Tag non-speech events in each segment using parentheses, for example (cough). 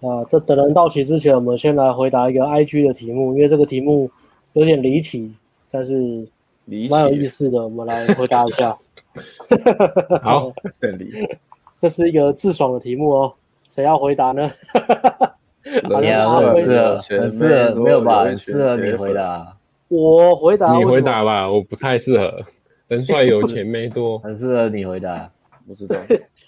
啊，这等人到齐之前，我们先来回答一个 IG 的题目，因为这个题目有点离题，但是理蛮有意解，思的，我们来回答一下。好，很理解。这是一个自爽的题目哦，谁要回答呢？好好你像是啊，很会适合，全很适妹合，没有吧？裸很泳适圈合你铁回粉答，我回答，你为回什么答吧，我不太适合。人帅有钱没多，很适合你回答。不 (laughs) 知道，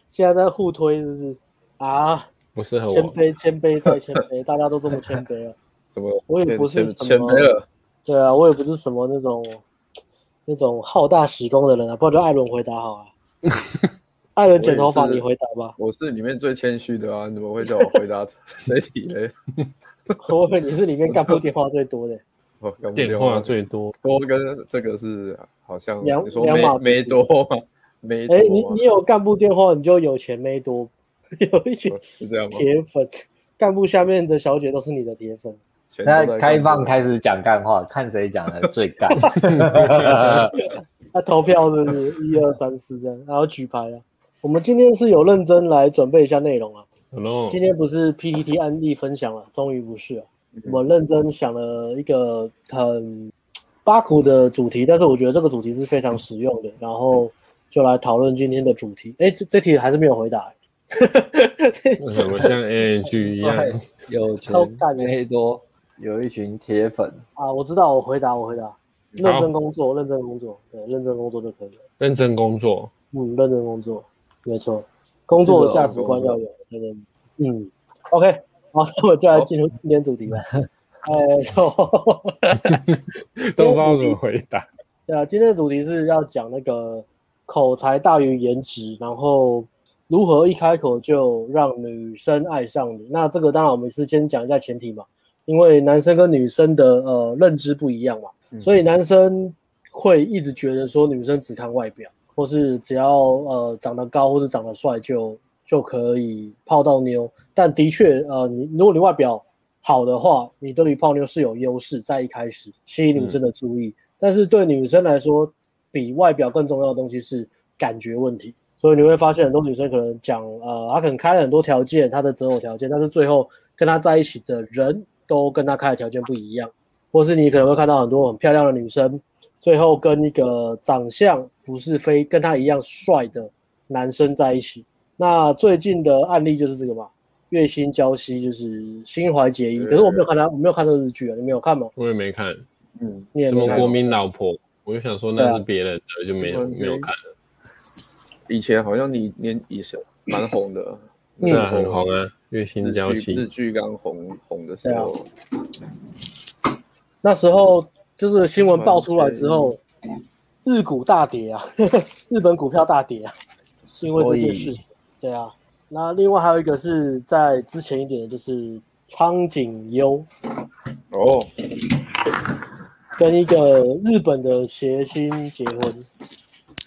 现在在互推是不是？啊，不适合谦我。卑，谦卑再谦卑，大家都这么谦卑了。怎么我也变不是前什前么没，了？对啊，我也不是什么那种那种好大喜功的人啊，不然就艾伦回答好啊。艾伦剪头发，我也是你回答吧。 (laughs) 我是里面最谦虚的啊，你怎么会叫我回答这题嘞？ (laughs) 我以为你是里面干部电话最多的，我搞不电掉话啊最多，多跟这个是好像两你说两码没子没多吗？没多哎、吗你你有干部电话，你就有钱没多， (laughs) 有一群哦是这样吗？铁粉，干部下面的小姐都是你的铁粉。钱那都在开干放部开始讲干话，看谁讲的最干。那、投票是不 (laughs) 是一二三四这样，然后举牌啊。我们今天是有认真来准备一下内容啊。然哦后今天不是 PPT 案例分享了，终于不是了。嗯我认真想了一个很八股的主题，但是我觉得这个主题是非常实用的，然后就来讨论今天的主题。哎，这这题还是没有回答、欸为什么像 A N G 一样？有超干哎的没多，有一群铁粉。啊！我知道，我回答，我回答，认真工作，认真工作，对，认真工作就可以了。认真工作，嗯，认真工作，没错，工作的价值观要有，对对，对嗯，OK，好，那我们就来进入今天主题吧。哎，走。都不知道怎么回答。对啊，今天的主题是要讲那个口才大于颜值，然后如何一开口就让女生爱上你。那这个当然我们是先讲一下前提嘛，因为男生跟女生的呃认知不一样嘛，嗯所以男生会一直觉得说女生只看外表，或是只要呃长得高或是长得帅就就可以泡到妞。但的确呃，你如果你外表好的话，你对于泡妞是有优势，在一开始吸引女生的注意。但是对女生来说，比外表更重要的东西是感觉问题。所以你会发现，很多女生可能讲，呃，她可能开了很多条件，她的择偶条件，但是最后跟她在一起的人都跟她开的条件不一样，或是你可能会看到很多很漂亮的女生，最后跟一个长相不是非跟她一样帅的男生在一起。那最近的案例就是这个嘛，月薪娇妻就是心怀结衣，可是我没有看她，我没有看这个日剧啊，你没有看吗？我也没看，嗯，你也什没么看国民老婆，我就想说那是别人的，就没有对啊没有看。以前好像你年以前蛮红的，嗯对然啊，后很红啊，月薪日娇剧日妻，剧刚红红的啊时候，那时候就是新闻爆出来之后，日股大跌啊， (laughs) 日本股票大跌啊，是因为这件事情。对啊，那另外还有一个是在之前一点的，就是苍井优哦，跟一个日本的谐星结婚，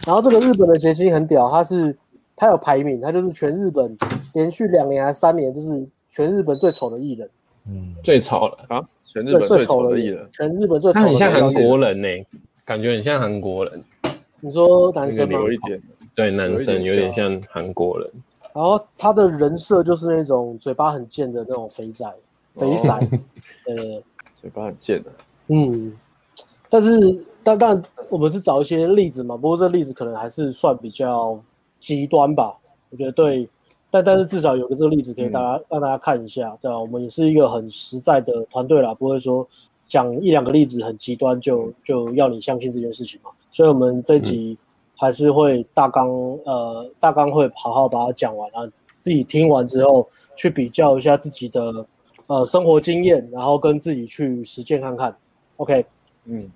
然后这个日本的谐星很屌，他是他有排名，他就是全日本连续两年还是三年，就是全日本最丑的艺人，嗯，最丑了。啊，全日对本最最丑丑的的艺艺人人，，全日本最丑他的很艺像人。韩国人呢、感觉很像韩国人。你说男那个生吗？有一点对，男生有有一点点像韩国人，然后他的人设就是那种嘴巴很贱的那种肥仔，肥仔，呃，嘴巴很贱的，嗯，但是但但我们是找一些例子嘛，不过这例子可能还是算比较极端吧，我觉得对，但但是至少有个这个例子可以大家、让大家看一下，对吧、啊我们也是一个很实在的团队啦，不会说讲一两个例子很极端就就要你相信这件事情嘛，所以我们这集还是会大纲呃大纲会好好把它讲完啊，自己听完之后去比较一下自己的呃生活经验，然后跟自己去实践看看。OK，嗯，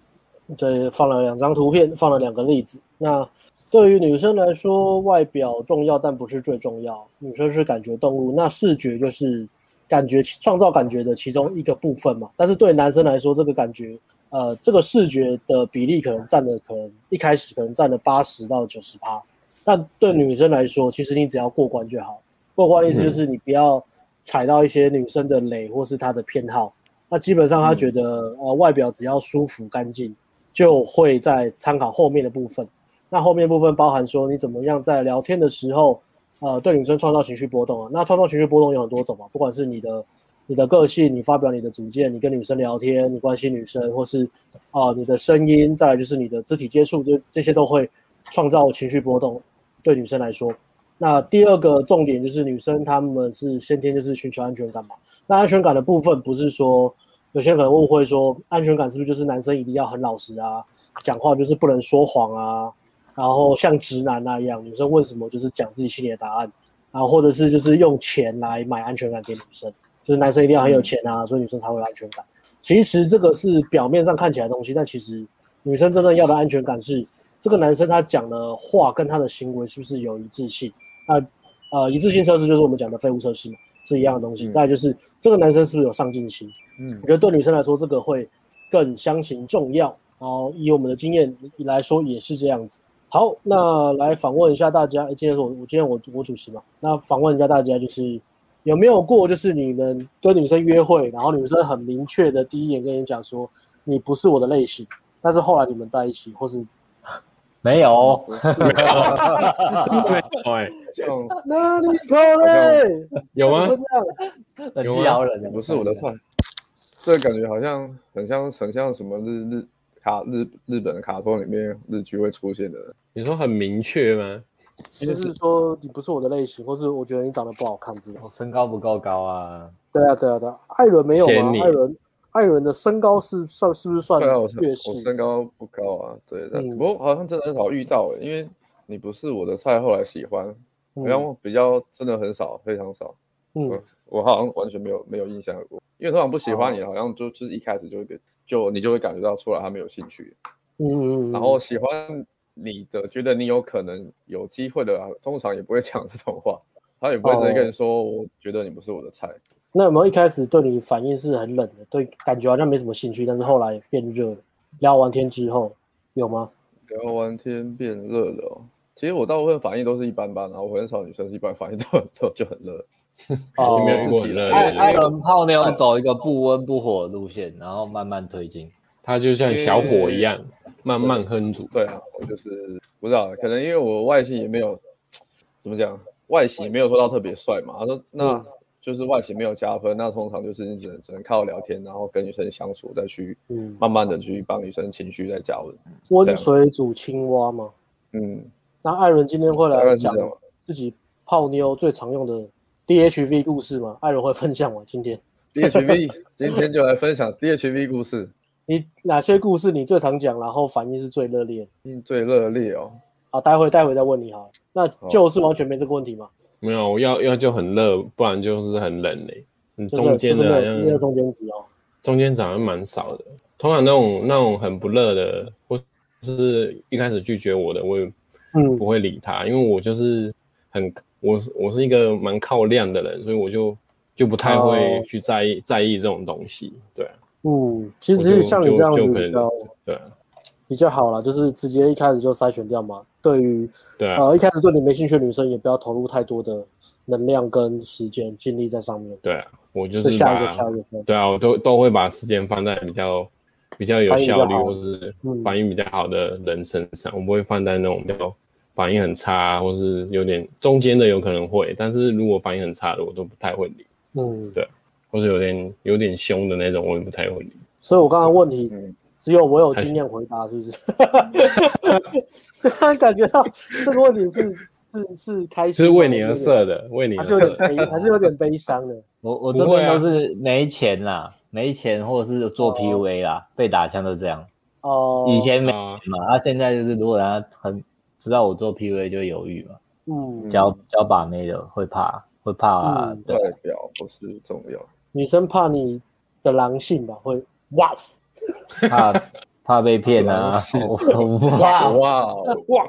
这放了两张图片，放了两个例子。那对于女生来说，外表重要，但不是最重要。女生是感觉动物，那视觉就是感觉创造感觉的其中一个部分嘛。但是对男生来说，这个感觉，呃，这个视觉的比例可能占了，可能一开始可能占了八十到九十趴。但对女生来说，其实你只要过关就好。过关的意思就是你不要踩到一些女生的雷或是她的偏好。那基本上她觉得，呃，外表只要舒服干净，就会在参考后面的部分。那后面部分包含说你怎么样在聊天的时候呃对女生创造情绪波动啊。那创造情绪波动有很多种嘛，不管是你的你的个性，你发表你的主见，你跟女生聊天，你关心女生，或是啊、你的声音，再来就是你的肢体接触，这这些都会创造情绪波动。对女生来说，那第二个重点就是女生她们是先天就是寻求安全感嘛。那安全感的部分不是说有些人可能误会说安全感是不是就是男生一定要很老实啊，讲话就是不能说谎啊，然后像直男那样，女生问什么就是讲自己心里的答案，然后或者是就是用钱来买安全感给女生，就是男生一定要很有钱啊，所以女生才会有安全感。其实这个是表面上看起来的东西，但其实女生真正要的安全感是这个男生他讲的话跟他的行为是不是有一致性？那呃，一致性测试就是我们讲的废物测试嘛，是一样的东西。嗯再来就是这个男生是不是有上进心？嗯我觉得对女生来说，这个会更相形重要。然后以我们的经验来说，也是这样子。好，那来访问一下大家，诶今天是我我今天我我主持嘛，那访问一下大家，就是有没有过，就是你们跟女生约会，然后女生很明确的第一眼跟你讲说你不是我的类型，但是后来你们在一起，或是 (laughs) 没有， (laughs) 嗯像有哎，哪里可嘞？有吗会？这样很有啊激饶人，不是我的菜，这个感觉好像很像很像什么日日卡日日本的卡通里面日剧会出现的，你说很明确吗？就是说你不是我的类型，或是我觉得你长得不好看之类的。我哦身高不够高啊，对啊，对啊，对啊。艾伦没有嫌吗？你艾伦，艾伦的身高是算是不是算对啊，我身劣势我？身高不高啊，对，但嗯不过好像真的很少遇到、欸，因为你不是我的菜，后来喜欢，好嗯像比较真的很少，非常少，嗯我我好像完全没有没有印象过，因为通常不喜哦欢你，好像就就是一开始就会给就你就会感觉到出来他没有兴趣，嗯嗯，然后喜欢你的，觉得你有可能有机会的啊，通常也不会讲这种话，他也不会直接跟你说，我觉得你不是我的菜。那有没有一开始对你反应是很冷的，对，感觉好像没什么兴趣，但是后来变热了？聊完天之后有吗？聊完天变热了、哦，其实我大部分反应都是一般般啊，然后我很少女生一般反应都都就很热。哦你没有遇过自己很热艾的艾人，伦泡妞走一个不温不火的路线，然后慢慢推进。他就像小火一样，慢慢哼煮。对啊，我就是不知道，可能因为我外形也没有怎么讲，外形没有说到特别帅嘛。他说那嗯就是外形没有加分，那通常就是你只能只能靠聊天，然后跟女生相处，再去嗯，慢慢的去帮女生情绪再加温。温水煮青蛙嘛。嗯，那艾伦今天会大概来是这讲样吧。自己泡妞最常用的 DHV 故事吗？艾伦会分享吗？今天 DHV (laughs) 今天就来分享 DHV 故事，你哪些故事你最常讲，然后反应是最热烈的？最热烈哦。好，待会待会再问你好了。那就是完全没这个问题嘛，没有，要要就很热，不然就是很冷嘞、你就是中间的好就啊是没有没有像中间值哦。中间长得蛮少的，通常那种那种很不热的，或是一开始拒绝我的，我也嗯不会理他，因为我就是很我是我是一个蛮靠量的人，所以我就就不太会哦去在意、在意这种东西，对啊，嗯，其我实就像你就这样就子比可能较对啊，比较好啦，就是直接一开始就筛选掉嘛。对于对啊，呃一开始对你没兴趣的女生，也不要投入太多的能量跟时间精力在上面。对啊，我就这是下一个把下一个下一个对啊，我都都会把时间放在比较比较有反应比较效率好或是嗯反应比较好的人身上，我不会放在那种比较反应很差啊或是有点中间的有可能会，但是如果反应很差的我都不太会理，嗯，或是有点有点凶的那种我也不太会理。所以我刚刚问题嗯，只有我有经验回答，是 (laughs) 不是？突然感觉到这个问题是是是开是心吗，为你而设的，为你还啊而是有设点，还是有点悲，还是有点悲伤的。我我这不会边啊都是没钱啦，没钱或者是做 PUA 啦，被打枪都这样。哦，以前 (laughs) 没钱 (laughs) 啊，嘛，他、现在就是如果他很知道我做 PUA 就会犹豫嘛，嗯，教教把妹的会怕，会怕、嗯对，外表不是重要，女生怕你的狼性吧，会哇怕怕被骗啊是。我我啊哇哇哦哇！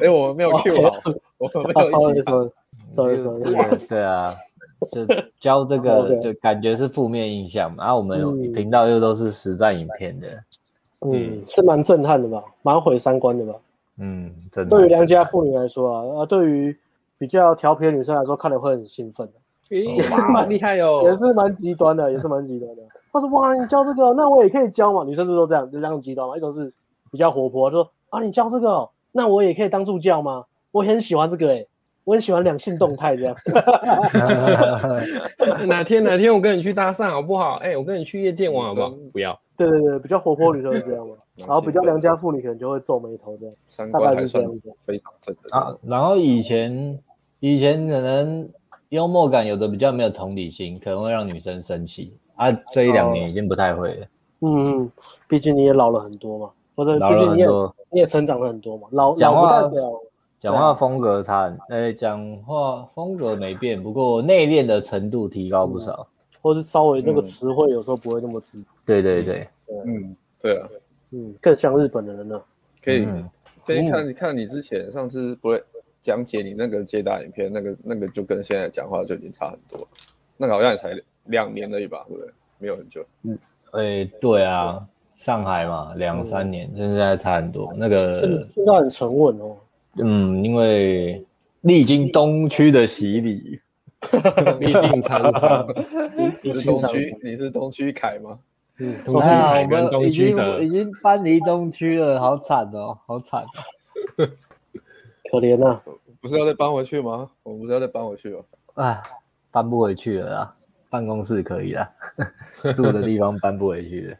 哎，我们没有 Q 好，我们没啊有，sorry 一起喊 sorry sorry，对啊，就教这个 OK 就感觉是负面印象嘛。啊然、后我嗯们频道又都是实战影片的，嗯，是蛮震撼的吧，蛮毁三观的吧。嗯，真的。对于良家妇女来说啊，呃，对于比较调皮的女生来说，看了会很兴奋的，也是蛮厉害也哦。是蛮极端的，也是蛮极端的。他说哇，你教这个，那我也可以教嘛。女生是都这样，就两种极端嘛，一种是比较活泼，就说啊，你教这个哦，那我也可以当助教吗？我很喜欢这个诶、我很喜欢两性动态这样。 (laughs) 哪天哪天我跟你去搭讪好不好？哎、我跟你去夜店玩好不好女嗯生？不要，对对对，比较活泼女生会这样 (laughs) 嘛，然后比较良家妇女可能就会皱眉头这样，三大观概还是这算样子。非常正的 (laughs) 啊，然后以前以前可能幽默感有的比较没有同理心，可能会让女生生气啊。这一哦两年已经不太会了，嗯嗯，毕竟你也老了很多嘛，或者老毕了竟很呃你也多，你也成长了很多嘛，老讲老不话代表讲话风格差很，啊呃，讲话风格没变，不过内敛的程度提高不少。嗯或是稍微那个嗯词汇有时候不会那么直，对对对，嗯，对啊，嗯，更像日本人了。可以嗯可哦以看看你之前上次不会讲解你那个接打影片，那个那个就跟现在讲话就已经差很多了，那个好像也才两年而已吧，对不对？没有很久，哎、对啊，上海嘛，两三年，嗯现在差很多。那个现，现在很沉稳哦，嗯，因为历经东区的洗礼，历尽沧 (laughs) 桑。你你是欣东赏区，你是东区凯吗？嗯，东区哎呀海跟我们东已区经的已经搬离东区了，好惨哦，好惨。可怜啊呐、不是要再搬回去吗？我们不是要再搬回去吗？哎，搬不回去了啦，办公室可以 (laughs) 啦，住的地方搬不回去了。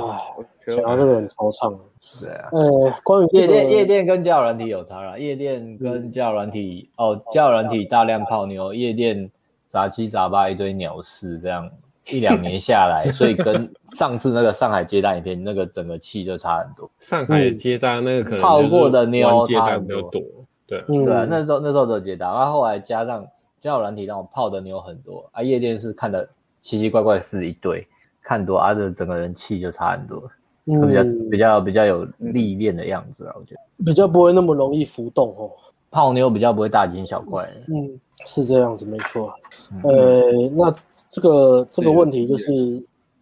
啊， OK，讲到这个很惆怅。对啊，呃，关于夜这个嗯店夜店跟交友软体有差啦，夜店跟交友软体、哦，交友软体大量泡妞，夜店杂七杂八一堆鸟事，这样一两年下 (laughs) 来，所以跟上次那个上海接待影片那个整个气就差很多。上海接单那个可能嗯泡过的就是玩妞接差单很比较多多，对，嗯，对啊、那时候那时候只有捷达，然后后来加上交友软体让我泡的妞很多啊，夜店是看的奇奇怪怪事一堆，看多啊，这整个人气就差很多，嗯比较比较比较有历练的样子啊，我觉得比较不会那么容易浮动哦。泡妞比较不会大惊小怪。嗯，是这样子，没错。啊嗯呃，那这个这个对问题就是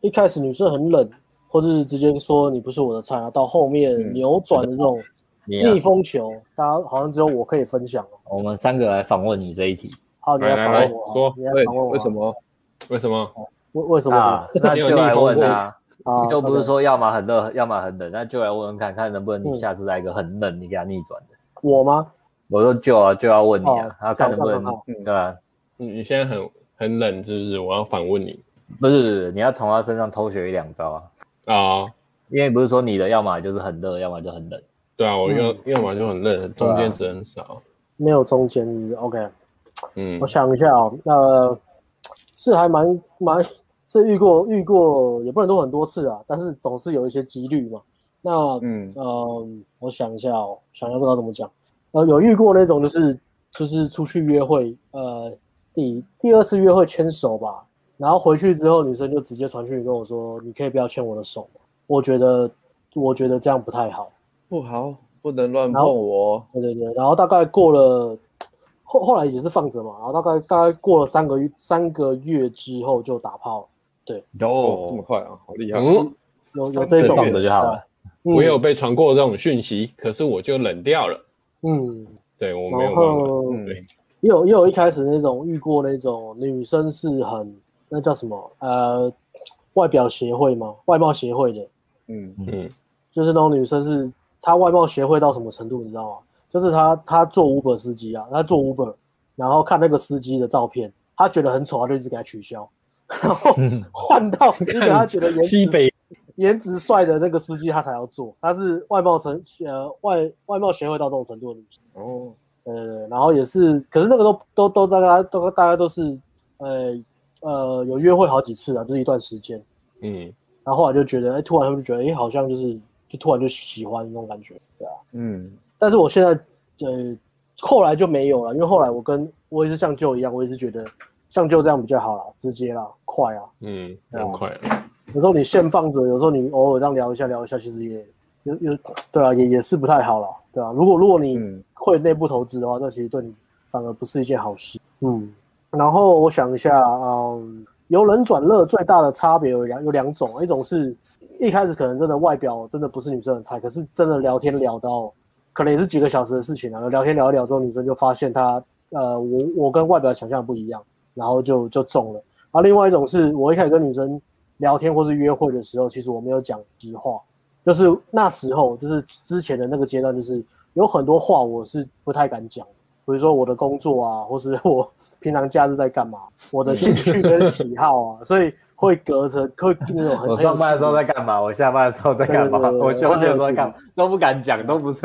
一开始女生很冷，或是直接说你不是我的菜啊，到后面嗯扭转的这种你啊逆，风球，大家好像只有我可以分享哦。我们三个来访问你这一题好，你来来访来问来我啊，说你来对，访问我啊，为什么？为什么？为为什么啊， (laughs) 那就来问啊，啊？就不是 OK 说要么很热，要么很冷，那就来问问看看能不能嗯你下次来一个很冷，你给他逆转的。我吗？我说就啊，就要问你啊哦，啊，看能不能挑战看看对啊吧？你你现在很很冷是不是？我要反问你不是不是，你要从他身上偷学一两招啊，啊、因为不是说你的要么就是很热，要么就很冷。对啊，嗯我要要么就很冷，中啊间值很少，没有中间日，OK。嗯我，想一下哦，那、是还蛮蛮是遇过遇过，也不能说很多次啊，但是总是有一些几率嘛。那嗯，嗯，我想一下哦，想一下这个要怎么讲。呃，有遇过那种就是就是出去约会，呃，第第二次约会牵手吧，然后回去之后女生就直接传讯息跟我说，你可以不要牵我的手吗？我觉得我觉得这样不太好。不好，不能乱然碰后我哦。对对对，然后大概过了后后来也是放着嘛，然后大概大概过了三个月三个月之后就打炮了，哦，这么，快啊，好厉害！嗯，有有这种放着就好了。嗯我有被传过这种讯息，可是我就冷掉了。嗯，对我没有然办法，后嗯对，也有也有一开始那种遇过那种女生是很那叫什么呃外表协会嘛，外貌协会的，嗯，嗯，就是那种女生是她外貌协会到什么程度，你知道吗？就是她她做 Uber 司机啊，她做 Uber，然后看那个司机的照片，她觉得很丑，她就一直给他取消，然后换到一个她觉得 (laughs) 颜西值北颜值帅的那个司机，她才要做。她是外貌成呃外外貌协会到这种程度的女生，哦，呃，然后也是，可是那个都都都大家都大家都是呃呃有约会好几次啊，就是一段时间，嗯，然后后来就觉得，哎、突然他们就觉得，哎、好像就是就突然就喜欢那种感觉，对啊。嗯，但是我现在呃，后来就没有了，因为后来我跟我也是像旧一样，我也是觉得像旧这样比较好啦，直接啦，快啊。嗯，对啊很快了，有时候你现放着，有时候你偶尔这样聊一下聊一下，其实也有有对啊，也也是不太好啦，对啊。如果如果你嗯会内部投资的话，那其实对你反而不是一件好事。嗯，然后我想一下，嗯，由冷转热最大的差别有两有两种，一种是一开始可能真的外表真的不是女生很菜，可是真的聊天聊到可能也是几个小时的事情啊，聊天聊一聊之后，女生就发现她呃，我我跟外表想象不一样，然后就就中了。啊，另外一种是我一开始跟女生聊天或是约会的时候，其实我没有讲实话，就是那时候就是之前的那个阶段，就是有很多话我是不太敢讲，比如说我的工作啊，或是我平常假日在干嘛，我的兴趣跟喜好啊，所以会隔着会那种啊很我上班的时候在干嘛？我下班的时候在干嘛？对对对我休息的时候在干嘛？都不敢讲，都不是。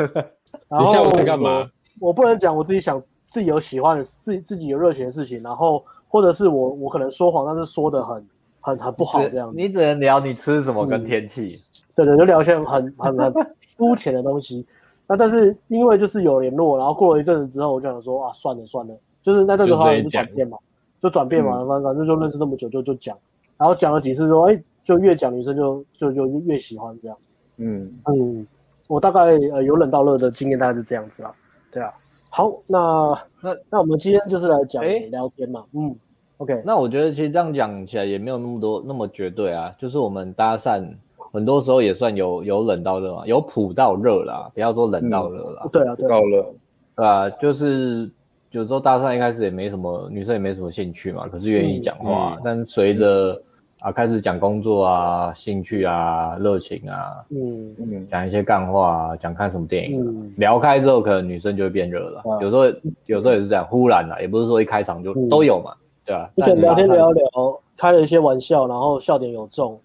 然后你下午在我干嘛说？我不能讲我自己想自己有喜欢的自己自己有热情的事情，然后或者是我我可能说谎，但是说的很很很不好这样子。你只能聊你吃什么跟天气。对对，就聊一些很很很肤浅的东西。 (laughs) 那但是因为就是有联络，然后过了一阵子之后，我就想说啊，算了算了，就是那阵子就直接后来就转讲嗯变嘛，就转变嘛，反、反正就认识那么久就就讲，然后讲了几次之后，哎，就越讲女生就就就就越喜欢这样。嗯，嗯，我大概呃由冷到热的经验大概是这样子啦，对啊。好，那那那我们今天就是来讲哎聊天嘛，嗯，OK，那我觉得其实这样讲起来也没有那么多那么绝对啊，就是我们搭讪很多时候也算有有冷到热嘛，啊有普到热啦，不要说冷到热啦，对啊对啊，到了，对啊，就是有时候搭讪一开始也没什么，女生也没什么兴趣嘛，可是愿意讲话，嗯但随着啊开始讲工作啊、兴趣啊、热情啊，嗯嗯，讲一些干话啊，讲看什么电影啊、嗯，聊开之后，可能女生就会变热了。啊有时候有时候也是这样，忽然啦，啊也不是说一开场就、嗯都有嘛，对吧、啊？你可能聊天但搭讪聊一聊，开了一些玩笑，然后笑点有中，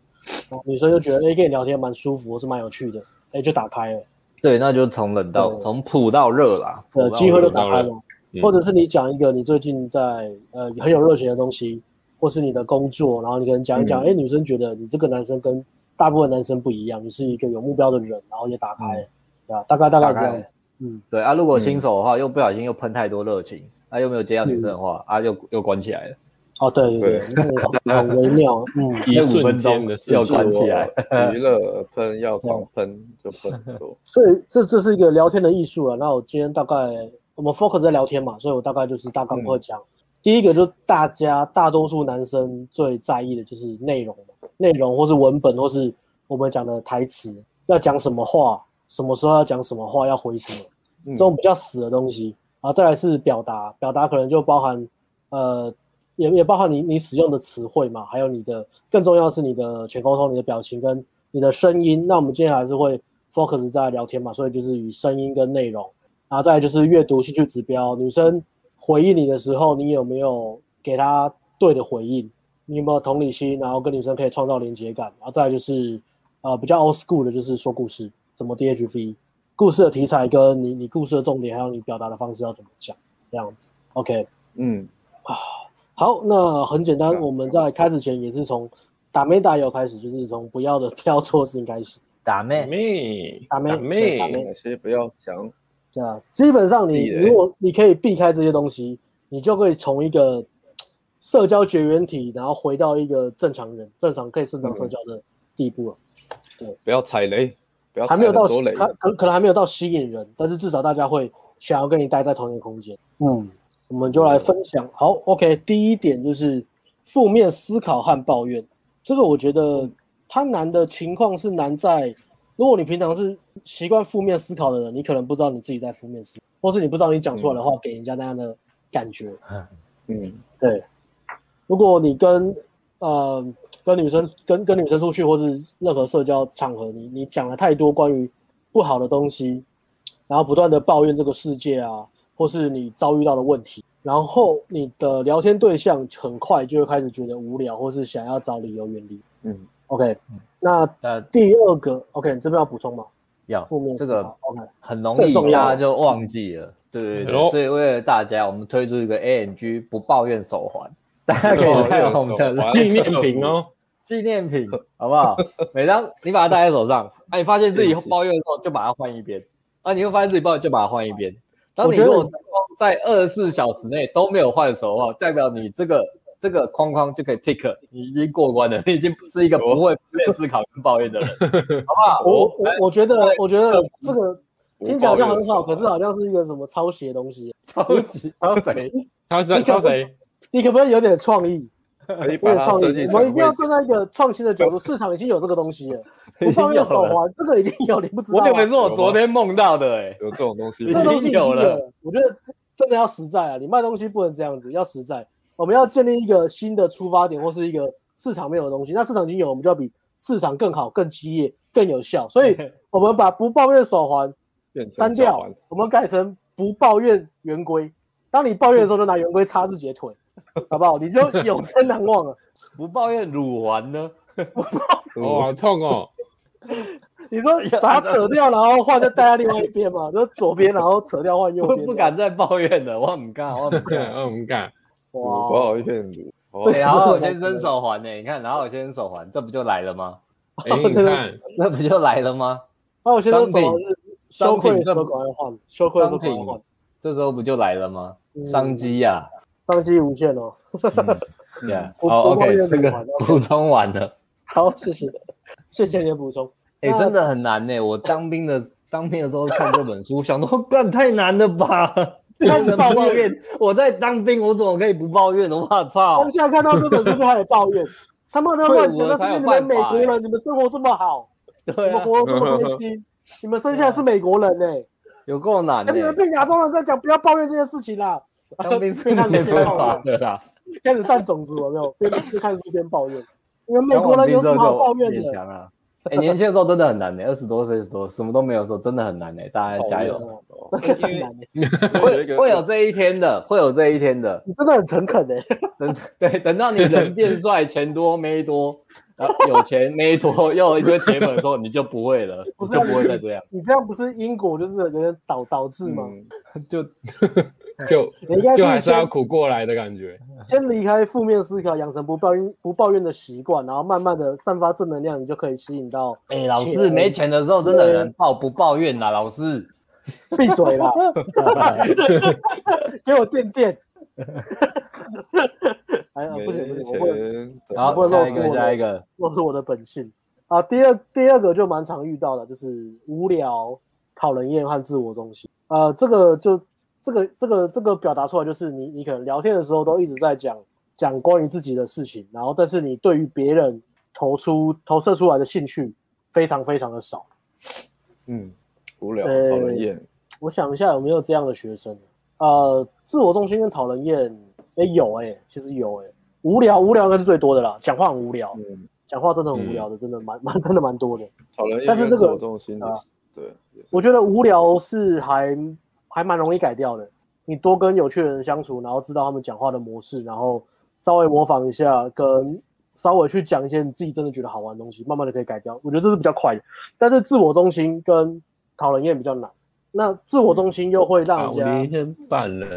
然后女生就觉得哎、跟你聊天蛮舒服，是蛮有趣的，哎、就打开了，对，那就从冷到对从普到热啦，普呃，到机会都热打开当了。嗯或者是你讲一个你最近在呃很有热情的东西，或是你的工作，然后你可能讲一讲，嗯哎、女生觉得你这个男生跟大部分男生不一样，你是一个有目标的人，然后也打开了，对吧、大概大概打这样开子，。嗯，嗯对啊，如果嗯新手的话，又不小心又喷太多热情，啊又没有接到女生的话，啊又又关起来了。哦，对对对，那个很微妙，嗯，一瞬间的事要情，关起来娱 (laughs) 乐喷要狂喷就喷很多，所以这这是一个聊天的艺术了。那我今天大概我们 focus 在聊天嘛，所以我大概就是大纲会讲，第一个就是大家大多数男生最在意的就是内容嘛，内容或是文本或是我们讲的台词，要讲什么话，什么时候要讲什么话，要回什么，嗯这种比较死的东西。然后再来是表达，表达可能就包含呃。也也包含你你使用的词汇嘛，还有你的更重要的是你的全沟通、你的表情跟你的声音。那我们今天还是会 focus 在聊天嘛，所以就是以声音跟内容，然后再来就是阅读兴趣指标。女生回应你的时候，你有没有给她对的回应？你有没有同理心？然后跟女生可以创造连接感。然后再来就是呃比较 old school 的，就是说故事，怎么 DHV，故事的题材跟你你故事的重点，还有你表达的方式要怎么讲，这样子。OK，嗯，好，那很简单，嗯我们在开始前也是从打没打友开始，就是从不要的 (laughs) 挑错事情开始。打打妹，妹，打妹打对打妹妹，哪些不要讲，对啊，基本上你地雷如果你可以避开这些东西，你就可以从一个社交绝缘体，然后回到一个正常人、正常可以正常社交的地步了。不要踩雷，不要踩还没有很到多雷，可可可能还没有到吸引人，但是至少大家会想要跟你待在同一个空间。嗯，我们就来分享。好，OK，第一点就是负面思考和抱怨。这个我觉得它难的情况是难在，如果你平常是习惯负面思考的人，你可能不知道你自己在负面思考，或是你不知道你讲出来的话给人家那样的感觉。嗯，对，如果你跟呃跟女生跟跟女生出去，或是任何社交场合，你你讲了太多关于不好的东西，然后不断的抱怨这个世界啊，或是你遭遇到的问题，然后你的聊天对象很快就会开始觉得无聊，或是想要找理由远离。嗯，OK，那呃，第二个，OK，你这边要补充吗？要负面这思个考，OK，很容这易很重要哦大家就忘记了，对对哎呦对，所以为了大家，我们推出一个 ANG 不抱怨手环，大家可以看我们的不纪 (laughs) 念品哦，纪念品，好 (laughs) 不好？每当你把它戴在手上，哎、你发现自己抱怨的时候，就把它换一边；啊，你又发现自己抱怨，就把它换一边。当我你觉得如果在二十四小时内都没有换手的话，代表你这个这个框框就可以 tick，你已经过关了， (laughs) 你已经不是一个不会不会思考跟抱怨的人， (laughs) 好不好？啊我我我觉得我觉得这个无听起来好像很好，抱可怨是好像是一个什么抄袭的东西。超级超啊谁？他你是可他不谁？你可不可以有点创意？可以有把点它创设计意，成我们一定要会站在一个创新的角度，市场已经有这个东西 (laughs) 了，不已放右经有手了，环，这个已经有，你不知道我以为吗？是我昨天梦到的、哎，有这种东西 (laughs) 这已个吗经，东西已经有了了，我觉得真的要实在啊！你卖东西不能这样子，要实在。我们要建立一个新的出发点，或是一个市场没有的东西。那市场已经有，我们就要比市场更好、更激烈、更有效。所 (laughs) 以，我们把不抱怨手环变成删脚掉环，我们改成不抱怨圆规，当你抱怨的时候，就拿圆规插自己的腿，好不好？你就永生难忘啊了。不抱怨乳环呢？嗯哦，好痛 (laughs) 哦！ (laughs) 你说把它扯掉，然后换再带到另外一边嘛，就左边，然后扯掉换右我边。不 (laughs) 敢再抱怨了，我很 (laughs) 干，我很啊干。嗯我们干，不哇！好意思，哦对 (laughs) 对，然后我先生手环呢、你看，然后我先生手环，这不就来了吗？哎，你看，这不就来了吗？那我先说什商么品是羞商愧的品时这候赶快换，羞愧的时候赶快换。这时候不就来了吗？嗯商 (laughs) 机呀、商机无限哦。(laughs) 对啊。我好我抱，OK，怨这乳个环补充完了。 (laughs) 好，谢谢，谢谢你的补充。哎、那真的很难呢、我当兵的 (laughs) 当兵的时候看这本书， (laughs) 想说，干太难 (laughs) 了吧？开不 (laughs) 始能抱抱怨，怨，我在当兵，我怎么可以不抱怨？ (laughs) 我操 (laughs) 当！下看到这本书就开始抱 (laughs) 怨，他妈的乱讲，那是因为你们美国人，你们生活这么好，你对们啊，活得这么开 (laughs) 心，你们生下来是美国人呢，有够难哎，的、你们被亚洲人在讲，不要抱怨这件事情啦。 (laughs) 当兵 (laughs) 是没办法的啦。开始占种族有没 (laughs) 有？边就开始边抱怨，你们美国人有什么好 (laughs) 抱怨当完兵之后就变的？强啊！哎、年轻的时候真的很难呢、二十多岁、二十多什么都没有的时候真的很难呢、大家加油！哦真的 (laughs) 很难欸有一会个会有这一天的，会有这一天的。你真的很诚恳欸诶，等 (laughs) 对，等到你人变 (laughs) 帅，钱多没多，然后有钱没多，又有一堆铁粉的时候，你就不会了，不你是就不会再这样。你这样不是因果就是有点导导致吗？嗯就就你应该就还是是要先苦过来的感觉。先离开负面思考，养成不抱怨不抱怨的习惯，然后慢慢的散发正能量，你就可以吸引到哎、老师没钱的时候真的很难抱不抱怨啦，老师。闭嘴 (laughs) 啦， (laughs) 给我见见。哎呀，不行不没行，我不能，钱，好不，能下露一出个，我下的一个，那是我的本性啊。第二第二个就蛮常遇到的，就是无聊、讨人厌和自我中心。呃，这个就这个这个这个表达出来，就是你你可能聊天的时候都一直在讲讲关于自己的事情，然后但是你对于别人投出投射出来的兴趣非常非常的少。嗯，无聊，对讨人厌，我想一下有没有这样的学生？呃，自我中心跟讨人厌，哎、有哎、其实有哎、无聊无聊应该是最多的啦，讲话很无聊，嗯，讲话真的很无聊的，真的蛮蛮真的蛮多的。讨人厌，但是这个我重心啊的，对，我觉得无聊是还还蛮容易改掉的。你多跟有趣的人相处，然后知道他们讲话的模式，然后稍微模仿一下，跟稍微去讲一些你自己真的觉得好玩的东西，慢慢的可以改掉。我觉得这是比较快的。但是自我中心跟讨人厌比较难。那自我中心又会让人啊我家、连线半了，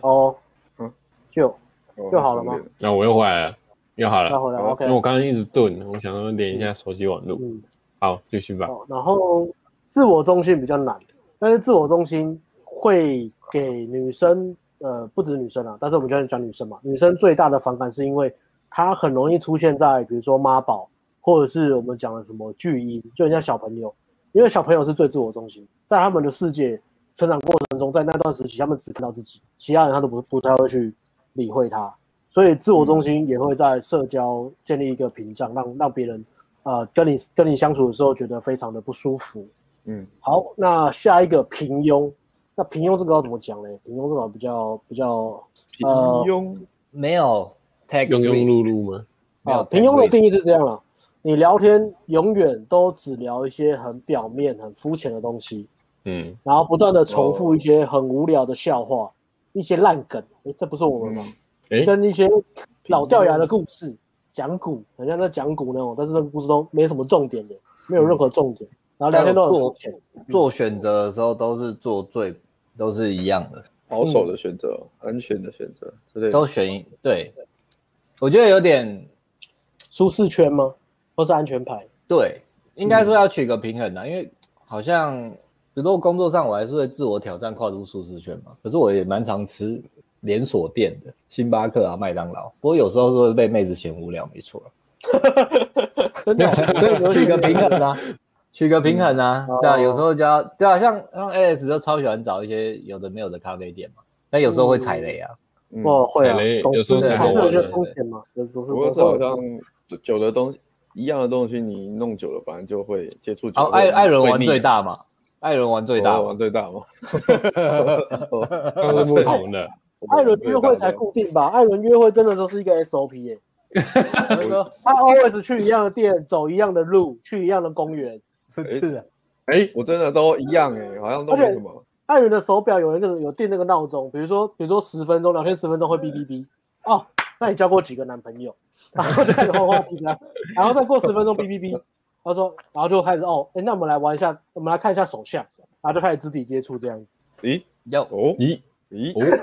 哦嗯，就就就好了吗？那我又回来了，又好那了。回来好 OK 因为。我刚刚一直顿，我想要连一下手机网络。嗯，好，继续吧。哦好。然后自我中心比较难，但是自我中心会给女生，呃，不止女生啊，但是我们就讲女生嘛，女生最大的反感是因为她很容易出现在比如说妈宝，或者是我们讲的什么巨婴，就很像小朋友，因为小朋友是最自我中心，在他们的世界成长过程中，在那段时期，他们只看到自己，其他人他都不不太会去理会他。所以自我中心也会在社交建立一个屏障，让让别人呃跟你跟你相处的时候觉得非常的不舒服。嗯，好，那下一个平庸，那平庸这个要怎么讲呢？平庸这个比较比较平呃嗯庸，没有 tag 庸庸碌碌吗？没有啊， take 平庸的 risk 定义是这样了，你聊天永远都只聊一些很表面、很肤浅的东西，嗯，然后不断的重哦复一些很无聊的笑话、一些烂梗，诶，这不是我们吗？嗯哎，跟一些老掉牙的故事，讲古，很像在讲古那种，但是那个故事都没什么重点的，没有任何重点，然后聊天都很肤浅。做选择的时候都是做最都是一样的，保守的选择，安全的选择之类的，都选一对。我觉得有点舒适圈吗？或是安全牌？对，应嗯该说要取个平衡啦，因为好像比如说工作上，我还是会自我挑战跨出舒适圈嘛。可是我也蛮常吃连锁店的，星巴克啊、麦当劳。不过有时候是会被妹子嫌无聊，(laughs) 没错啦。真 (laughs) 的，哦所真的以取个平衡啊，取个平衡啊嗯，对啊，哦有时候就要对啊，像像 Alex 就超喜欢找一些有的没有的咖啡店嘛，但有时候会踩雷啊，嗯哦，会啊踩雷，总有时是候踩总是雷有些对风险嘛，有时候是不过这会好像久的东西一样的东西，你弄久了，本来就会接触久嗯然后了。啊艾艾伦玩会腻啊最，大嘛，艾伦玩最大我嘛哦玩，最 (laughs) 大吗？都是不同的。艾伦约会才固定吧？艾伦约会真的都是一个 SOP (laughs) 耶、他 always 去一样的店，走一样的路，去一样的公园，啊是是的，哎，我真的都一样哎，好像都没什么。艾伦的手表有那个有定那个闹钟，比如说比如说十分钟聊天十分钟会哔哔哔，哦，那你交过几个男朋友？然后就开始轰轰平常，然后再过十分钟哔哔哔，他说，然后就开始哦，哎，那我们来玩一下，我们来看一下手相，然后就开始肢体接触这样子。咦要哦咦咦，哦，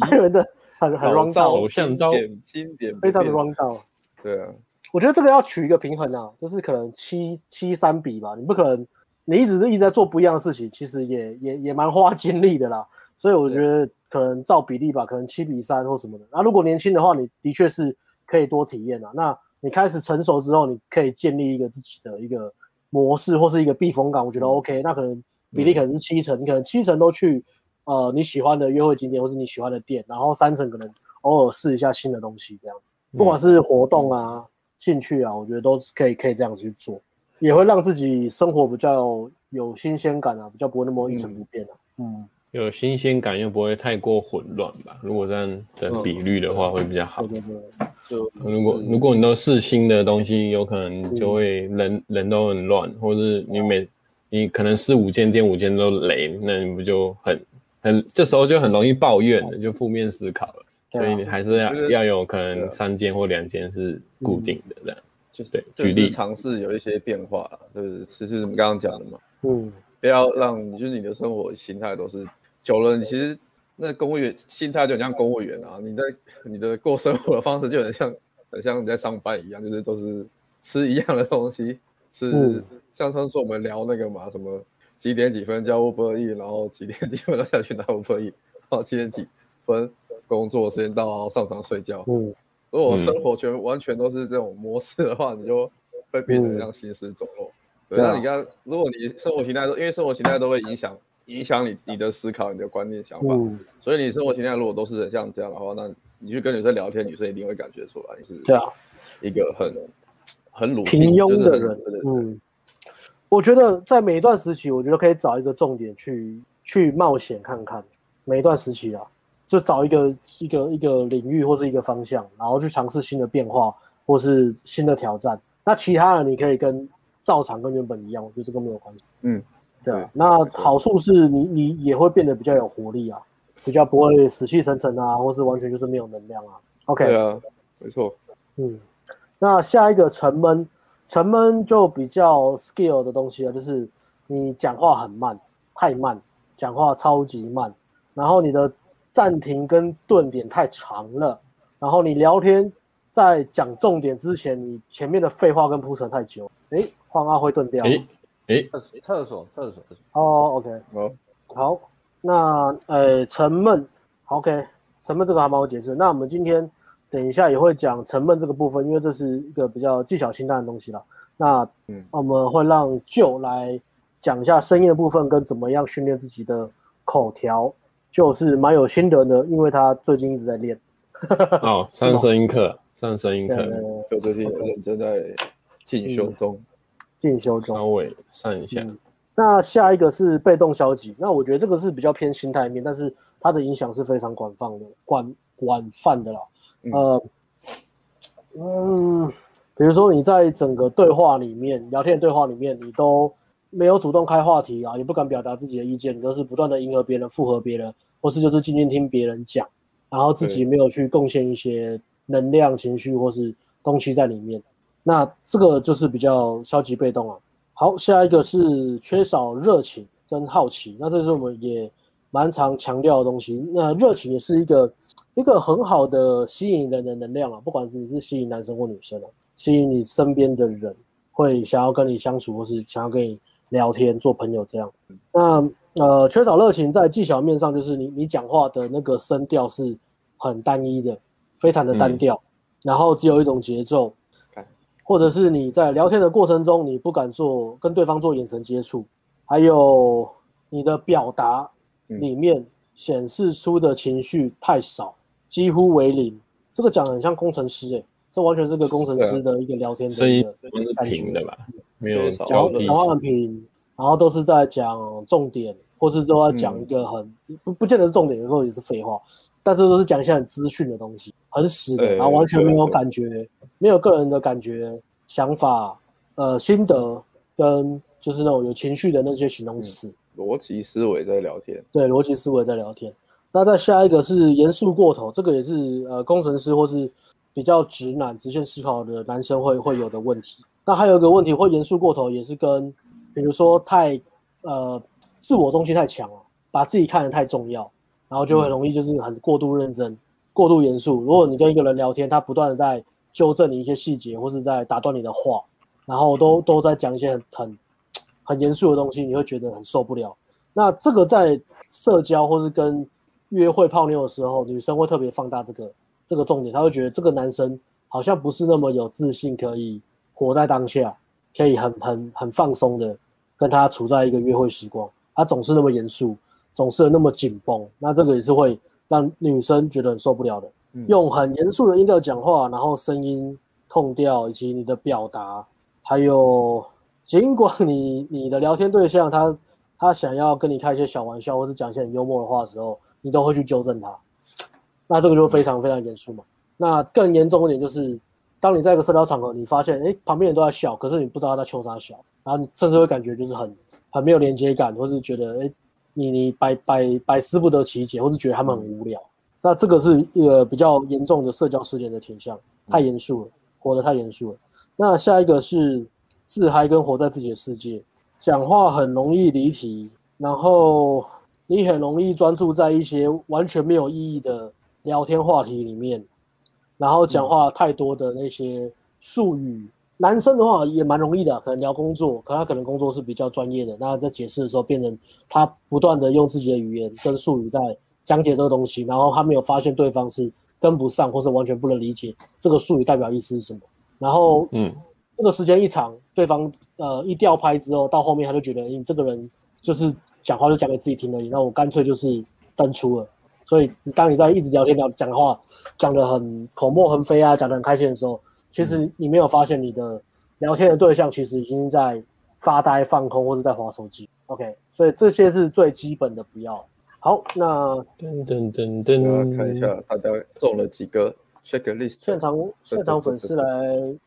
艾伦的很很老 round 赵 down，手相招经典经典不非常的变 round down。对啊，我觉得这个要取一个平衡啊，就是可能七七三比吧，你不可能你一直是一直在做不一样的事情，其实也也也蛮花精力的啦。所以我觉得可能照比例吧，可能七比三或什么的。那、如果年轻的话，你的确是可以多体验啊。那你开始成熟之后，你可以建立一个自己的一个模式或是一个避风港，我觉得 OK。那可能比例可能是七成，你可能七成都去呃你喜欢的约会景点或是你喜欢的店，然后三成可能偶尔试一下新的东西这样子。不管是活动啊、兴趣啊，我觉得都是可以可以这样子去做，也会让自己生活比较有新鲜感啊，比较不会那么一成不变啊。嗯，有新鲜感又不会太过混乱吧？如果这样的比率的话，会比较好对。对对，就如果如果你都试新的东西，有可能嗯就会人人都很乱，或是你每你可能四五间店五间都雷，那你不就很很这时候就很容易抱怨了，就负面思考了。对啊所以你还是要我觉得要有可对能啊嗯三间或两间是固定的这样。就是对就是举例尝试有一些变化啊，就是就是我们刚刚讲的嘛，嗯，不要让就是你的生活形态都是久了，你其实那公务员心态就很像公务员啊，你在你的过生活的方式就很像很像你在上班一样，就是都是吃一样的东西，吃、嗯像上次我们聊那个嘛，什么几点几分叫 Uber E，然后几点几分要下去拿 Uber E，然后几点几分工作时间到，然后上床睡觉，嗯，如果生活全完全都是这种模式的话，你就会变得像行尸走肉。嗯对，对啊那你刚如果你生活形态都，因为生活形态都会影响影响你你的思考、你的观念、想法，嗯，所以你生活形态如果都是很像这样的话，那你去跟女生聊天，女生一定会感觉出来你是对啊，一个很很鲁平庸的人就是很，嗯，我觉得在每一段时期，我觉得可以找一个重点去去冒险看看，每一段时期啊，就找一个一个一个领域或是一个方向，然后去尝试新的变化或是新的挑战。那其他的你可以跟照常跟原本一样，我觉得这个没有关系。嗯，对啊对。那没错好处是你你也会变得比较有活力啊，比较不会死气沉沉啊，或是完全就是没有能量啊。OK，对啊，没错，嗯，那下一个沉闷，沉闷就比较 skill 的东西了，就是你讲话很慢，太慢，讲话超级慢，然后你的暂停跟顿点太长了，然后你聊天在讲重点之前，你前面的废话跟铺陈太久，诶，换阿辉顿掉了，诶诶，厕所厕所厕所，哦，OK，好，好，那呃，沉闷，OK，沉闷这个还蛮好解释。那我们今天等一下也会讲沉闷这个部分，因为这是一个比较技巧清单的东西啦。那嗯我们会让舅来讲一下声音的部分跟怎么样训练自己的口条，就是蛮有心得的，因为他最近一直在练。哦，上声音课，上声音课，呃，就最近有认真在进修嗯中，进修中。稍微上一下嗯。那下一个是被动消极，那我觉得这个是比较偏心态面，但是它的影响是非常广泛的、广广泛的啦。嗯呃，嗯，比如说你在整个对话里面、聊天的对话里面，你都没有主动开话题啊，也不敢表达自己的意见，你都是不断的迎合别人、附和别人，或是就是静静听别人讲，然后自己没有去贡献一些能量、情绪或是东西在里面。那这个就是比较消极被动啊。好，下一个是缺少热情跟好奇，那这是我们也蛮常强调的东西。那热情也是一个一个很好的吸引人的能量啊，不管是你是吸引男生或女生啊，吸引你身边的人会想要跟你相处，或是想要跟你聊天、做朋友这样。那呃，缺少热情在技巧面上，就是你你讲话的那个声调是很单一的，非常的嗯单调，然后只有一种节奏，或者是你在聊天的过程中，你不敢做跟对方做眼神接触，还有你的表达嗯里面显示出的情绪太少，几乎为零。这个讲得很像工程师诶、欸这完全是个工程是啊师的一个聊天声的一音个都是感平觉的。吧，没有缺少交嗯对替讲话很平，然后都是在讲重点，或是都在嗯讲一个很、不不见得是重点，有时候也是废话，但是都是讲一些很资讯的东西，很死的，对然后完全没有对对感觉，没有个人的感觉、嗯想法、呃心得跟就是那种有情绪的那些形容词，逻辑思维在聊天，对，逻辑思维在聊天。那再下一个是严肃过头，这个也是呃工程师或是比较直男、直线思考的男生会会有的问题。那还有一个问题会严肃过头，也是跟比如说太呃自我中心太强了，哦把自己看得太重要，然后就会容易就是很过度认真、过度严肃。如果你跟一个人聊天，他不断的在纠正你一些细节，或是在打断你的话，然后都都在讲一些很很很严肃的东西，你会觉得很受不了。那这个在社交或是跟约会泡妞的时候，女生会特别放大这个这个重点，她会觉得这个男生好像不是那么有自信，可以活在当下，可以很很很放松的跟他处在一个约会时光，他总是那么严肃，总是那么紧绷，那这个也是会让女生觉得很受不了的。嗯用很严肃的音调讲话，然后声音、痛调以及你的表达，还有尽管你你的聊天对象他他想要跟你开一些小玩笑，或是讲一些很幽默的话的时候，你都会去纠正他。那这个就非常非常严肃嘛。那更严重一点就是，当你在一个社交场合，你发现哎旁边人都在笑，可是你不知道他在求啥笑，然后你甚至会感觉就是很很没有连接感，或是觉得哎你你百百百思不得其解，或是觉得他们很无聊。那这个是一个比较严重的社交失联的倾向，太严肃了，活得太严肃了。那下一个是自嗨跟活在自己的世界，讲话很容易离题，然后你很容易专注在一些完全没有意义的聊天话题里面，然后讲话太多的那些术语。男生的话也蛮容易的，可能聊工作，可他可能工作是比较专业的，那在解释的时候变成他不断的用自己的语言跟术语在讲解这个东西，然后他没有发现对方是跟不上或是完全不能理解这个术语代表意思是什么，然后嗯，这个时间一长，对方呃一调拍之后，到后面他就觉得你这个人就是讲话就讲给自己听而已，那我干脆就是淡出了。所以你当你在一直聊天聊讲的话，讲的很口沫横飞啊，讲的很开心的时候，其实嗯你没有发现你的聊天的对象其实已经在发呆、放空或是在划手机。OK，所以这些是最基本的不要。好，那噔噔噔大嗯噔，家啊看一下大家中了几个 checklist，现场现场粉丝来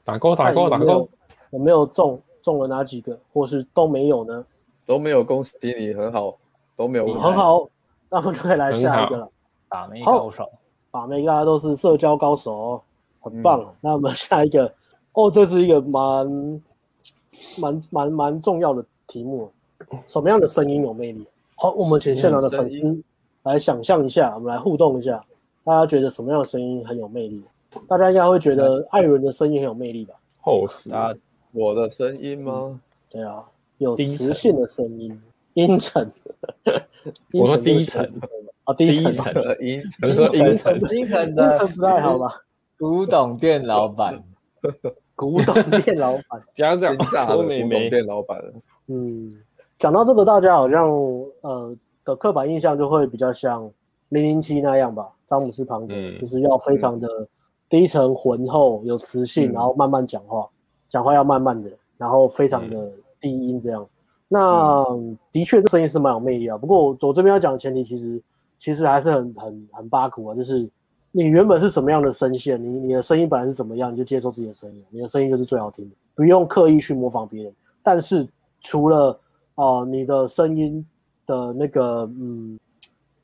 打勾打看勾有打没勾有，有没有中中了哪几个，或是都没有呢？都没有恭喜你，很好，都没有问题很好，那我们就可以来很下一好个了。打妹好高手，把妹大家都是社交高手哦，很棒。 (laughs) 那我们下一个，哦，这是一个蛮蛮蛮蛮重要的题目，什么样的声音有魅力？好，我们请现场的粉什么样的丝来想象一下，我们来互动一下，大家觉得什么样的声音很有魅力？大家应该会觉得艾伦的声音很有魅力吧？厚实，啊大家我的声音吗？对啊，有低沉磁性的声音，阴沉。我说阴低沉沉这个词啊，低低沉沉啊， (laughs) 音程你 (laughs) 说低阴沉沉，精 (laughs) 神阴的沉不太好吧？古董店老板，古董店老板。家长惊炸了说古美董眉，店老板了，嗯，讲到这个，大家好像呃的刻板印象就会比较像零零七那样吧，詹姆斯庞德、嗯就是要非常的低沉浑厚、有磁性，嗯然后慢慢讲话，讲话要慢慢的，然后非常的低音这样。那、的确，这声音是蛮有魅力啊。不过我我这边要讲的前提，其实其实还是很很很八股啊，就是你原本是什么样的声线，你你的声音本来是怎么样，你就接受自己的声音，你的声音就是最好听的，不用刻意去模仿别人。但是除了哦、呃你的声音的那个嗯，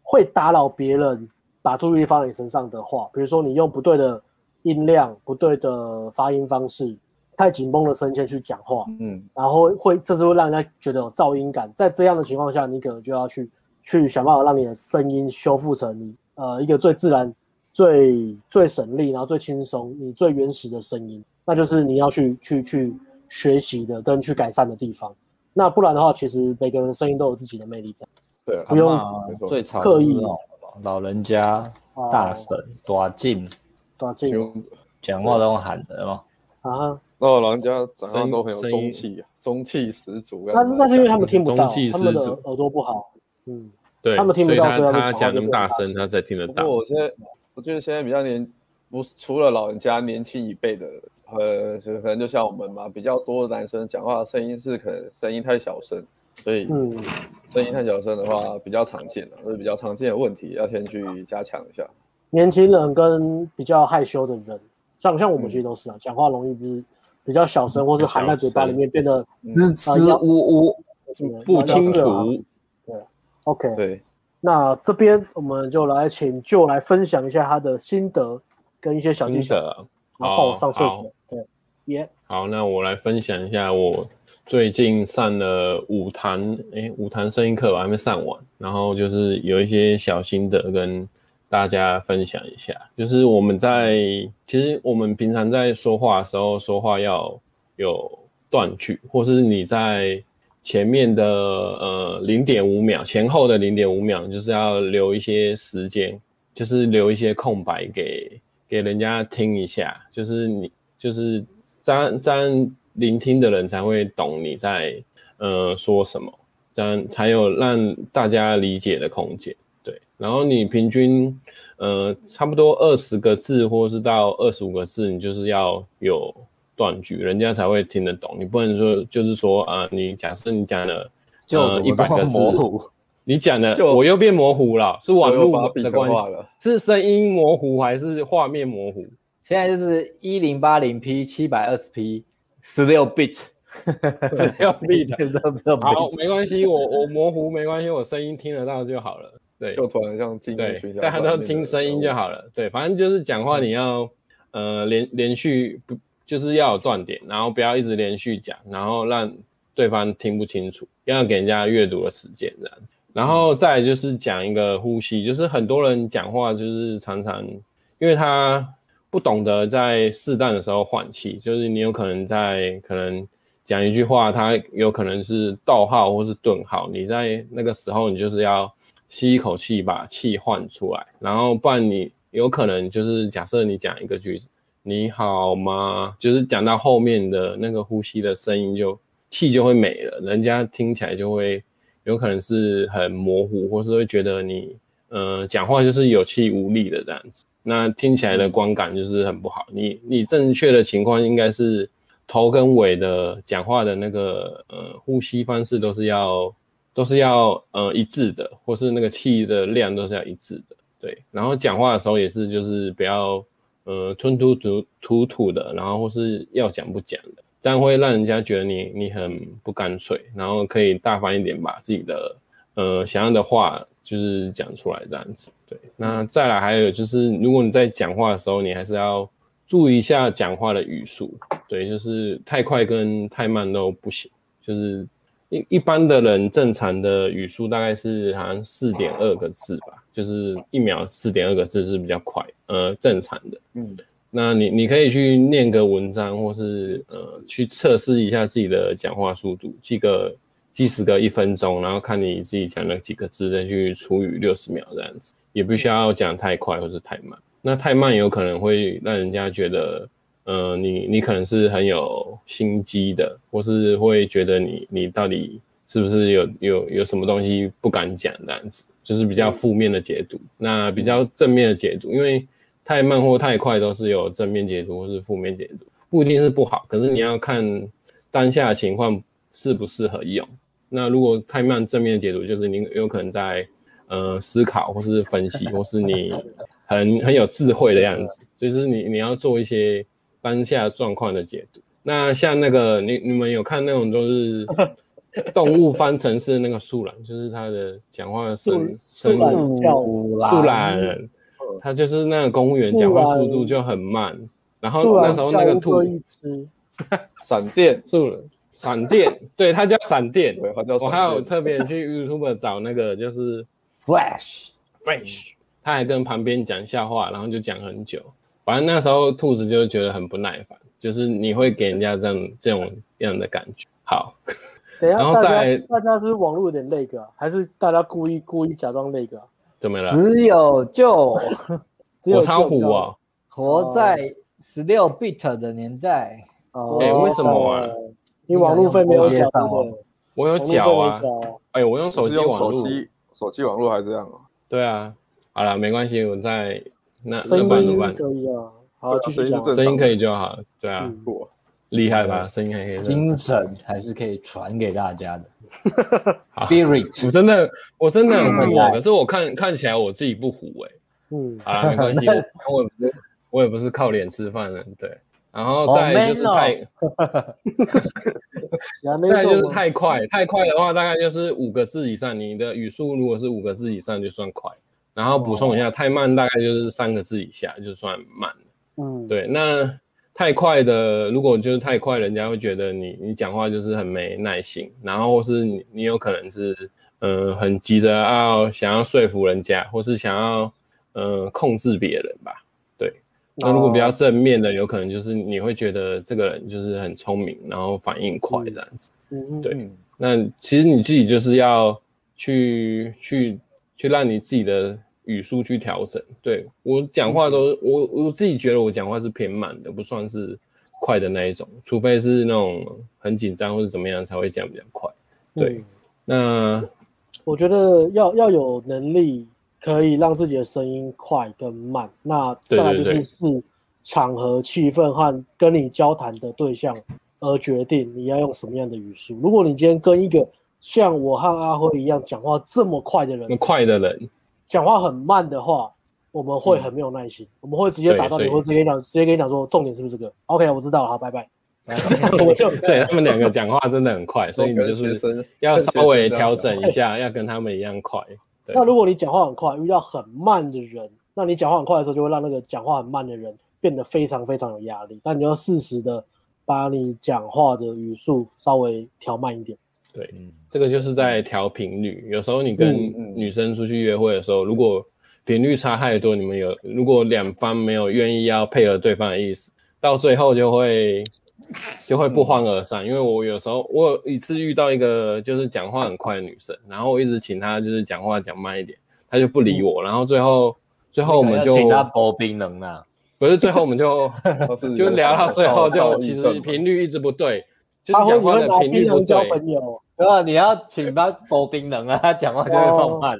会打扰别人把注意力放在你身上的话，比如说你用不对的音量、不对的发音方式、太紧绷的声线去讲话，嗯，然后会甚至会让人家觉得有噪音感。在这样的情况下，你可能就要去去想办法让你的声音修复成你呃一个最自然、最最省力，然后最轻松、你最原始的声音，那就是你要去去去学习的跟去改善的地方。那不然的话，其实每个人的声音都有自己的魅力在。对啊 (laughs) 不，用阿嬷没错最吵刻的意是老老人家啊大婶大进对啊，这请个问讲话都用喊的嘛，啊，哦，老人家长相声都很有声中音气啊，中气十足啊。那是那是因为他们听不到，中气他们的十足耳朵不好。嗯，对，他们听不所以到他所以他们讲话他讲就那变么大大声声，他才听得不到过。我现在，我觉得现在比较年，不是除了老人家，年轻一辈的，呃，就可能就像我们嘛，比较多的男生讲话的声音是可能声音太小声，所以嗯，声音太小声的话比较常见的，这是比较常见的问题，要先去加强一下。年轻人跟比较害羞的人，像像我们其实都是啊，讲话容易就是嗯比较嗯小声，或是含在嘴巴里面变得支支要吾吾什么不咬字清啊楚， OK，对，那这边我们就来请就来分享一下他的心得跟一些小技心巧，得啊。然后换我哦上厕好所。对，耶、好，那我来分享一下我最近上了五堂，诶，五堂声音课我还没上完，然后就是有一些小心得跟大家分享一下。就是我们在其实我们平常在说话的时候，说话要有断句，或是你在前面的呃零点五秒前后的零点五秒，就是要留一些时间，就是留一些空白给给人家听一下，就是你就是这样这样聆听的人才会懂你在呃说什么，这样才有让大家理解的空间。对，然后你平均呃差不多二十个字或是到二十五个字，你就是要有断句，人家才会听得懂。你不能说就是说啊、你假设你讲了呃呃就怎一么百这么个字模糊？你讲的就我又变模糊了，是网我又把络笔的全关画系，了，是声音模糊还是画面模糊？现在就是一零八零 P 七百二十 P 十六 bit，是要闭 (laughs) 的。好， bit，没关系，我我模糊没关系，我声音听得到就好了。对就突然像进入对群，聊大家上都面听的声音人就物。好了。对，反正就是讲话你要呃连连续不就是要有断点，然后不要一直连续讲，然后让对方听不清楚，要给人家阅读的时间这样子。然后再来就是讲一个呼吸，就是很多人讲话就是常常因为他不懂得在适当的时候换气，就是你有可能在可能讲一句话，它有可能是逗号或是顿号，你在那个时候你就是要吸一口气把气换出来，然后不然你有可能就是假设你讲一个句子“你好吗”，就是讲到后面的那个呼吸的声音就气就会没了，人家听起来就会有可能是很模糊，或是会觉得你呃讲话就是有气无力的这样子。那听起来的观感就是很不好。你你正确的情况应该是头跟尾的讲话的那个呃呼吸方式都是要都是要呃一致的，或是那个气的量都是要一致的。对，然后讲话的时候也是就是不要呃吞吐吐吐吐的，然后或是要讲不讲的，这样会让人家觉得你你很不干脆，然后可以大方一点把自己的呃想要的话就是讲出来这样子。对，那再来还有就是，如果你在讲话的时候，你还是要注意一下讲话的语速。对，就是太快跟太慢都不行。就是一一般的人正常的语速大概是好像四点二个字吧，就是一秒四点二个字是比较快，呃，正常的。嗯，那你你可以去念个文章，或是呃去测试一下自己的讲话速度，记个计时个一分钟，然后看你自己讲了几个字，再去除以六十秒这样子，也不需要讲太快或是太慢。那太慢有可能会让人家觉得，呃，你你可能是很有心机的，或是会觉得你你到底是不是有有有什么东西不敢讲这样子，就是比较负面的解读。那比较正面的解读，因为太慢或太快都是有正面解读或是负面解读，不一定是不好，可是你要看当下的情况适不适合用。那如果太慢，正面的解读就是你有可能在呃思考或是分析，或是你很很有智慧的样子，就是你你要做一些当下状况的解读。那像那个你你们有看那种 (laughs) 都是动物方程式的那个树懒，就是它的讲话的声树声懒音跳五树懒，他就是那个公务员讲话速度就很慢，然后那时候那个兔兔一只，闪电，树懒闪电，对，它叫 (laughs) 闪电。对，它叫我闪还有电特别去 YouTube 找那个就是 Flash， Fresh，他还跟旁边讲笑话，然后就讲很久。反正那时候兔子就觉得很不耐烦，就是你会给人家这样这种样的感觉。好，等一下然后大再家大家是网络有点那个、啊，还是大家故意故意假装那个、啊？怎么了？只有就只有我超这虎个啊！哦，活在十六 bit 的年代，哦哎为什么啊？你网路费没有缴对你不有对？我有网路费脚没，啊缴哎、我用手是机用网手络，机手机网络还这样哦，对啊，好了，没关系，我在那声那办怎么音办？可以啊。好对，啊继声续音讲是啊。正声音常可的。以就好，对啊，嗯酷啊厉害吧？声音还可啊以这样。精神还是可以传给大家 (laughs) 的好，Spirit 我真的，我真的很糊、嗯可是我看看起来我自己不糊哎、嗯， (laughs) 好了，没关系，我我也不是我也不是靠脸吃饭的，对。然后再来就是好 man 太、哦你还没再来就是动吗啊太快，太快的话大概就是五个字以上，你的语速如果是五个字以上就算快。然后补充一下，太慢大概就是三个字以下就算慢。嗯，对，那太快的，如果就是太快，人家会觉得你你讲话就是很没耐心，然后或是你你有可能是嗯、呃很急着要想要说服人家，或是想要嗯、呃控制别人吧。那如果比较哦正面的，有可能就是你会觉得这个人就是很聪明，然后反应快这样子。嗯对嗯，那其实你自己就是要去去去让你自己的语速去调整。对我讲话都嗯是我我自己觉得我讲话是偏慢的，不算是快的那一种，除非是那种很紧张或者怎么样才会讲比较快。对嗯那我觉得要要有能力可以让自己的声音快跟慢，那对再来对就对是视场合、气氛和跟你交谈的对象而决定你要用什么样的语速。如果你今天跟一个像我和阿辉一样讲话这么快的那人快的人，讲话很慢的话，我们会很没有耐心，我们会直接嗯对打断你，所以会直接跟你讲，直接跟你讲说重点是不是这个？OK，我知道了，好，拜 (laughs) 拜。我们就对他们两个讲话真的 (laughs) 很快，所以你就跟学是生要跟学稍微生这样调讲整一下，要跟他们一样快。对 (laughs) 那如果你讲话很快，遇到很慢的人，那你讲话很快的时候，就会让那个讲话很慢的人变得非常非常有压力。那你要适时的把你讲话的语速稍微调慢一点。嗯，这个就是在调频率。有时候你跟嗯嗯女生出去约会的时候，如果频率差太多，你们有如果两方没有愿意要配合对方的意思，到最后就会就会不欢而散。因为我有时候我有一次遇到一个就是讲话很快的女生，然后我一直请她就是讲话讲慢一点，她就不理我，然后最后最后我们就那个要请他薄冰冷啦，不是最后我们就 (laughs) 都是就聊到最后就其实平频率一直不对，就他是会讲你话会的拿频率槟不榔交对。朋友，对吧？你要请他薄冰冷啊， (laughs) 他讲话就会放慢。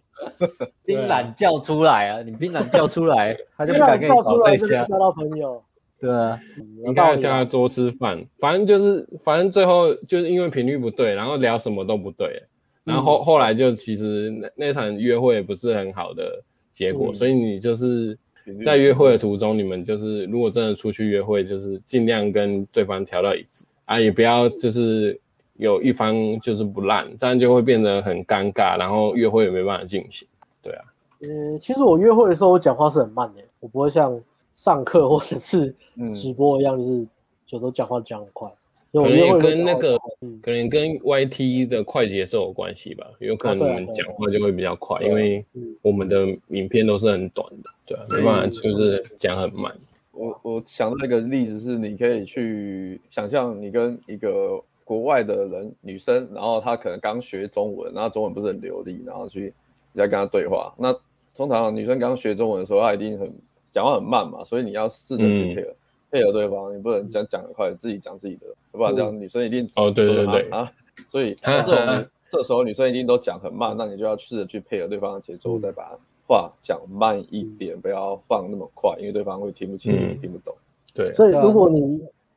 槟榔叫出来啊，你槟榔叫出来，他就槟不敢榔跟叫你出搞这来一真的下。交到朋友。对啊，嗯有应该道要理叫啊他多吃饭，反正就是，反正最后就是因为频率不对，然后聊什么都不对，然后后、嗯后来就其实那那场约会不是很好的结果，嗯所以你就是率在约会的途中，你们就是如果真的出去约会，就是尽量跟对方调到一致啊，也不要就是有一方就是不烂，这样就会变得很尴尬，然后约会也没办法进行。对啊，呃，其实我约会的时候，我讲话是很慢的，我不会像上课或者是嗯直播一样，就是有时候讲话讲很快。因可为我约能也会的时候跟那讲话个嗯可能跟 YT 的快节奏有关系吧，有可啊能对啊我们讲话就会比较快，因为嗯我们的影片都是很短的，对啊，没办法，就是讲很慢。我我想到一个例子是，你可以去想象你跟一个国外的人女生，然后她可能刚学中文，然后中文不是很流利，然后去你在跟她对话。那通常女生刚学中文的时候，她一定很讲话很慢嘛，所以你要试着去嗯配合、配合对方，你不能讲讲得快，自己讲自己的，不然这样女生一定哦对对说对啊，啊所 (laughs) 以哈这哈种哈这时候女生一定都讲很慢，那你就要试着去配合对方的节奏，嗯再把话讲慢一点，不要放那么快，因为对方会听不清楚、嗯听不懂。对啊，所以对啊如果你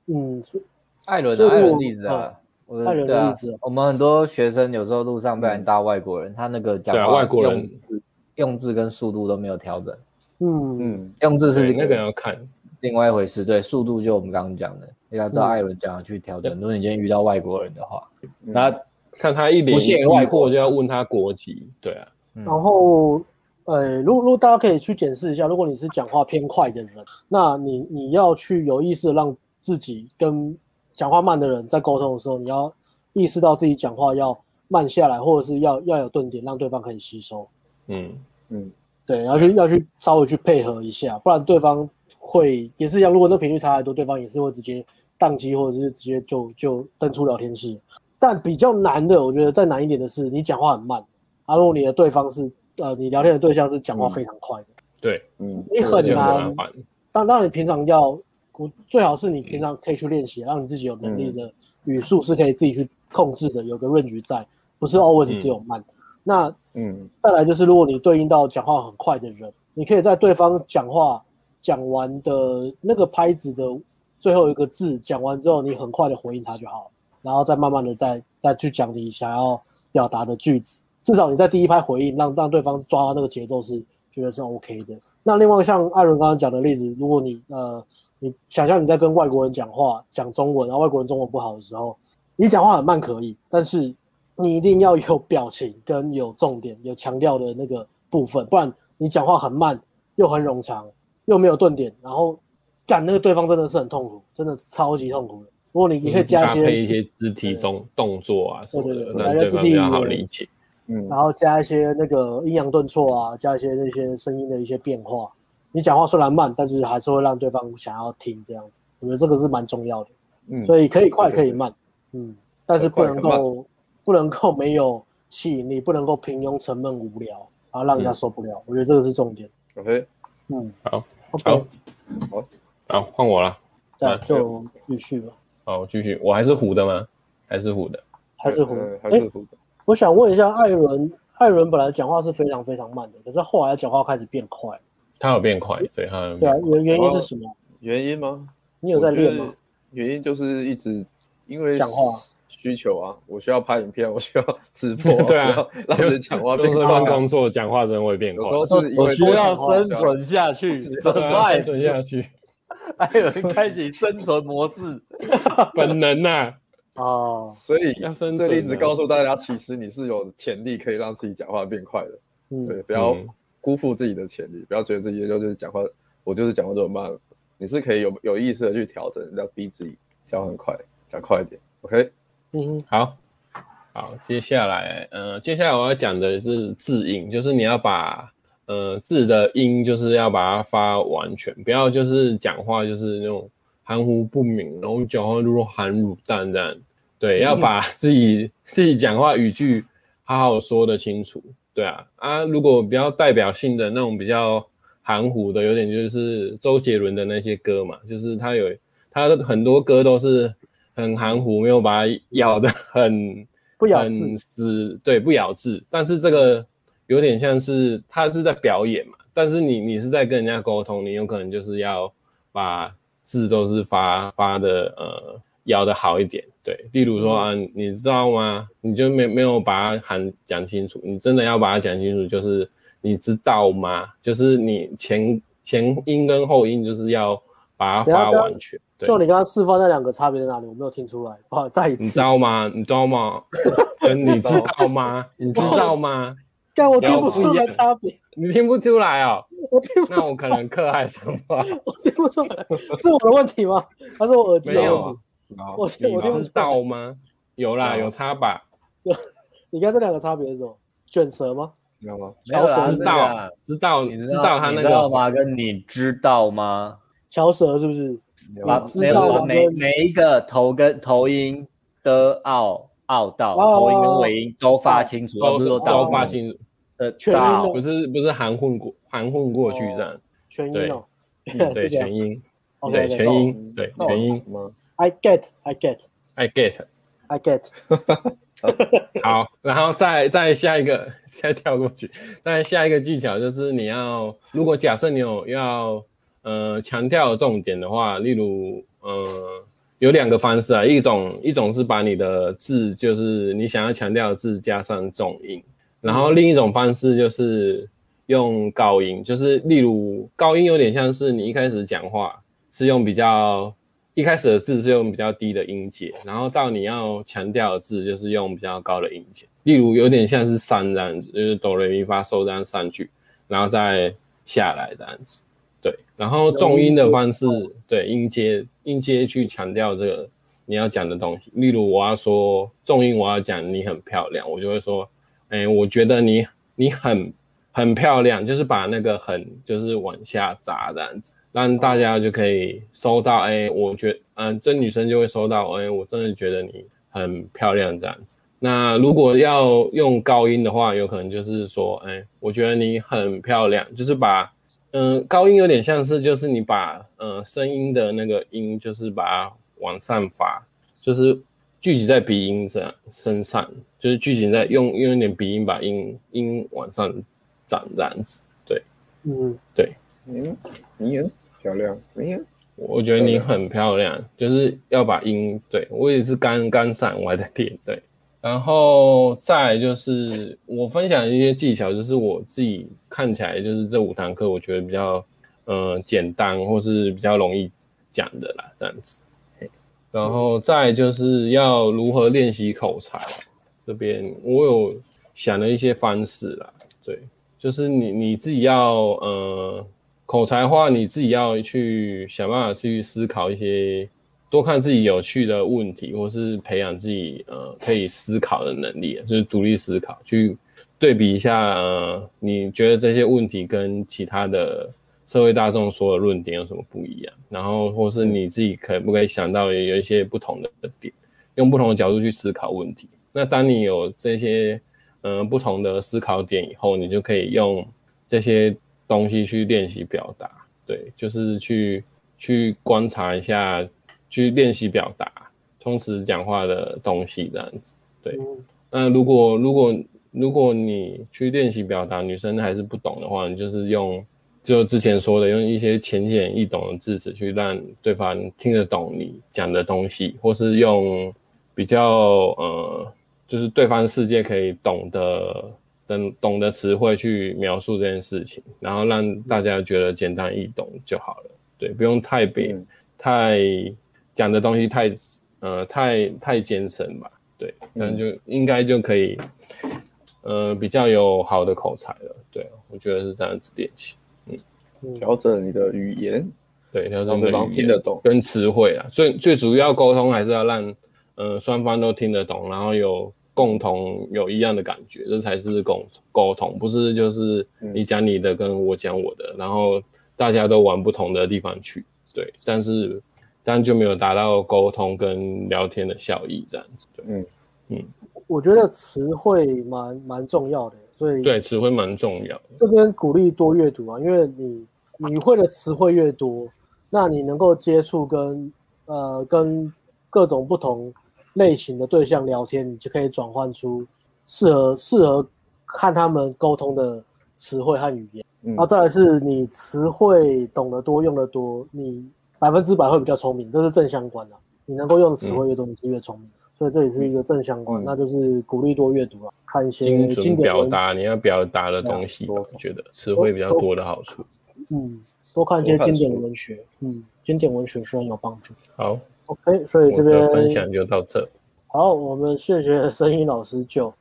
嗯，所以艾伦就啊，是艾我伦例子啊，我艾的伦的对啊例子啊，我们很多学生有时候路上被人搭外国人，他那个讲对啊话外国人用用字跟速度都没有调整，嗯嗯，用字是对那个要看，另外一回事，对速度就我们刚刚讲的，要照嗯艾伦讲的去调整。如果你今天遇到外国人的话，嗯那看他一脸不限外疑惑国就要问他国籍，对啊，嗯然后，呃，如果如果大家可以去检视一下，如果你是讲话偏快的人，那你你要去有意识地让自己跟讲话慢的人在沟通的时候，你要意识到自己讲话要慢下来，或者是要要有顿点，让对方可以吸收。嗯，嗯，对，要去要去稍微去配合一下，不然对方会也是一样。如果那频率差太多，对方也是会直接宕机，或者是直接就就登出聊天室。但比较难的，我觉得再难一点的是，你讲话很慢，啊，如果你的对方是呃，你聊天的对象是讲话非常快的，对，嗯，你这个很就难很麻。烦。当当然，你平常要，我最好是你平常可以去练习，让你自己有能力的语速是可以自己去控制的，有个 range 在，不是 always 只有慢。那嗯再来就是，如果你对应到讲话很快的人，你可以在对方讲话讲完的那个拍子的最后一个字讲完之后，你很快的回应他就好了，然后再慢慢的再再去讲你想要表达的句子。至少你在第一拍回应，让让对方抓到那个节奏是觉得是 OK 的。那另外像艾伦刚刚讲的例子，如果你呃你想象你在跟外国人讲话讲中文，然后外国人中文不好的时候，你讲话很慢可以，但是你一定要有表情跟有重点、有强调的那个部分，不然你讲话很慢又很冗长又没有顿点，然后干那个对方真的是很痛苦，真的超级痛苦的。如果你你可以加搭一配一些，些肢体中动作啊什么对的，对对让对方比较好理解。嗯，然后加一些那个阴阳顿挫啊，加一些那些声音的一些变化。你讲话虽然慢，但是还是会让对方想要听这样子。我觉得这个是蛮重要的。嗯，所以可以快对可对以慢，嗯，但是不能快够不能够没有吸引力，不能够平庸、沉闷、无聊，然后让人嗯家受不了。我觉得这个是重点。 OK，嗯，好，OK，好，换我了。对啊嗯，就继续吧。好，我继续，我还是虎的吗？还是虎的。还是胡，呃还哎是，胡的，我想问一下艾伦，艾伦本来讲话是非常非常慢的，可是后来讲话开始变快，他有变快，对，他有对变啊，快，原原因是什么？原因吗？你有在练嗯我吗觉？得原因就是一直因为讲话需求啊，我需要拍影片，我 (laughs) 需要直播对啊我需要让人讲话就变是快啊乱工作，讲话真的会变有快时。候是因为我需要这样生存下去，怎对么啊办生？存下去，还有人开启生存模式，本能呐、哦，所以要生存这啊例子告诉大家，其实你是有潜力可以让自己讲话变快的，对，嗯，不要嗯辜负自己的潜力，不要觉得自己就是讲话，我就是讲话这么慢，你是可以有有意识的去调整，要逼自己讲话很快，讲快一点，OK，嗯好，好，接下来，呃，接下来我要讲的是字音，就是你要把，呃，字的音就是要把它发完全，不要就是讲话就是那种含糊不明，然后讲话如含乳蛋这样。对，要把自己 (laughs) 自己讲话语句好好说的清楚。对啊，啊，如果比较代表性的那种比较含糊的，有点就是周杰伦的那些歌嘛，就是他有他的很多歌都是很含糊，没有把它咬的很不咬字很死，对，不咬字。但是这个有点像是他是在表演嘛，但是你你是在跟人家沟通，你有可能就是要把字都是发发的呃咬的好一点，对，例如嗯说啊，你知道吗？你就没没有把它喊讲清楚，你真的要把它讲清楚，就是你知道吗？就是你前前音跟后音就是要把它等一下发等一下完全，对，就你刚刚示范那两个差别在哪里？我没有听出来，不好，再一你知次。道吗？你知道吗？跟你知道吗？你知道吗？但我听不你出要不一来样差别， (laughs) 你听不出来哦？我听不出那我可能课还上不好。我听不出来，是我的问题吗？还是我耳机没的问题有啊，好我你 (laughs) 我听不知道吗？有啦，嗯有差吧？你看这两个差别是什么？卷舌吗？你知道吗？ (laughs) 没有啦，知那个道啊，知道，你知道他你那知道个吗？跟你知道吗？翘舌是不是？把知没有道啊啦吗每跟每一个头跟头音的拗拗到哦头音跟尾音都发清楚，而都不是说都到发清楚，的全音到都不是不是含混过含混过去这样。全音对哦， (laughs) 嗯对，是这样全音， OK，对， OK，全懂哦音，对，懂全音。吗？ I get, I get, I get。 I get。好，然后再再下一个，再跳过去。再下一个技巧就是你要，如果假设你有要呃强调重点的话，例如呃有两个方式啊，一种一种是把你的字就是你想要强调的字加上重音，然后另一种方式就是用高音，就是例如高音有点像是你一开始讲话是用比较一开始的字是用比较低的音节，然后到你要强调的字就是用比较高的音节，例如有点像是三这样子，就是哆来咪发嗦这样上去，然后再下来这样子。对，然后重音的方式，对音阶音阶去强调这个你要讲的东西。例如我要说重音，我要讲你很漂亮，我就会说，哎、我觉得你你很很漂亮，就是把那个很就是往下砸这样子，让大家就可以收到，哎、我觉嗯、这女生就会收到，哎、我真的觉得你很漂亮这样子。那如果要用高音的话，有可能就是说，哎、我觉得你很漂亮，就是把嗯、高音有点像是就是你把呃声音的那个音，就是把它往上发，就是聚集在鼻音上身上，就是聚集在用用一点鼻音把音音往上长这样子。对，嗯，嗯，你很漂亮，你很我觉得你漂亮很漂亮，就是要把音对我也是刚刚上，我还在练对。然后再来就是我分享一些技巧，就是我自己看起来就是这五堂课，我觉得比较呃简单，或是比较容易讲的啦，这样子。然后再就是要如何练习口才，这边我有想了一些方式啦，对，就是你你自己要呃口才的话，你自己要去想办法去思考一些，多看自己有趣的问题，或是培养自己呃可以思考的能力，就是独立思考，去对比一下呃你觉得这些问题跟其他的社会大众所有论点有什么不一样，然后或是你自己可不可以想到有一些不同的点，用不同的角度去思考问题。那当你有这些嗯、呃不同的思考点以后，你就可以用这些东西去练习表达。对，就是去去观察一下，去练习表达，充实讲话的东西这样子。对，那如果如果如果你去练习表达，女生还是不懂的话，你就是用就之前说的，用一些浅显易懂的字词去让对方听得懂你讲的东西，或是用比较呃，就是对方世界可以懂得懂懂的词汇去描述这件事情，然后让大家觉得简单易懂就好了。对，不用太别、嗯太讲的东西太呃太太艰深吧。对，这样就应该就可以，呃，比较有好的口才了。对，我觉得是这样子练习。嗯调整你的语言，对，要让让对方听得懂。跟词汇啊，最最主要沟通还是要让呃双方都听得懂，然后有共同有一样的感觉，这才是沟沟通，不是就是你讲你的跟我讲我的，然后大家都往不同的地方去，对，但是但就没有达到沟通跟聊天的效益这样子，对我觉得词汇蛮蛮重要的，所以对，词汇蛮重要的，这边鼓励多阅读啊，因为你你会的词汇越多，那你能够接触跟呃跟各种不同类型的对象聊天，你就可以转换出适合适合和他们沟通的词汇和语言。嗯然后再来是你词汇懂得多，用得多，你百分之百会比较聪明，这是正相关的、啊你能够用的词汇越多，你是越聪明，所以这也是一个正相关。嗯那就是鼓励多阅读啊，看一些精经准典表文达你要表达的东西吧，多我觉得词汇比较多的好处。嗯，多看一些多看经典书文学，嗯，经典文学是很有帮助。好， OK，所以我这的分边享就到这。好，我们谢谢声音老师就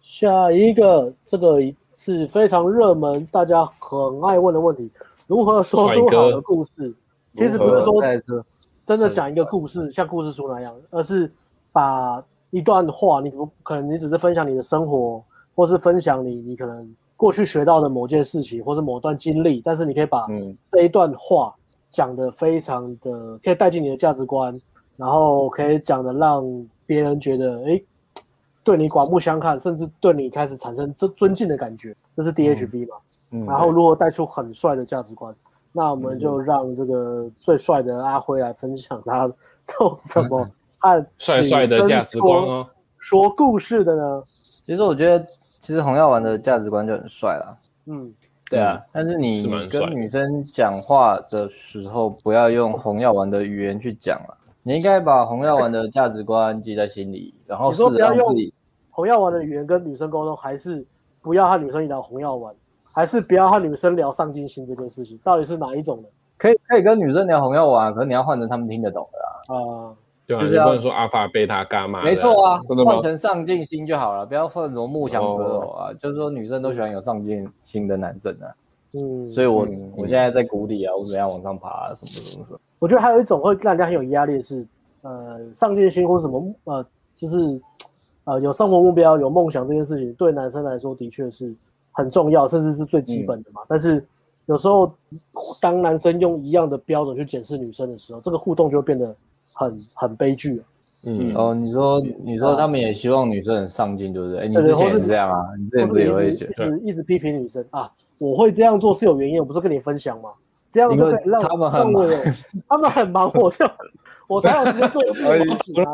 下一个，这个是非常热门，大家很爱问的问题：如何说出帅哥好的故事？其实不如何是说在这真的讲一个故事，像故事书那样，而是把一段话，你不可能你只是分享你的生活，或是分享你你可能过去学到的某件事情，或是某段经历，但是你可以把嗯，这一段话讲的非常的可以带进你的价值观，然后可以讲的让别人觉得诶对你刮目相看，甚至对你开始产生尊尊敬的感觉，这是 DHV 嘛？嗯然后如果带出很帅的价值观，那我们就让这个最帅的阿辉来分享他都怎嗯么按帅帅的价值观哦。说故事的呢？其实我觉得，其实红药丸的价值观就很帅啦。嗯，对啊，但是你是蛮帅的跟女生讲话的时候，不要用红药丸的语言去讲了。你应该把红药丸的价值观记在心里，然后你试说着不要让用自己红药丸的语言跟女生沟通，还是不要和女生一聊红药丸，还是不要和女生聊上进心这件事情，到底是哪一种呢？可以可以跟女生聊红药丸，可是你要换成他们听得懂的啦。啊、对啊，就你是要不能说阿法、贝塔、伽马。没错啊，真的吗换成上进心就好了，不要换什么木想择偶啊。就是说女生都喜欢有上进心的男生啊，嗯，所以我、嗯我现在在谷底啊，我怎么样往上爬、啊，什么什么什么。我觉得还有一种会让人家很有压力的是，呃，上进心或什么呃，就是呃有生活目标、有梦想这件事情，对男生来说的确是很重要，甚至是最基本的嗯嘛。但是有时候当男生用一样的标准去检视女生的时候，这个互动就会变得很很悲剧了。嗯，哦，你说你说他们也希望女生很上进，对不对？哎，你嗯对对之或前是也是这样啊，你之前或不是是也一会直觉一得，直一直批评女生啊，我会这样做是有原因，我不是跟你分享吗？这样就可以让因为他们很让我有，他们很忙，我就我才有时间做哎这件事 (laughs) 情啊！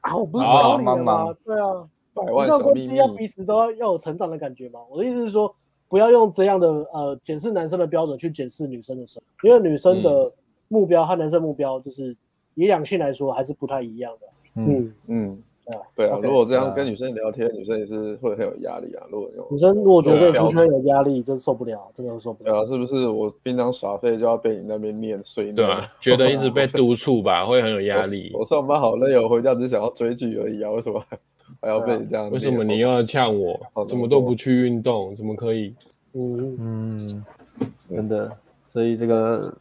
啊，我不是教你哦忙的忙吗忙？对啊，百我们万这小种关秘系密要，彼此都要要有成长的感觉嘛。我的意思是说，不要用这样的呃检视男生的标准去检视女生的时候，因为女生嗯的目标和男生目标就是以两性来说还是不太一样的。嗯，嗯，嗯，对啊， OK，如果这对样啊跟女生聊天，女生也是会很有压力啊。如果女有生如果觉得对啊出圈有压力，真受不了，真的会受不对了。啊，是不是我平常耍废就要被你那边念碎念？对啊，觉得一直被督促吧， (laughs) 会很有压力嗯我。。我上班好累哦，我回家只想要追剧而已啊，为什么还还要被你这样念？为什么你又要呛我好？的怎么都不去运动？怎么可以？嗯，嗯，真的，所以这个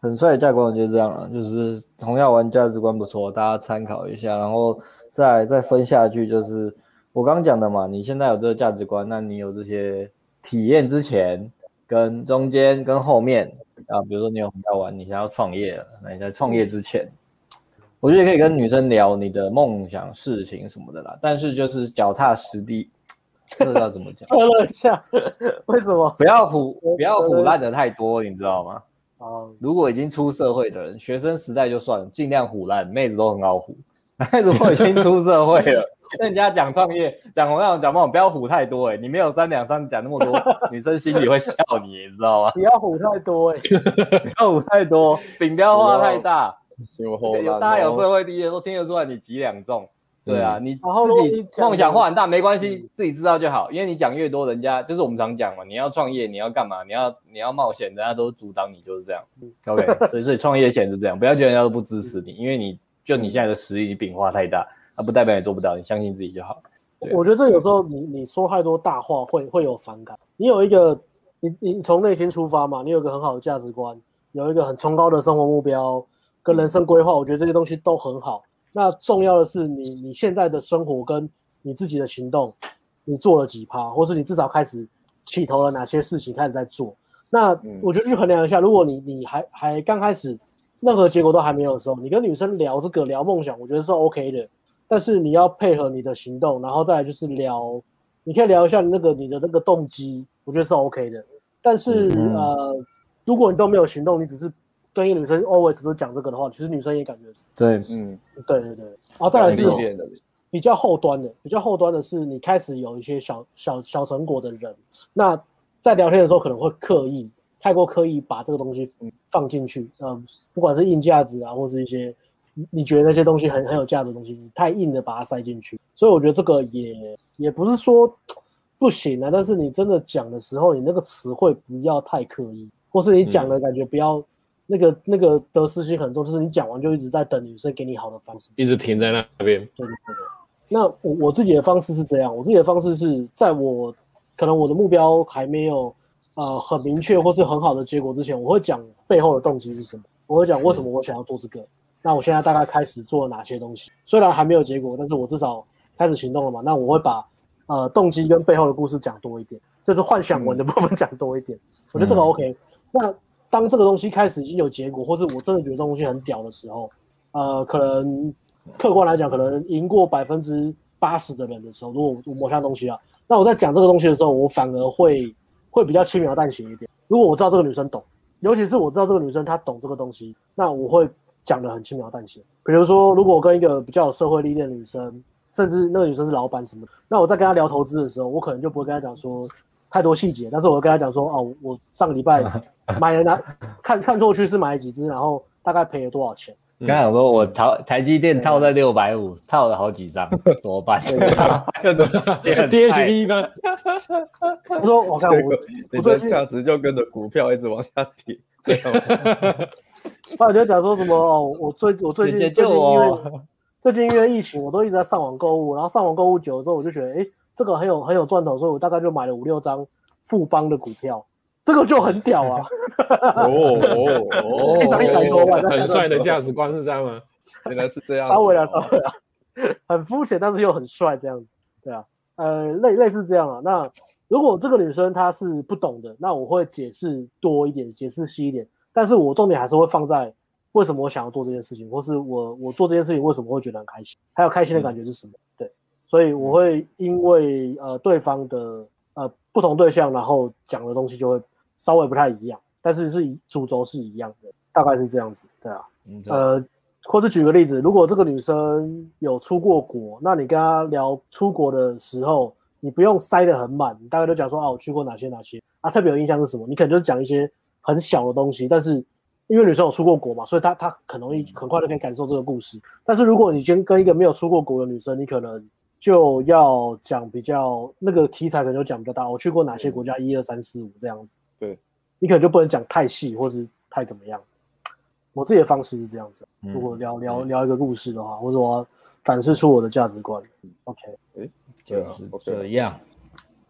很帅的价值观我觉得这样了，就是同样玩价值观不错，大家参考一下，然后再再分下去，就是我刚刚讲的嘛，你现在有这个价值观，那你有这些体验之前、跟中间、跟后面啊，比如说你有要玩，你想要创业了，那你在创业之前。我觉得可以跟女生聊你的梦想、事情什么的啦，但是就是脚踏实地，这要怎么讲？测了一下，为什么？不要唬，不要唬烂的太多，你知道吗？啊，如果已经出社会的人，学生时代就算了，尽量唬烂，妹子都很好唬。 (laughs) 如果已经出社会了，跟人家讲创业、讲红样、讲梦，不要唬太多、欸。你没有三两三讲那么多，女生心里会笑你，你知道吗？ (laughs) 不要唬太多哎。不要唬太多，饼不要画太大。有这个有大家有社会第一的都听得出来你几两重。对啊，你然后如果自你己讲梦想画很大没关系，自己知道就好。因为你讲越多，人家就是我们常讲嘛，你要创业，你要干嘛，你要你要冒险，人家都阻挡你，就是这样。OK，所以所以嗯创业前是这样，不要觉得人家都不支持你，因为你就你现在的实力，你饼画太大，那不代表你做不到，你相信自己就好。对我觉得这有时候你你说太多大话会会有反感。你有一个，你你从内心出发嘛，你有一个很好的价值观，有一个很崇高的生活目标跟人生规划，我觉得这些东西都很好。那重要的是你你现在的生活跟你自己的行动，你做了几趴，或是你至少开始起头了哪些事情开始在做。那嗯我觉得去衡量一下，如果你你还还刚开始，任何结果都还没有的时候，你跟女生聊这个聊梦想，我觉得是 OK 的。但是你要配合你的行动，然后再来就是聊，你可以聊一下你那个你的那个动机，我觉得是 OK 的。但是、嗯呃，如果你都没有行动，你只是跟一个女生哦 always 都讲这个的话，其实女生也感觉对，嗯，对对对。然后再来历是练的，比较后端的，比较后端的是你开始有一些小小小成果的人，那在聊天的时候可能会刻意太过刻意把这个东西放进去，呃，不管是硬价值啊，或是一些你你觉得那些东西很很有价值的东西，你太硬的把它塞进去，所以我觉得这个也也不是说不行啊，但是你真的讲的时候，你那个词汇不要太刻意，或是你讲的感觉不要、那个那个得失心很重，就是你讲完就一直在等女生给你好的方式。一直停在那边，对对对。那我我自己的方式是这样，我自己的方式是在我可能我的目标还没有呃很明确或是很好的结果之前，我会讲背后的动机是什么，我会讲为什么我想要做这个，那我现在大概开始做了哪些东西，虽然还没有结果，但是我至少开始行动了嘛，那我会把呃动机跟背后的故事讲多一点，就是幻想文的部分 (laughs) 讲多一点，我觉得这个 OK。那当这个东西开始已经有结果，或是我真的觉得这东西很屌的时候，呃，可能客观来讲，可能赢过百分之八十的人的时候，如果我某项东西啊，那我在讲这个东西的时候，我反而会会比较轻描淡写一点。如果我知道这个女生懂，尤其是我知道这个女生她懂这个东西，那我会讲的很轻描淡写。比如说，如果我跟一个比较有社会历练的女生，甚至那个女生是老板什么的，那我在跟她聊投资的时候，我可能就不会跟她讲说太多细节，但是我会跟她讲说，哦、我我上个礼拜买了哪，看看错趋势买了几只，然后大概赔了多少钱。刚才想说我套台积电套在六百五，套了好几张，怎么办？ (laughs) 跌起第一根，她说，我、看结我果你的价值就跟着股票一直往下跌，这样吗 (laughs) 那我就讲说什么哦，我最我最近姐姐最近救因我哦为 (laughs) 最近因为疫情，我都一直在上网购物，然后上网购物久了之后，我就觉得诶，这个很有很有赚头，所以我大概就买了五六张富邦的股票，这个就很屌啊！哦哦哦，一张一百多万很帅的价值观是这样吗？原来是这样子哦，稍微啦，稍微啦，啊 (laughs) 很肤浅，但是又很帅，这样子，对啊，呃，类类似这样啊。那如果这个女生她是不懂的，那我会解释多一点，解释细一点，但是我重点还是会放在为什么我想要做这件事情，或是我我做这件事情为什么会觉得很开心，还有开心的感觉是什么？对，所以我会因为呃对方的呃不同对象，然后讲的东西就会稍微不太一样，但是是以主轴是一样的，大概是这样子，对啊。嗯呃，或是举个例子，如果这个女生有出过国，那你跟她聊出国的时候，你不用塞得很满，你大概就哦讲说啊，我去过哪些哪些啊，特别有印象是什么？你可能就是讲一些很小的东西，但是因为女生有出过国嘛，所以她她很容易很快就可以感受这个故事。但是如果你先跟一个没有出过国的女生，你可能就要讲比较那个题材，可能就讲比较大。我哦去过哪些国家？一二三四五这样子。对，你可能就不能讲太细，或是太怎么样。我自己的方式是这样子。嗯如果聊聊聊一个故事的话，或者我要展示出我的价值观，OK。对就啊是，OK 这样。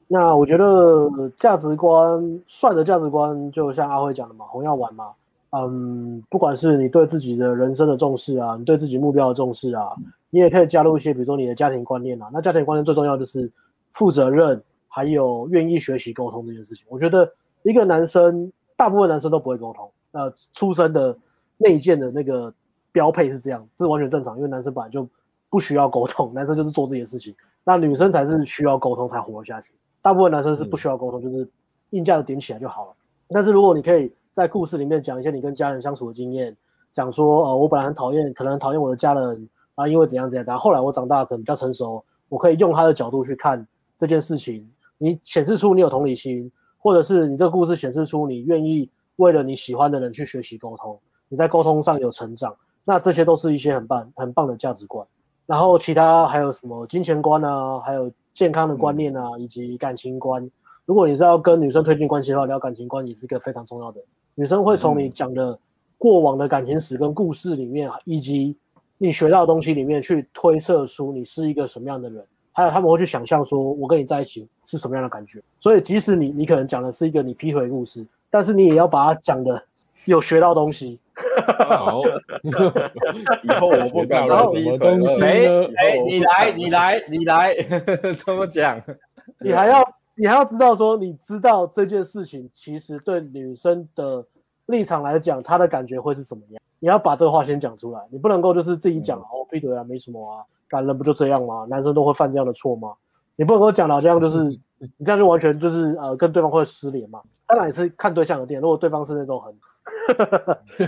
那我觉得价值观，帅的价值观，就像阿辉讲的嘛，红药丸嘛，嗯，不管是你对自己的人生的重视啊，你对自己目标的重视啊，你也可以加入一些，比如说你的家庭观念啊。那家庭观念最重要就是负责任，还有愿意学习沟通这件事情。我觉得一个男生，大部分男生都不会沟通，呃，出生的内建的那个标配是这样，这完全正常，因为男生本来就不需要沟通，男生就是做自己的事情，那女生才是需要沟通才活得下去。大部分男生是不需要沟通，就是硬架子点起来就好了。但是如果你可以在故事里面讲一些你跟家人相处的经验，讲说呃我本来很讨厌，可能很讨厌我的家人啊，因为怎样怎样怎样，后来我长大可能比较成熟，我可以用他的角度去看这件事情。你显示出你有同理心，或者是你这个故事显示出你愿意为了你喜欢的人去学习沟通，你在沟通上有成长，那这些都是一些很棒很棒的价值观。然后其他还有什么金钱观啊，还有健康的观念啊，以及感情观。如果你是要跟女生推进关系的话，聊感情观也是一个非常重要的。女生会从你讲的过往的感情史跟故事里面，以及你学到的东西里面去推测出你是一个什么样的人，还有他们会去想象说，我跟你在一起是什么样的感觉。所以即使你你可能讲的是一个你劈腿的故事，但是你也要把它讲的有学到东西。好，以后我不敢然再后劈什么腿东西了。哎呢哎，你来，你来，你来， (laughs) 怎么讲？你还要你还要知道说，你知道这件事情其实对女生的立场来讲，她的感觉会是什么样？你要把这个话先讲出来，你不能够就是自己讲、哦，劈腿啊，没什么啊，感人不就这样吗？男生都会犯这样的错吗？你不能够讲的好像就是你这样就完全就是呃跟对方会失联嘛。当然也是看对象而定，如果对方是那种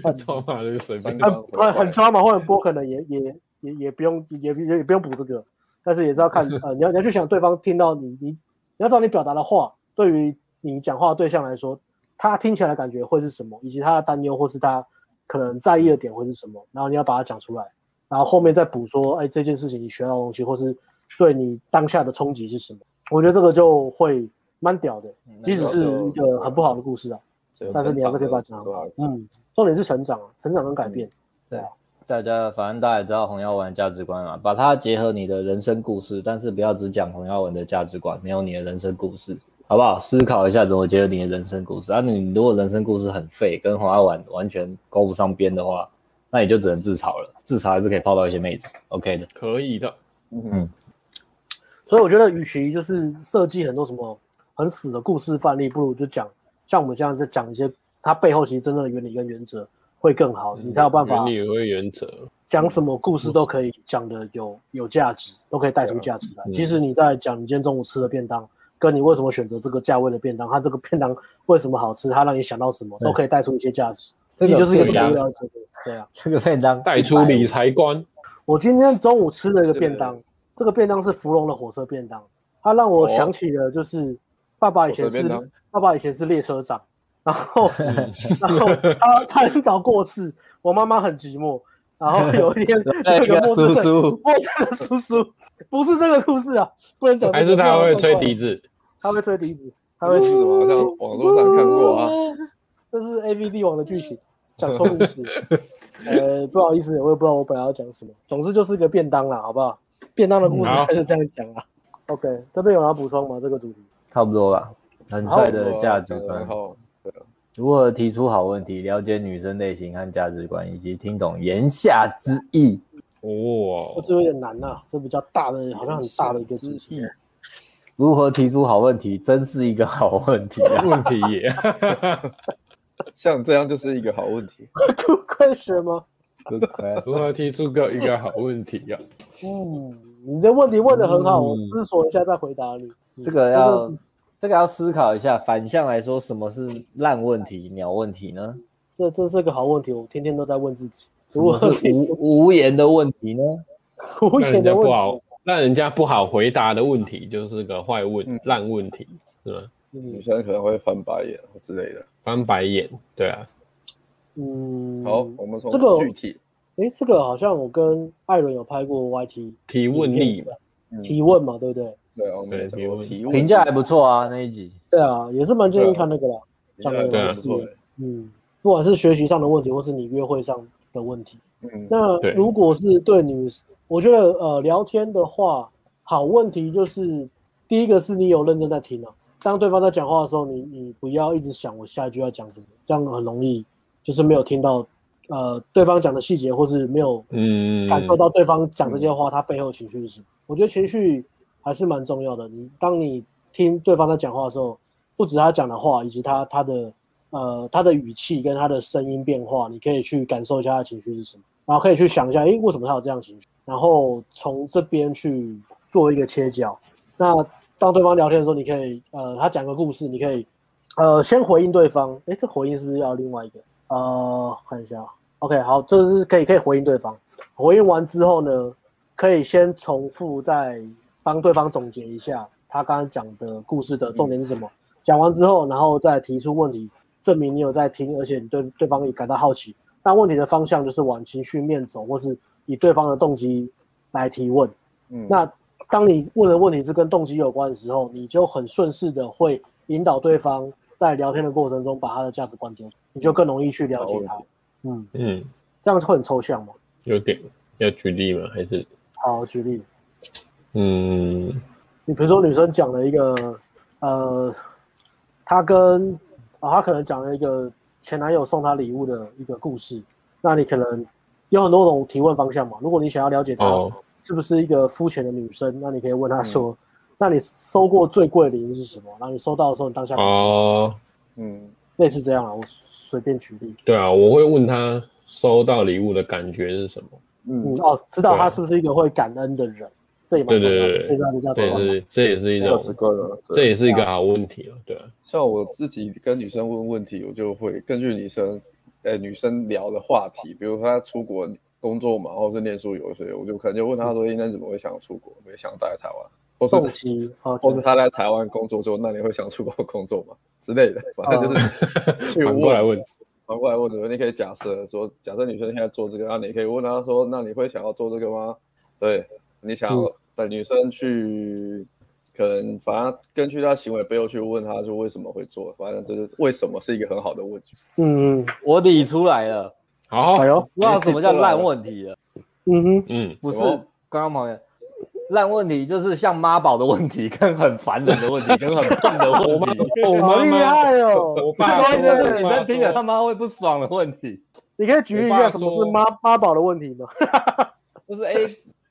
很 (laughs) 超马就随便三。很个很很 drama 或者播，可能也也也也不用也也也不用补这个，但是也是要 (laughs) 看呃，你要你要去想对方听到你你你要知道你表达的话，对于你讲话的对象来说，他听起来的感觉会是什么，以及他的担忧或是他可能在意的点会是什么，然后你要把它讲出来，然后后面再补说，哎，这件事情你学到的东西，或是对你当下的冲击是什么？我觉得这个就会嗯蛮屌的，即使是一个很不好的故事啊，但是你还是可以把它讲好。嗯，重点是成长啊，成长跟改变。大家反正大家也知道红药丸的价值观嘛，把它结合你的人生故事，但是不要只讲红药丸的价值观，没有你的人生故事，好不好？思考一下怎么结合你的人生故事。啊，你如果人生故事很废，跟红药丸完全勾不上边的话，那你就只能自嘲了。自嘲还是可以泡到一些妹子，OK 的。可以的，嗯，所以我觉得，与其就是设计很多什么很死的故事范例，不如就讲像我们这样在讲一些它背后其实真正的原理跟原则会更好，嗯你才有办法原理和原则。讲什么故事都可以讲的有有价值，都可以带出价值来。嗯即使你在讲你今天中午吃的便当，跟你为什么选择这个价位的便当，它这个便当为什么好吃，它让你想到什么，都可以带出一些价值。这其个实就是一个便这么当无聊的结果对啊。这个便当带出理财观，我今天中午吃了一个便当，这个便当是芙蓉的火车便当，它让我想起了就是爸爸以前火车是便当爸爸以前是列车长，然后 (laughs) 然后他他很早过世，我妈妈很寂寞，然后有一天那那个啊个陌生叔的 (laughs) 叔，陌生的叔叔，不是这个故事啊，不能讲这个、还是他会吹笛，笛子？他会吹笛子，他他会为吹什么好像网络上看过啊？这是 A V 帝王的剧情，讲错故事。呃，不好意思，我也不知道我本来要讲什么。总之就是个便当啦，好不好？便当的故事嗯好他就这样讲啦。OK，这边有人要补充吗？这个主题？差不多吧。很帅的价值观然，后如何提出好问题，了解女生类型和价值观，以及听懂言下之意。哇这，是有点难呐、这比较大的，好像很大的一个主题。 (laughs) 如何提出好问题，真是一个好问题啊！问题耶！像这样就是一个好问题。 Good question 吗？如何提出个一个好问题啊呀、嗯，你的问题问的很好，嗯我思索一下再回答你。嗯这个这要是这个要思考一下。反向来说，什么是烂问题、鸟问题呢？这这是个好问题，我天天都在问自己。什如果么是无无言的问题呢？无让解人家的不问好，让人家不好回答的问题，就是个坏问嗯、烂问题，是吧？题，女生可能会翻白眼之类的。翻白眼，对啊，嗯，好，我们从这个具体，诶，这个好像我跟艾伦有拍过 YT 提问力嘛，嗯提问嘛，对不对？对，我们也讲过对提问评价还不错啊，那一集对啊，也是蛮建议看那个啦。评价还对啊不错的，嗯，不管是学习上的问题，或是你约会上的问题。嗯，那对如果是对女，我觉得呃聊天的话，好问题就是第一个是你有认真在听啊。当对方在讲话的时候，你你不要一直想我下一句要讲什么，这样很容易就是没有听到呃对方讲的细节，或是没有嗯，感受到对方讲这些话，他背后情绪是什么。我觉得情绪还是蛮重要的。你当你听对方在讲话的时候，不止他讲的话，以及他他的呃他的语气跟他的声音变化，你可以去感受一下他的情绪是什么，然后可以去想一下，诶，为什么他有这样的情绪，然后从这边去做一个切角。那当对方聊天的时候，你可以呃他讲个故事，你可以呃先回应对方，诶，这回应是不是要另外一个？呃，看一下，OK，好，这是可以可以回应对方。回应完之后呢，可以先重复再帮对方总结一下他刚刚讲的故事的重点是什么。讲完之后，然后再提出问题，证明你有在听，而且你对对方也感到好奇。那问题的方向就是往情绪面走，或是以对方的动机来提问。嗯那当你问的问题是跟动机有关的时候，你就很顺势的会引导对方在聊天的过程中把他的价值观丢出来，你就更容易去了解他好问。嗯，嗯，这样会很抽象嘛？有点要举例吗？还是好，举例，嗯，你比如说女生讲了一个，呃，她跟啊，她可能讲了一个前男友送她礼物的一个故事，那你可能有很多种提问方向嘛。如果你想要了解她哦嗯是不是一个肤浅的女生，那你可以问她说，那你收过最贵的礼物是什么？然后你收到的时候，你当下感觉哦，嗯类似这样啊，我随便举例。对啊，我会问他收到礼物的感觉是什么，嗯，嗯，哦，知道对啊她是不是一个会感恩的人，这也蛮重要对的，对对可以让人家知这也道嘛。是这也是一价值种，观啊，对这也是一个好问题啊，对啊，像我自己跟女生问问题，我就会根据女生，呃，女生聊的话题，比如她出国工作嘛，或是念书游学，我就可能就问她说：“嗯哎诶，那你怎么会想出国？没想待在台湾？”或动是机，哦好，或是她在台湾工作之后，那你会想出国工作吗？之类的，反正就是去哦 (laughs) 反过来问，反过来问的，你可以假设说，假设女生现在做这个，那你可以问她说：“那你会想要做这个吗？”对，你想嗯要带女生去，可能反正根据她行为背后去问她，就为什么会做，反正就是为什么是一个很好的问题。嗯嗯，我理出来了，好哎，呦，知道什么叫烂问题了，嗯哼，嗯，不是什么刚刚旁边。烂问题就是像妈宝的问题， (laughs) 跟很烦人的问题，跟很笨的问题，我好妈厉妈，害哦！我这东爸说，西 (laughs) 就是女我爸生听了他说，妈会不爽的问题。你可以举例一我下爸什么说是妈妈宝的问题吗？就是哎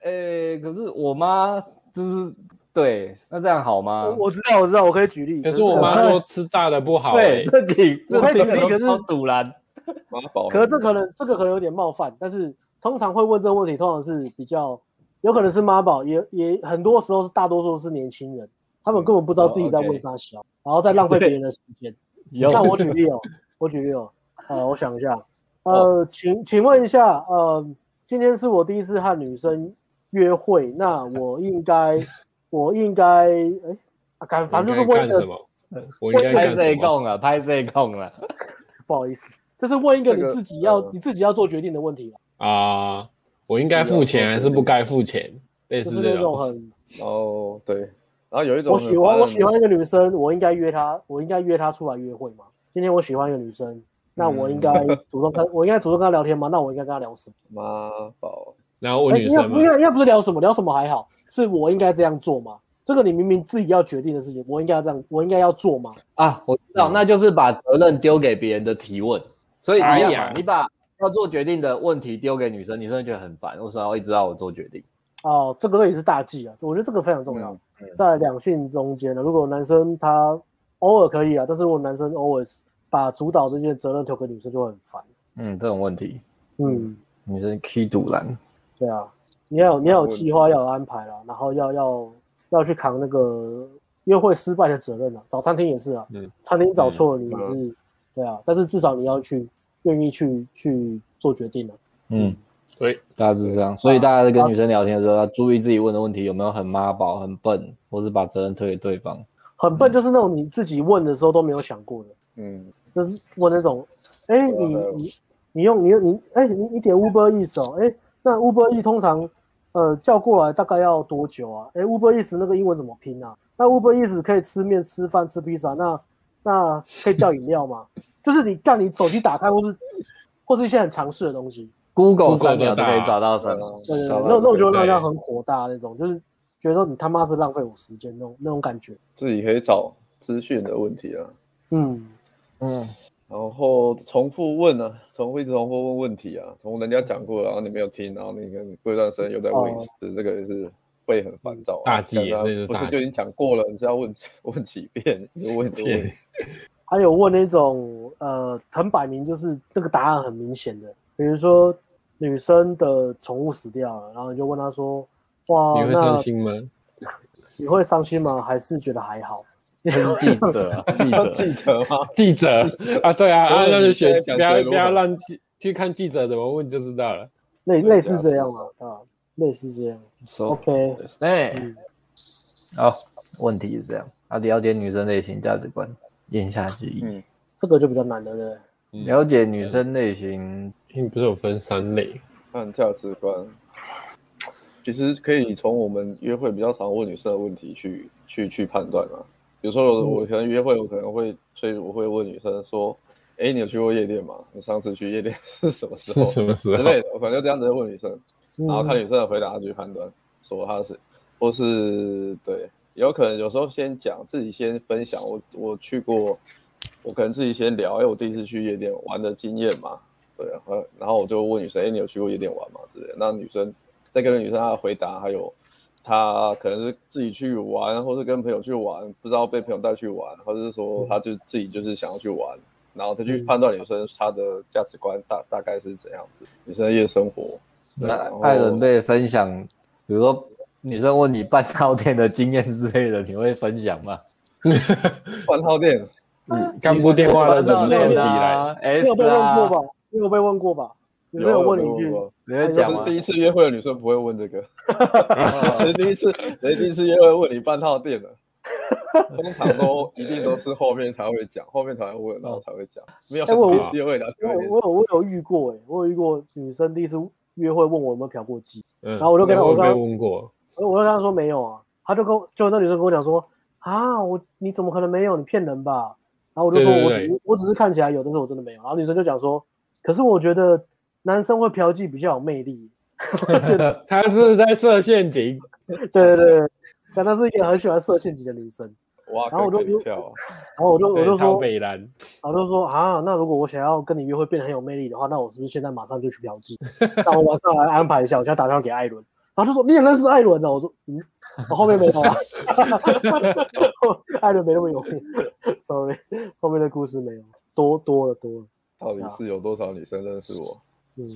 呃、可是我妈就是对，那这样好吗？我我知道，我知道，我可以举例。啊可是我妈说吃炸的不好，对哎，这几我这会听举例可的都是超堵然。妈宝，哦可是这可能这个可能有点冒犯，但是通常会问这个问题，通常是比较有可能是妈宝，也也很多时候是大多数是年轻人，他们根本不知道自己哦在问啥小，然后再浪费别人的时间。有 (laughs) 像我举例哦，我举例哦，呃，我想一下，哦呃，请请问一下，呃，今天是我第一次和女生约会，那我应该，我应该，哎、啊，敢我反应正该就是呃问一个，干什么？我应拍该干什谁么？供了？拍谁啊供了？不好意思，就是问一个这你个自己要、呃你自己要做决定的问题啦，啊，我应该付钱还是不该付钱？类就似是这那种种，很，然后对，然后有一种我喜欢我喜欢一很个女生，我应该约她，我应该约她出来约会吗？今天我喜欢一个女生，那我应该主动跟，我应该主动跟她聊天吗？那我应该跟她聊什么？烦妈宝，然后问哎女应该生不嘛应，该应该不是聊什么，聊什么还好，是我应该这样做吗？这个你明明自己要决定的事情，我应该要这样，我应该要做吗？啊，我知道，那就是把责任丢给别人的提问。所以一哎样呀嘛，你把要做决定的问题丢给女生，女生觉得很烦，为什么要一直让我做决定？哦，这个也是大忌啊，我觉得这个非常重要，嗯嗯在两性中间啊呢，如果男生他偶尔可以啊，但是如果男生偶尔把主导这些责任丢给女生就很烦，嗯，这种问题，嗯，女生 key 堵拦。对啊，你要有你要有问计划，要有安排啦，然后要要要去扛那个约会失败的责任啊，找餐厅也是啊，嗯餐厅找错了你也嗯是，对啊，但是至少你要去愿意去去做决定啊。嗯，对，大致是这样。啊所以大家在跟女生聊天的时候，要注意自己问的问题有没有很妈宝、很笨，或是把责任推给对方。很笨，就是那种你自己问的时候都没有想过的，嗯，就是问那种，哎、对啊你对啊你你用你用你哎、你你点 Uber Eats 哦，哎、那 Uber E 通常呃叫过来大概要多久啊？哎、u b e r Eats 那个英文怎么拼啊？那 Uber Eats 可以吃面、吃饭、吃披萨，那那可以叫饮料吗？ (laughs) 就是你叫你手机打开，或是或是一些很常识的东西。 Google 都三秒就可以大找到什么？对对对，找到那种那种就会让人对家很火大那种，就是觉得说你他妈是浪费我时间那种那种感觉。自己可以找资讯的问题啊，嗯，嗯，然后重复问啊，重复一直重复问问题啊，从人家讲嗯过，然后你没有听，然后你跟过一段时间又在问一次，这个也是会很烦躁、啊。哦大忌耶讲啊这就是不大是忌就已经讲过了，你是要问 (laughs) 问几遍，一直问 (laughs) 一直问切。还有问那种呃很摆明就是这个答案很明显的，比如说女生的宠物死掉了，然后你就问她说，哇，你会伤那心吗？你会伤心吗？还是觉得还好？记 (laughs) 者啊，记要者，记者吗？记者啊，对啊，啊我问你那就现在选讲不要结果不要让记去看记者怎么问就知道了。类对类似对这样嘛，啊，类似这样。 So OK，哎嗯，好，问题是这样，啊，了解女生类型价值观，言下之意，嗯这个就比较难了，对不对？嗯了解女生类型，因为不是有分三 (laughs) 类，看价值观，其实可以从我们约会比较常问女生的问题去去去判断啊。比如说我嗯我可能约会，我可能会所以我会问女生说：“哎，你有去过夜店吗？你上次去夜店是什么时候 (laughs) 什么时之候？类的？”我可能就这样子问女生，然后看嗯女生的回答去判断，说她是或是对，有可能有时候先讲自己先分享我我去过，我可能自己先聊，哎，我第一次去夜店玩的经验嘛，对，啊然后然后我就问女生，哎，你有去过夜店玩吗？之类的，那女生再跟女生她的回答，还有她可能是自己去玩，或是跟朋友去玩，不知道被朋友带去玩，或者是说她就自己就是想要去玩。然后再去嗯判断女生她的价值观大大概是怎样子，女生的夜生活，对那然哦后艾伦被分享，比如说女生问你半套店的经验之类的，你会分享吗？ (laughs) 换套店，嗯，干部电话都怎么收集来？你有啊？S 被问过啊，吧？你有被问过吧？女 (laughs) 生有问你一句，过你会讲就吗哎是？第一次约会的女生不会问这 (laughs) 个，谁第一次谁第一次约会问你半套店的，通常都一定都是后面才会讲，后面才会问，然后才会讲，没有哎我第一次约会聊我天会有我有我有遇过哎、我有遇过女生第一次约会问我有没有嫖过妓，嗯，然后啊我就跟他我我被刚问过，我我就跟她说没有啊，她就跟我就那女生跟我讲说啊我你怎么可能没有你骗人吧？然后我就说对对我对只是我只是看起来有，但是我真的没有。然后女生就讲说，可是我觉得男生会嫖妓比较有魅力。 (laughs) 他是不是在设陷阱，对对对对，但她是一个很喜欢射陷阱的女生。哇，然后我就可以跳啊，然后我就我对就超说北蓝，然后就说啊，那如果我想要跟你约会变得很有魅力的话，那我是不是现在马上就去嫖妓？ (laughs) 那我马上来安排一下，我现在打电话给艾伦。然后就说你也认识艾伦呢？我说嗯，我后面没有啊， (laughs) 艾伦没那么有名，sorry，后面的故事没有，多多了多了，到啊底是有多少女生认识我？嗯，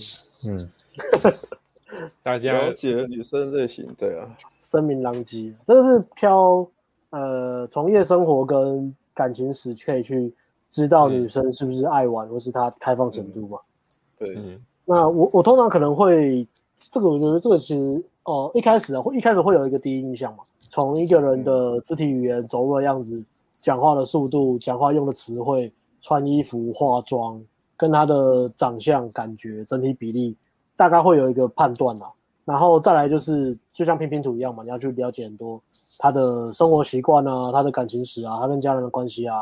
嗯，大家了解女生类型，对啊，声名狼藉，啊真的是挑呃从业生活跟感情史可以去知道女生是不是爱玩，或是她开放程度嘛。对，嗯，那我我通常可能会，这个我觉得这个其实哦、一开始啊会一开始会有一个第一印象嘛，从一个人的肢体语言、走路的样子、讲话的速度、讲话用的词汇、穿衣服、化妆，跟他的长相、感觉、整体比例，大概会有一个判断啦。然后再来就是，就像拼拼图一样嘛，你要去了解很多他的生活习惯啊，他的感情史啊，他跟家人的关系啊，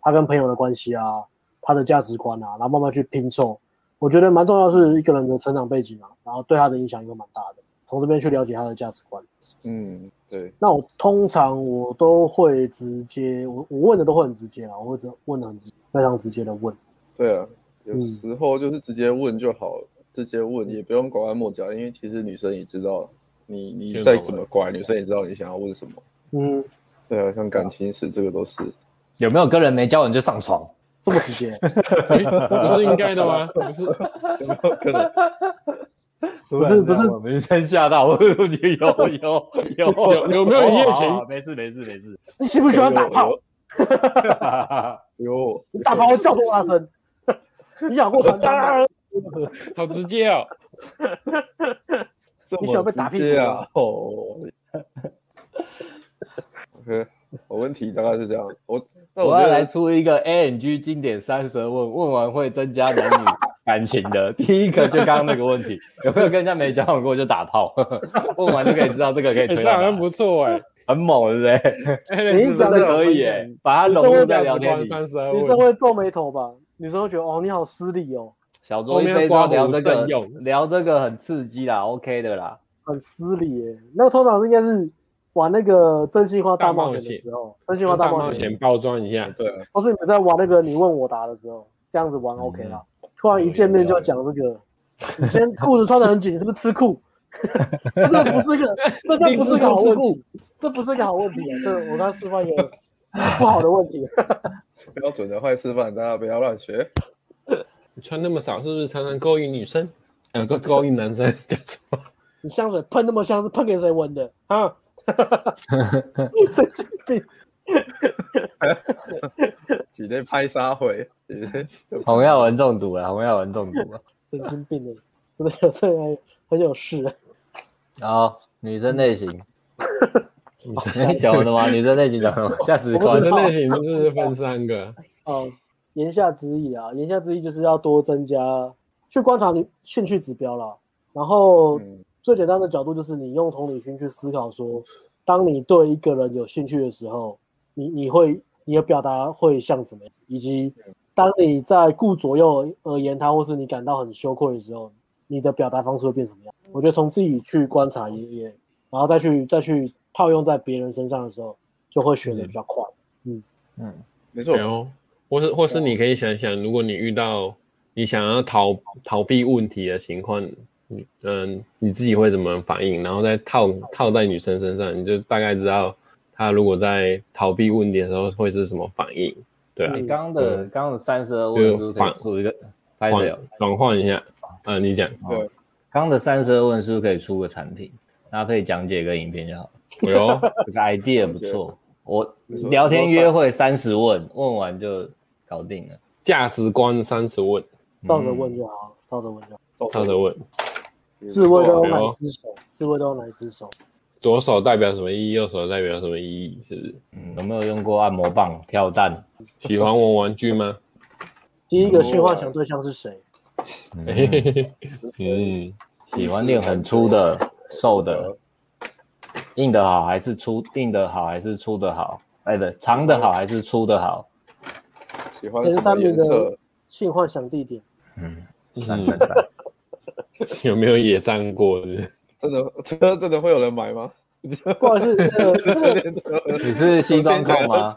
他跟朋友的关系啊，他的价值观啊，然后慢慢去拼凑。我觉得蛮重要是一个人的成长背景啊，然后对他的影响也会蛮大的。从这边去了解他的价值观。嗯，对，那我通常我都会直接，我我问的都会很直接啊，我会直问的很直，非常直接的问。对啊，有嗯时候就是直接问就好了，直接问也不用拐弯抹角，因为其实女生也知道你你先再搞怎了么拐，女生也知道你想要问什么。嗯，对啊，像感情史这个 (laughs) 都是，有没有跟人没交往就上床？这么直接，诶哎不是应该的吗？不是，有没有可能不是不是我们先吓到，我有有有有有有没有一夜情好好好没事没事没 (laughs) 事， (laughs) 你喜不喜欢打炮？有你打炮叫多大声？ (laughs) 你养过传单吗？好直接哦，这你喜欢么被打屁直股接啊？哦，OK，我问题大概是这样，我那我我觉要来得出一个 A N G 经典三蛇问，问完会增加男女感情的。 (laughs) 第一个就刚刚那个问题，有没有跟人家没交往过就打炮？ (laughs) 问完就可以知道这个可以啊哎，推这好到像哪，不错哎，很猛，对不对？哎你是讲不得是这有可以耶，把它融入在聊天里。三十二女生问，会皱眉头吧？女生会觉得哦，你好失礼哦，小周一杯说聊这后面要刮个胡慎用聊这个很刺激啦，OK 的啦。很失礼耶。那个通常是应该是玩那个真心话大冒险的时候，真心话大大冒冒险，险包装一下，对啊，或哦是你们在玩那个你问我答的时候，这样子玩 OK 啦。突然一见面就讲这个，你今天裤子穿的很紧，你是不是吃裤？这不是个，这就不是个好问题，这不是个好问题啊。这我刚刚示范一个不好的问题。啊标准的坏示范，大家不要乱学。你穿那么少，是不是常常勾引女生？呃，勾勾引男生，讲错。你香水喷那么香，是喷给谁闻的啊？神经病！几内拍杀回，几内就洪耀文中毒了，洪耀文中毒了。神经病的，真的有这个很有事。啊然后女生 (laughs) 类型，女生讲完了吗？女生类型讲完了吗，价值女我观不知 (laughs) 生道类型就是分三个，哦，言下之意啊，言下之意就是要多增加去观察你兴趣指标啦。然后嗯最简单的角度就是你用同理心去思考说，当你对一个人有兴趣的时候，你你会你的表达会像怎么样，以及当你在顾左右而言他，或是你感到很羞愧的时候，你的表达方式会变什么样？我觉得从自己去观察也也，然后再去再去套用在别人身上的时候，就会学的比较快。没错对，啊哦，或是或是你可以想想，如果你遇到你想要逃逃避问题的情况，你嗯，你自己会怎么反应？然后再套套在女生身上，你就大概知道她如果在逃避问题的时候会是什么反应。对啊你，刚刚的刚刚的三十二问是不是可以出一个？拍换谁哦？转换一下，啊，你讲，对，刚刚的三十二问是不是可以出个产品？然后可以讲解跟影片就好了。哎呦， (laughs) 这个 idea 不错，我没错聊天约会三十问，问完就搞定了。价值观三十问，照着问就好，照着问就好。套着问，自慰都哦用哪一只手？自慰都用哪一只手？左手代表什么意义，右手代表什么意义？是不是？嗯，有没有用过按摩棒、跳蛋？喜欢玩玩具吗？第一个性幻想对象是谁？嗯嘿嘿嘿 (laughs) 嗯，喜欢练很粗的、瘦的，硬的好还是粗？硬的好还是粗的好？哎，不，长的好还是粗的好？喜欢前什三么名颜的色？性幻想地点，嗯，赞嗯赞赞！有没有野战过？是不是真的， (laughs) 真的真的会有人 (laughs) 买吗？不好意思，那个那 (laughs) 个你是 (laughs) 西装控啊吗？啊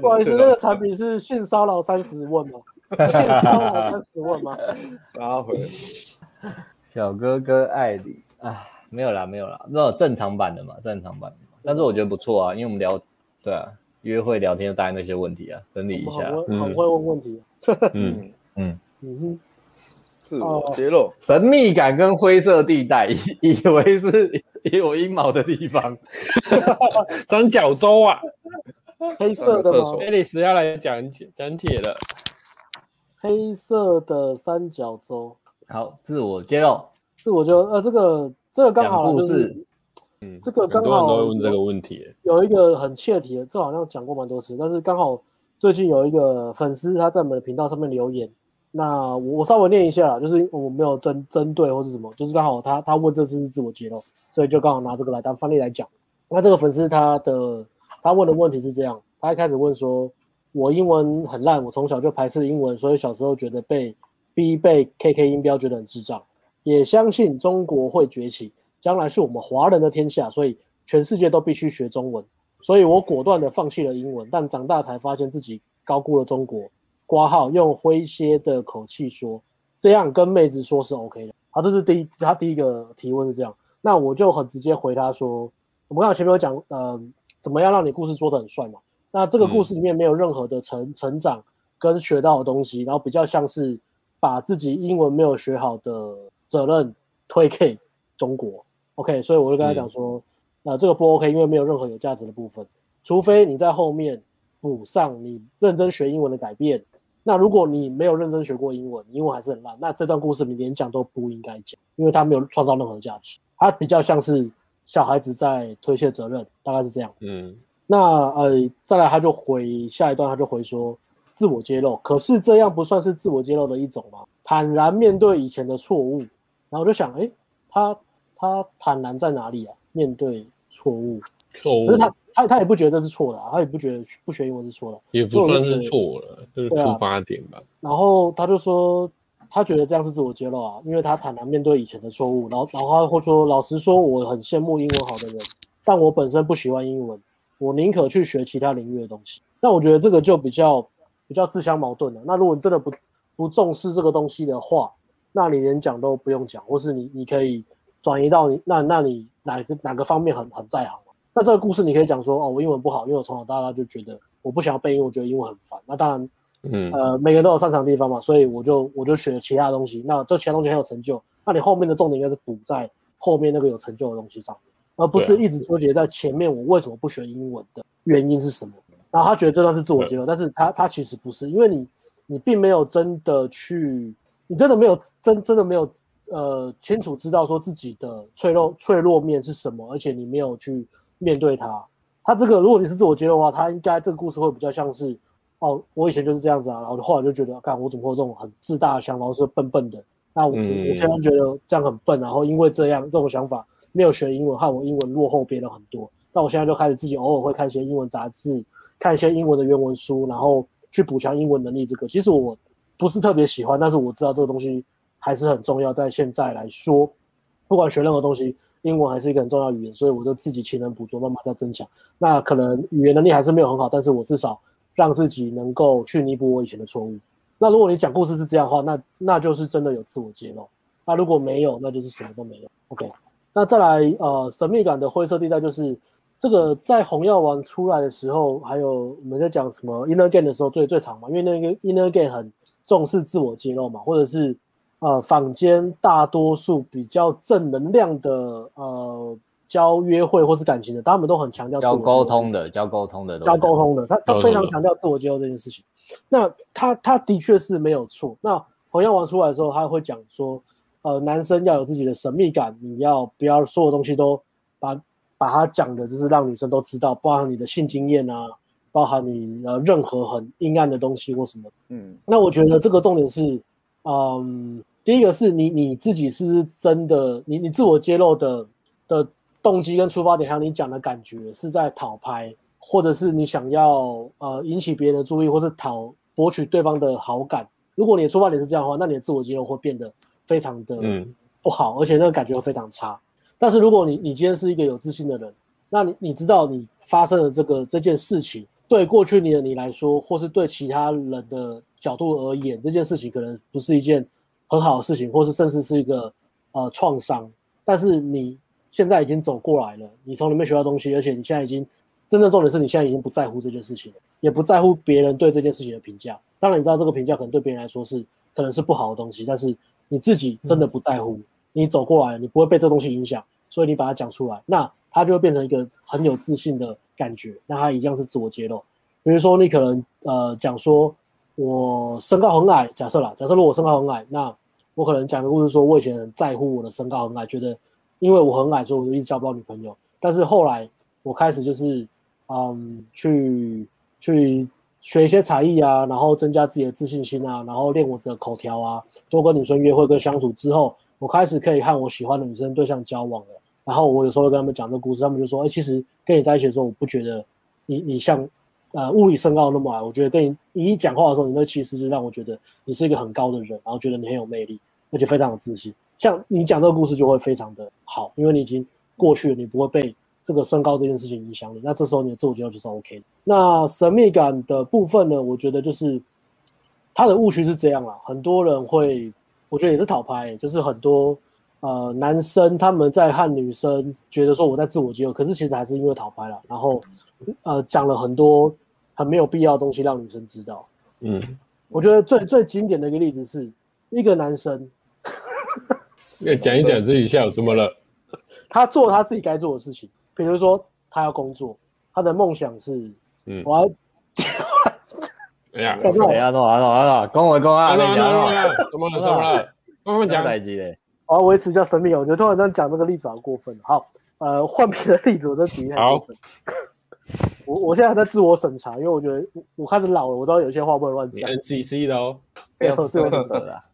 不好意思，啊那个产品是性骚扰三十问吗？性骚扰三十问 (laughs) 吗？杀回，小哥哥爱你啊，没有啦，没有啦，没有正常版的嘛，正常版的嘛。但是我觉得不错啊，因为我们聊，对啊，约会聊天就大概那些问题啊，整理一我下。很会嗯很会问问题。嗯，嗯哼，自哦我揭露，神秘感跟灰色地带，以以为是以我阴毛的地方，三角洲啊黑色的上个厕吗所？ ，Alice 要来讲解讲解了，黑色的三角洲，好，自我揭露，是我觉得呃，这个这个刚讲好啊故就事是，嗯这个刚很多人好都会问这个问题。有一个很切题的，这好像讲过蛮多次，但是刚好最近有一个粉丝他在我们的频道上面留言，那我我稍微念一下啦，就是我没有针针对或是什么，就是刚好他他问这次是自我揭露，所以就刚好拿这个来当范例来讲。那这个粉丝他的他问的问题是这样，他一开始问说，我英文很烂，我从小就排斥英文，所以小时候觉得被逼背 KK 音标觉得很智障，也相信中国会崛起，将来是我们华人的天下，所以全世界都必须学中文。所以我果断的放弃了英文，但长大才发现自己高估了中国。挂号用诙谐的口气说，这样跟妹子说是 OK 的。好，这是第一，他第一个提问是这样。那我就很直接回他说，我们刚才前面有讲，嗯、怎么样让你故事做得很帅嘛？那这个故事里面没有任何的成成长跟学到的东西，然后比较像是把自己英文没有学好的责任推给中国。OK，所以我就跟他讲说，呃，这个不 OK，因为没有任何有价值的部分，除非你在后面补上你认真学英文的改变。那如果你没有认真学过英文，你英文还是很烂，那这段故事你连讲都不应该讲，因为它没有创造任何价值，它比较像是小孩子在推卸责任，大概是这样。嗯，那呃，再来他就回下一段，他就回说自我揭露，可是这样不算是自我揭露的一种吗？坦然面对以前的错误，然后我就想，诶，他他坦然在哪里啊？面对错误，错误可是他他他也不觉得这是错的、啊，他也不觉得不学英文是错的啊、也不算是错了，就是对啊出发点吧。然后他就说，他觉得这样是自我揭露啊，因为他坦然面对以前的错误，然后然后他会说，老实说，我很羡慕英文好的人，但我本身不喜欢英文，我宁可去学其他领域的东西。那我觉得这个就比较比较自相矛盾了。那如果你真的不不重视这个东西的话，那你连讲都不用讲，或是你你可以转移到你那那你哪个哪个方面很很在行嘛。那这个故事你可以讲说，哦，我英文不好，因为我从小到大就觉得我不想要背英文，我觉得英文很烦。那当然嗯，呃，每个人都有擅长的地方嘛，所以我就我就学其他东西。那这其他东西很有成就，那你后面的重点应该是补在后面那个有成就的东西上，而不是一直纠结在前面我为什么不学英文的原因是什么。然后他觉得这段是自我揭露，但是他他其实不是，因为你你并没有真的去，你真的没有真真的没有呃清楚知道说自己的脆弱脆弱面是什么，而且你没有去面对它。他这个如果你是自我揭露的话，他应该这个故事会比较像是哦，我以前就是这样子啊，然后后来就觉得，看我怎么会有这种很自大的想法，我是个笨笨的。那我、嗯我现在觉得这样很笨，然后因为这样这种想法没有学英文，害我英文落后别人很多。那我现在就开始自己偶尔会看一些英文杂志，看一些英文的原文书，然后去补强英文能力。这个其实我不是特别喜欢，但是我知道这个东西还是很重要，在现在来说，不管学任何东西，英文还是一个很重要的语言，所以我就自己勤能补拙，慢慢在增强。那可能语言能力还是没有很好，但是我至少让自己能够去弥补我以前的错误。那如果你讲故事是这样的话，那那就是真的有自我揭露。那如果没有，那就是什么都没有。OK，那再来呃，神秘感的灰色地带就是这个在红药丸出来的时候，还有我们在讲什么 Inner Game 的时候最最长嘛，因为那个 Inner Game 很重视自我揭露嘛，或者是呃坊间大多数比较正能量的呃教约会或是感情的，他们都很强调自我教揭露沟通的，教沟通的，要沟。通的，他他沟通非常的强调自我揭露这件事情。那他他的确是没有错。那红药丸出来的时候，他会讲说，呃，男生要有自己的神秘感，你要不要所有东西都把把它讲的，就是让女生都知道，包含你的性经验啊，包含你呃任何很阴暗的东西或什么的嗯，那我觉得这个重点是，嗯，第一个是你你自己是不是真的，你你自我揭露的的动机跟出发点，还有你讲的感觉是在讨拍，或者是你想要呃引起别人的注意，或是讨博取对方的好感。如果你的出发点是这样的话，那你的自我揭露会变得非常的嗯不好，而且那个感觉会非常差。但是如果你你今天是一个有自信的人，那你你知道你发生了这个这件事情，对过去你的你来说，或是对其他人的角度而言，这件事情可能不是一件很好的事情，或是甚至是一个呃创伤。但是你现在已经走过来了，你从里面学到东西，而且你现在已经真正重点是你现在已经不在乎这件事情了，也不在乎别人对这件事情的评价。当然，你知道这个评价可能对别人来说是可能是不好的东西，但是你自己真的不在乎，你走过来了，你不会被这东西影响，所以你把它讲出来，那它就会变成一个很有自信的感觉，那它一样是自我揭露。比如说你可能呃讲说我身高很矮，假设啦，假设如果我身高很矮，那我可能讲个故事说，我以前很在乎我的身高很矮，觉得因为我很矮，所以我就一直交不到女朋友。但是后来我开始就是嗯去去学一些才艺啊，然后增加自己的自信心啊，然后练我的口条啊，多跟女生约会跟相处之后，我开始可以和我喜欢的女生对象交往了。然后我有时候会跟他们讲这个故事，他们就说：“哎、其实跟你在一起的时候，我不觉得你你像呃物理身高那么矮，我觉得跟你你一讲话的时候，你那气势就让我觉得你是一个很高的人，然后觉得你很有魅力，而且非常有自信。像你讲这个故事就会非常的好，因为你已经过去了，你不会被这个身高这件事情影响你。那这时候你的自我揭露就是 OK 的。那神秘感的部分呢，我觉得就是他的误区是这样啦，很多人会，我觉得也是讨拍、就是很多呃男生他们在和女生觉得说我在自我揭露，可是其实还是因为讨拍啦，然后呃讲了很多很没有必要的东西让女生知道。嗯，我觉得最最经典的一个例子是一个男生，要讲一讲自己下午怎么了？他做他自己该做的事情，比如说他要工作，他的梦想是，嗯我要哎呀，干嘛哎呀，弄啊弄啊弄啊，跟我跟我啊啊，啊跟你讲啊啊，啊怎么了？怎么了？慢慢讲讲。哪集嘞？我要维持一下生命。哦我觉得突然这样讲这个例子好过分了。好，呃，换别的例子， (laughs) 我再举一下。好，我我现在还在自我审查，因为我觉得我我开始老了，我知道有些话不能乱你讲。 NCC 的哦，不要扯了啦。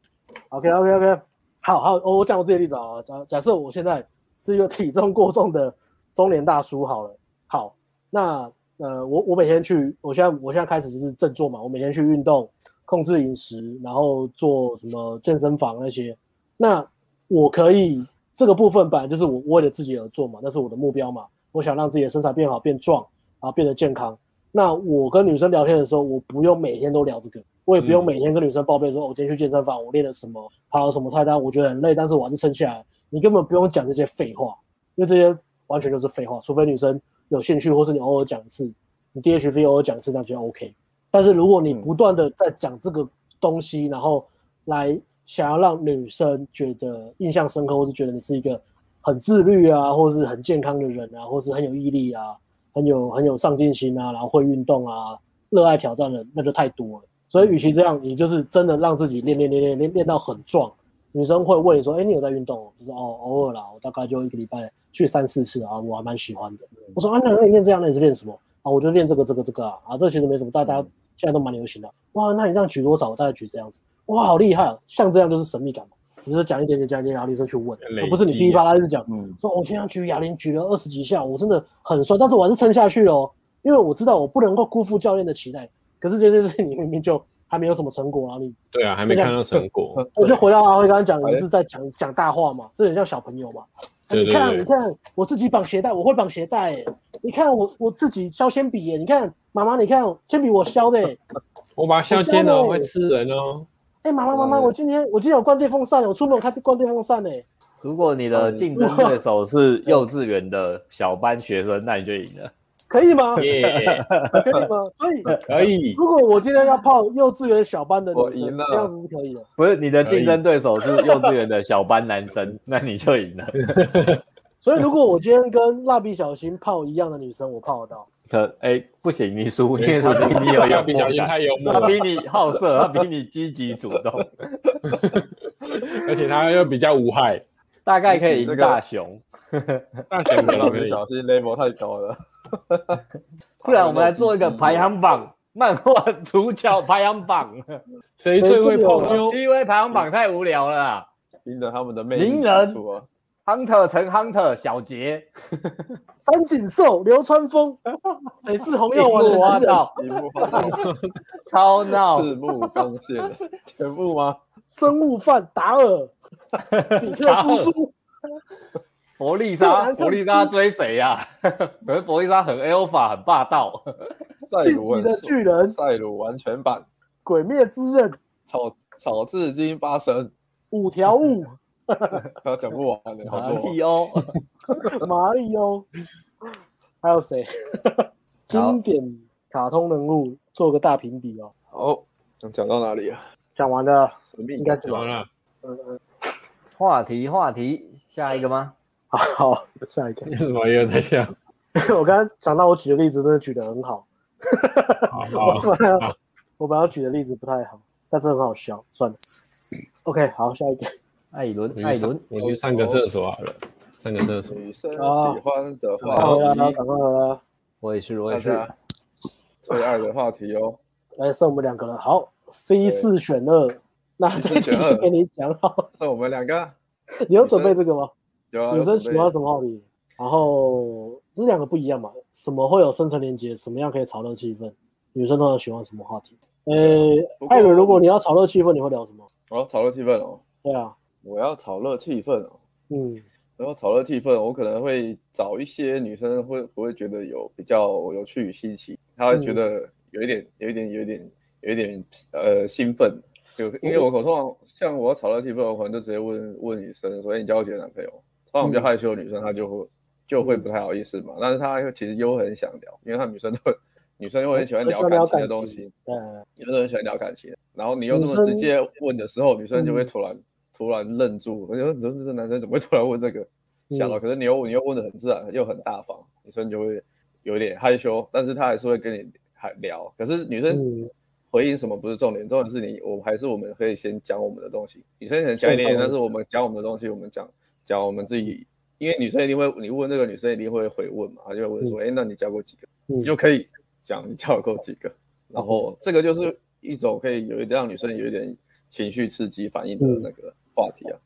OK OK OK，好好，我我讲我自己的例子啊，假假设我现在是一个体重过重的中年大叔好了，好，那呃我我每天去，我现在我现在开始就是振作嘛，我每天去运动，控制饮食，然后做什么健身房那些，那我可以这个部分本来就是我我为了自己而做嘛，那是我的目标嘛，我想让自己的身材变好、变壮，然后变得健康。那我跟女生聊天的时候，我不用每天都聊这个，我也不用每天跟女生报备说，哦我今天去健身房，我练了什么，跑了什么菜单，我觉得很累，但是我还是撑下来。你根本不用讲这些废话，因为这些完全就是废话，除非女生有兴趣，或是你偶尔讲一次，你 DHV 偶尔讲一次，那就 OK。但是如果你不断的在讲这个东西，然后来想要让女生觉得印象深刻，或是觉得你是一个很自律啊，或是很健康的人啊，或是很有毅力啊，很有很有上进心啊，然后会运动啊，热爱挑战的，那就太多了。所以，与其这样，你就是真的让自己练练练练练练到很壮。女生会问你说：“哎、你有在运动、哦？”就说：“哦，偶尔啦，我大概就一个礼拜去三四次啊，我还蛮喜欢的。”我说：“啊，那那你练这样，那你是练什么？”啊，我就练这个这个这个啊，啊，这其实没什么，大家现在都蛮流行的。哇，那你这样举多少？我大概举这样子。哇，好厉害、啊！像这样就是神秘感嘛，只是讲一点点，讲一点，然后女生去问，累积啊而不是你噼里啪啦一直讲。嗯，说哦我现在举哑铃举了二十几下，我真的很酸，但是我还是撑下去了哦，因为我知道我不能够辜负教练的期待。可是这件事情 (laughs) 你明明就还没有什么成果，然后你对啊，还没看到成果。我就回到阿辉刚刚讲，你是在讲讲大话嘛，这很像小朋友嘛。对你对看，啊对你看，我自己绑鞋带，我会绑鞋带、欸。你看我我自己削铅笔耶，欸你看妈妈，你看铅笔我削的、欸。我把它削尖了，我削了我会吃人哦。哎、妈妈妈妈，我今天我今天有关电风扇，欸我出门开关电风扇呢、欸。如果你哦的竞争对手 (laughs) 是幼稚园的小班学生，那你就赢了。可以哎吗？可以耶，吗？所以可以。如果我今天要泡幼稚园小班的我女生赢了，这样子是可以的。不是你的竞争对手是幼稚园的小班 (laughs) 男生，那你就赢了。所以如果我今天跟蜡笔小新泡一样的女生，我泡得到。可哎、不行，你输，哎因为他比你有幽蜡笔小默新感，太幽默他了，比你好色，他比你积极主 (laughs) 动，而且他又比较无害。大概可以赢大雄。大神可 (laughs) 蜡能可笔以小新 level 太高 (laughs) 了，不然我们来做一个排行榜，漫画主角排行 (laughs) 榜。谁最会泡妞？哦 PUA 排行榜太无聊了啦赢得他们的魅力名人指数啊， ，Hunter 乘 Hunter 小杰，三井寿、流川枫，谁是红药丸的挖男人？到一啊幕 (laughs) 放超闹，四幕刚线了，全部吗？生物饭达尔、比克叔叔，佛利这个莎，男佛利莎追谁呀、 (laughs) 可是佛利莎很 alpha 很霸道，赛晋鲁级很的帅巨人、赛鲁完全版，鬼灭之刃、草草字经八神，五条悟、他讲不完的，好马多啊里欧，马里奥，哦还有谁？经典卡通人物做个大评比哦。哦。好，讲讲到哪里啊？讲完了，神秘应该是怎么吧？了？嗯嗯，话题话题，下一个吗？好，好下一 (laughs) 个。 (laughs) 为什么又在笑？我刚刚想到我举的例子真的举得很好，好好我本来好 (laughs) 我本来举的例子不太好，但是很好笑，算了。OK，好，下一个。艾伦我，艾去伦上，，我去上个厕所好了，上个厕所。女生哦喜欢的赶快回来话啦，题，赶快回来啦！我也是，我大也是。家最爱的话题哦。来，剩我们两个了。好，C 四选二，那这一题就给你讲好。那我们两个 (laughs) 你有准备这个吗？有啊女生喜欢么？什么话题？然后这两个不一样嘛，什么会有深层连接？什么样可以炒热气氛？女生通常喜欢什么话题？呃啊不，过艾伦，如果你要炒热气氛，你会聊什么？我要炒热气氛哦，对啊，我要炒热气氛哦。嗯，然后炒热气氛，我可能会找一些女生会不会觉得有比较有趣与新奇，她会觉得有一点、有一点、有一点、有一点呃兴奋。就因为我通常像我要炒热气氛，我可能就直接问问女生说：“哎，你交过几个男朋友？”通常比较害羞的女生，她就会就会不太好意思嘛。但是她其实又很想聊，因为她女生都会女生又很喜欢聊感情的东西。呃，有的人喜欢聊感情，然后你又这么直嗯接问的时候，女生就会突然、突然愣住。我觉得你说这男生怎么会突然问这个？嗯想到，可是你又你又问的很自然，又很大方，女生就会有点害羞，但是她还是会跟你还聊。可是女生嗯回应什么不是重点，重点是你我还是我们可以先讲我们的东西。女生可能讲一点先点，放但是我们讲我们的东西，我们讲讲我们自己，因为女生一定会你问那个女生一定会回问嘛，她就会问嗯说，哎、那你交过几个？你你就可以讲你交过几个，然后这个就是一种可以有一点让女生有一点情绪刺激反应的嗯那个话题啊。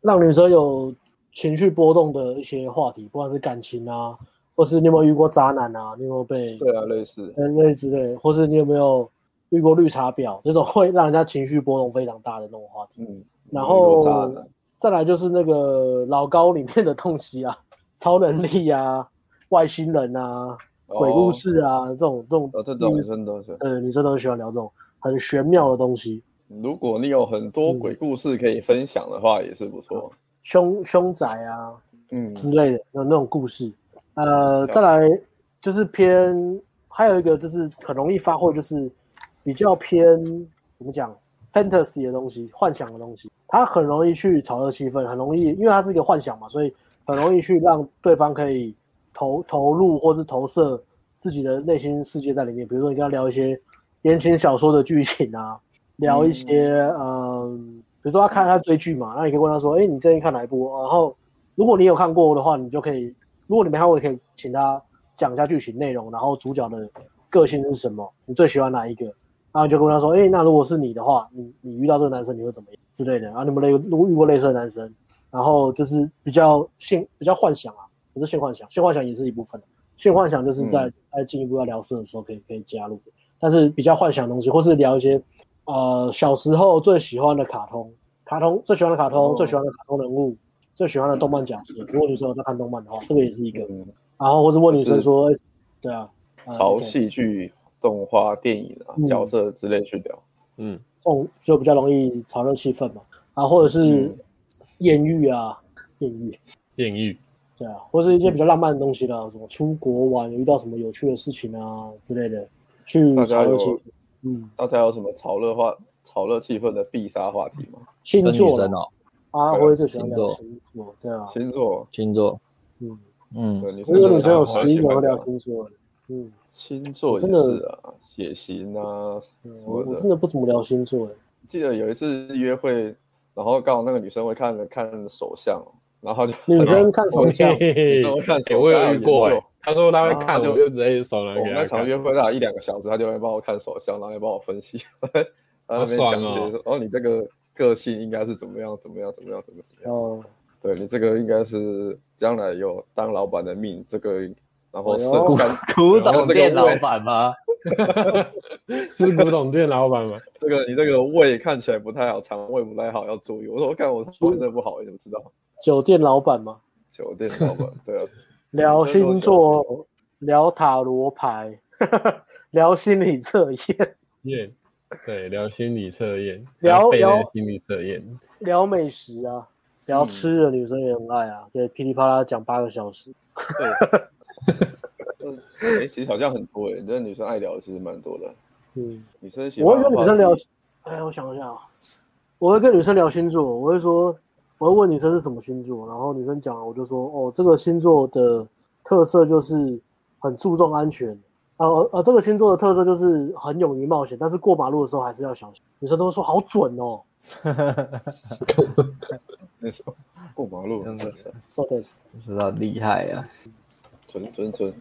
让女生有情绪波动的一些话题，不管是感情啊，或是你有没有遇过渣男啊，你有没有被对啊，类似。呃类之类，或是你有没有遇过绿茶婊这种会让人家情绪波动非常大的那种话题？嗯，然有后渣男再来就是那个老高里面的东西啊， (laughs) 超能力啊，外星人啊，哦鬼故，事啊，这种这种哦，哦这种女生都是。呃，女生都很喜欢聊这种很玄妙的东西，如果你有很嗯多鬼故事可以分享的话，也是不错。凶凶宅啊嗯，之类的，有那种故事。呃，再来就是偏，还有一个就是很容易发挥，就是比较偏怎么讲，fantasy 的东西，幻想的东西，它很容易去炒热气氛，很容易，因为它是一个幻想嘛，所以很容易去让对方可以投投入或是投射自己的内心世界在里面。比如说你跟他聊一些言情小说的剧情啊，聊一些嗯、呃比如说他看他追剧嘛，那你可以问他说，哎、你最近看哪一部？然后如果你有看过的话，你就可以；如果你没看过，也可以请他讲一下剧情内容，然后主角的个性是什么，你最喜欢哪一个？然后你就跟他说，哎、那如果是你的话，你你遇到这个男生你会怎么样之类的？啊然后你们类如果遇过类似的男生，然后就是比较性比较幻想啊，不是性幻想，性幻想也是一部分的。性幻想就是嗯在、在进一步要聊色的时候可以可以加入的，但是比较幻想的东西，或是聊一些呃小时候最喜欢的卡通，卡通最喜欢的卡通，哦最喜欢的卡通人物，最喜欢的动漫角色。如果女生有在看动漫的话，这个也是一个。嗯，然后或是问女生说，哎对啊，呃朝对戏剧、动画、电影啊嗯、角色之类去聊。嗯，这种就比较容易炒热气氛嘛。啊，或者是嗯艳遇啊，艳遇，艳遇，对啊，或是一些比较浪漫的东西啦，什么出国玩有遇到什么有趣的事情啊之类的，去大家炒热气有氛。嗯，大家有什么炒热话、炒热气氛的必杀话题吗？星跟女座生啦哦，啊，我也最喜欢星聊座星座，对啊，星座，星座，嗯，嗯对，，女我有生女生有好像十一喜个欢会聊聊星座的，嗯，星座也真的是啊，血型啊什嗯我么我的真。的不怎么聊星座的，记得有一次约会，然后刚好那个女生会看看手相，然后她就女生看手相，女嘿生会看手欸 (laughs) 相，我有遇过、她哎研欸究，他说他会啊看，就哦我就直接手拿我给们他那场看。约会大概一两个小时，她就会帮我看手相，然后来帮我分析，然后在那边好爽讲解哦说，哦，你这个个性应该是怎么样，怎么样，怎么样，怎么样怎么样。哦，对你这个应该是将来有当老板的命，这个然后哎是呦古古董店老板吗？这是古董店老板吗？这个你这个胃看起来不太好，肠胃不太好，要注意。我说我看我肠胃真的不好，你怎么知道？酒店老板嘛，酒店老板，对啊，聊星座，聊塔罗牌， (laughs) 聊心理测验，验，对，聊心理测验，聊要背那个聊心理测验，聊美食啊，聊吃的，女生也很爱啊，对，噼里啪啦讲八个小时，对。哎、其实好像很多哎、欸，这女生爱聊的其实蛮多的。嗯，女生喜我欢会的跟话女生聊，哎，我想一下啊，我会跟女生聊星座，我会说，我会问女生是什么星座，然后女生讲了，我就说，哦，这个星座的特色就是很注重安全，啊呃呃，这个星座的特色就是很勇于冒险，但是过马路的时候还是要小心。女生都会说好准哦，那时候过马路，嗯说的是， (laughs) 不知道厉害啊，准准准。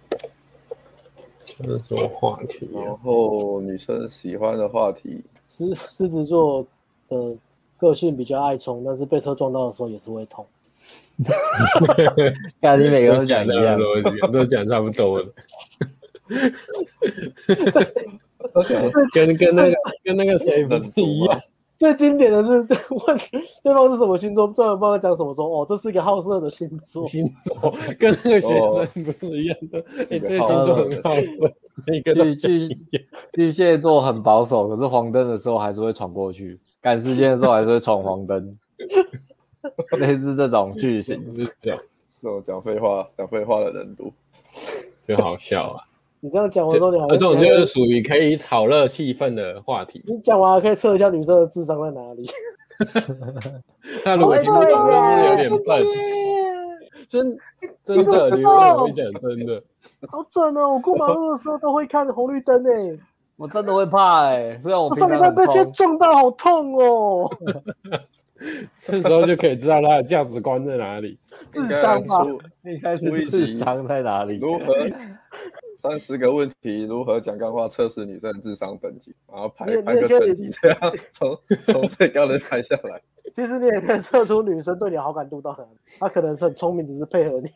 这是什么话题啊？然后女生喜欢的话题， (laughs) 狮狮子座的个性比较爱冲，但是被车撞到的时候也是会痛。看你每个都都讲讲一差样 (laughs) 不，多了，都讲差不多了，跟跟那个跟那个谁不是一啊样？最经典的是问对方是什么星座，对方帮他讲什么说哦，这是一个好色的星 (laughs) 座。星座跟那个学生不是一样的，你、这个星座很好色，每个都巨巨巨蟹座很保守，可是黄灯的时候还是会闯过去，赶时间的时候还是会闯黄 (laughs) 灯，类似这种剧情。是这样，这种讲废话、讲废话的人多。就好笑啊。你这样讲完这之后，你好这种像就是属于可以炒热气氛的话题。你讲完还可以测一下女生的智商在哪里。那哦如果听懂就是有点笨，真真的，你我会讲真的，好准哦！我过马路的时候都会看红绿灯 (laughs) 诶、我真的会怕哎、虽然我我平上礼常拜很被车冲，撞到，好痛哦！这时候就可以知道他的价值观在哪里。智应该商吧出 (laughs) 你开始智商在哪里？如何三十个问题如何讲干话测试女生的智商等级，然后排你也排你也个可以等级，这样从从最高的排下来。 (laughs) 其实你也可以测出女生对你好感度到很，她可能是很聪明，只是配合你。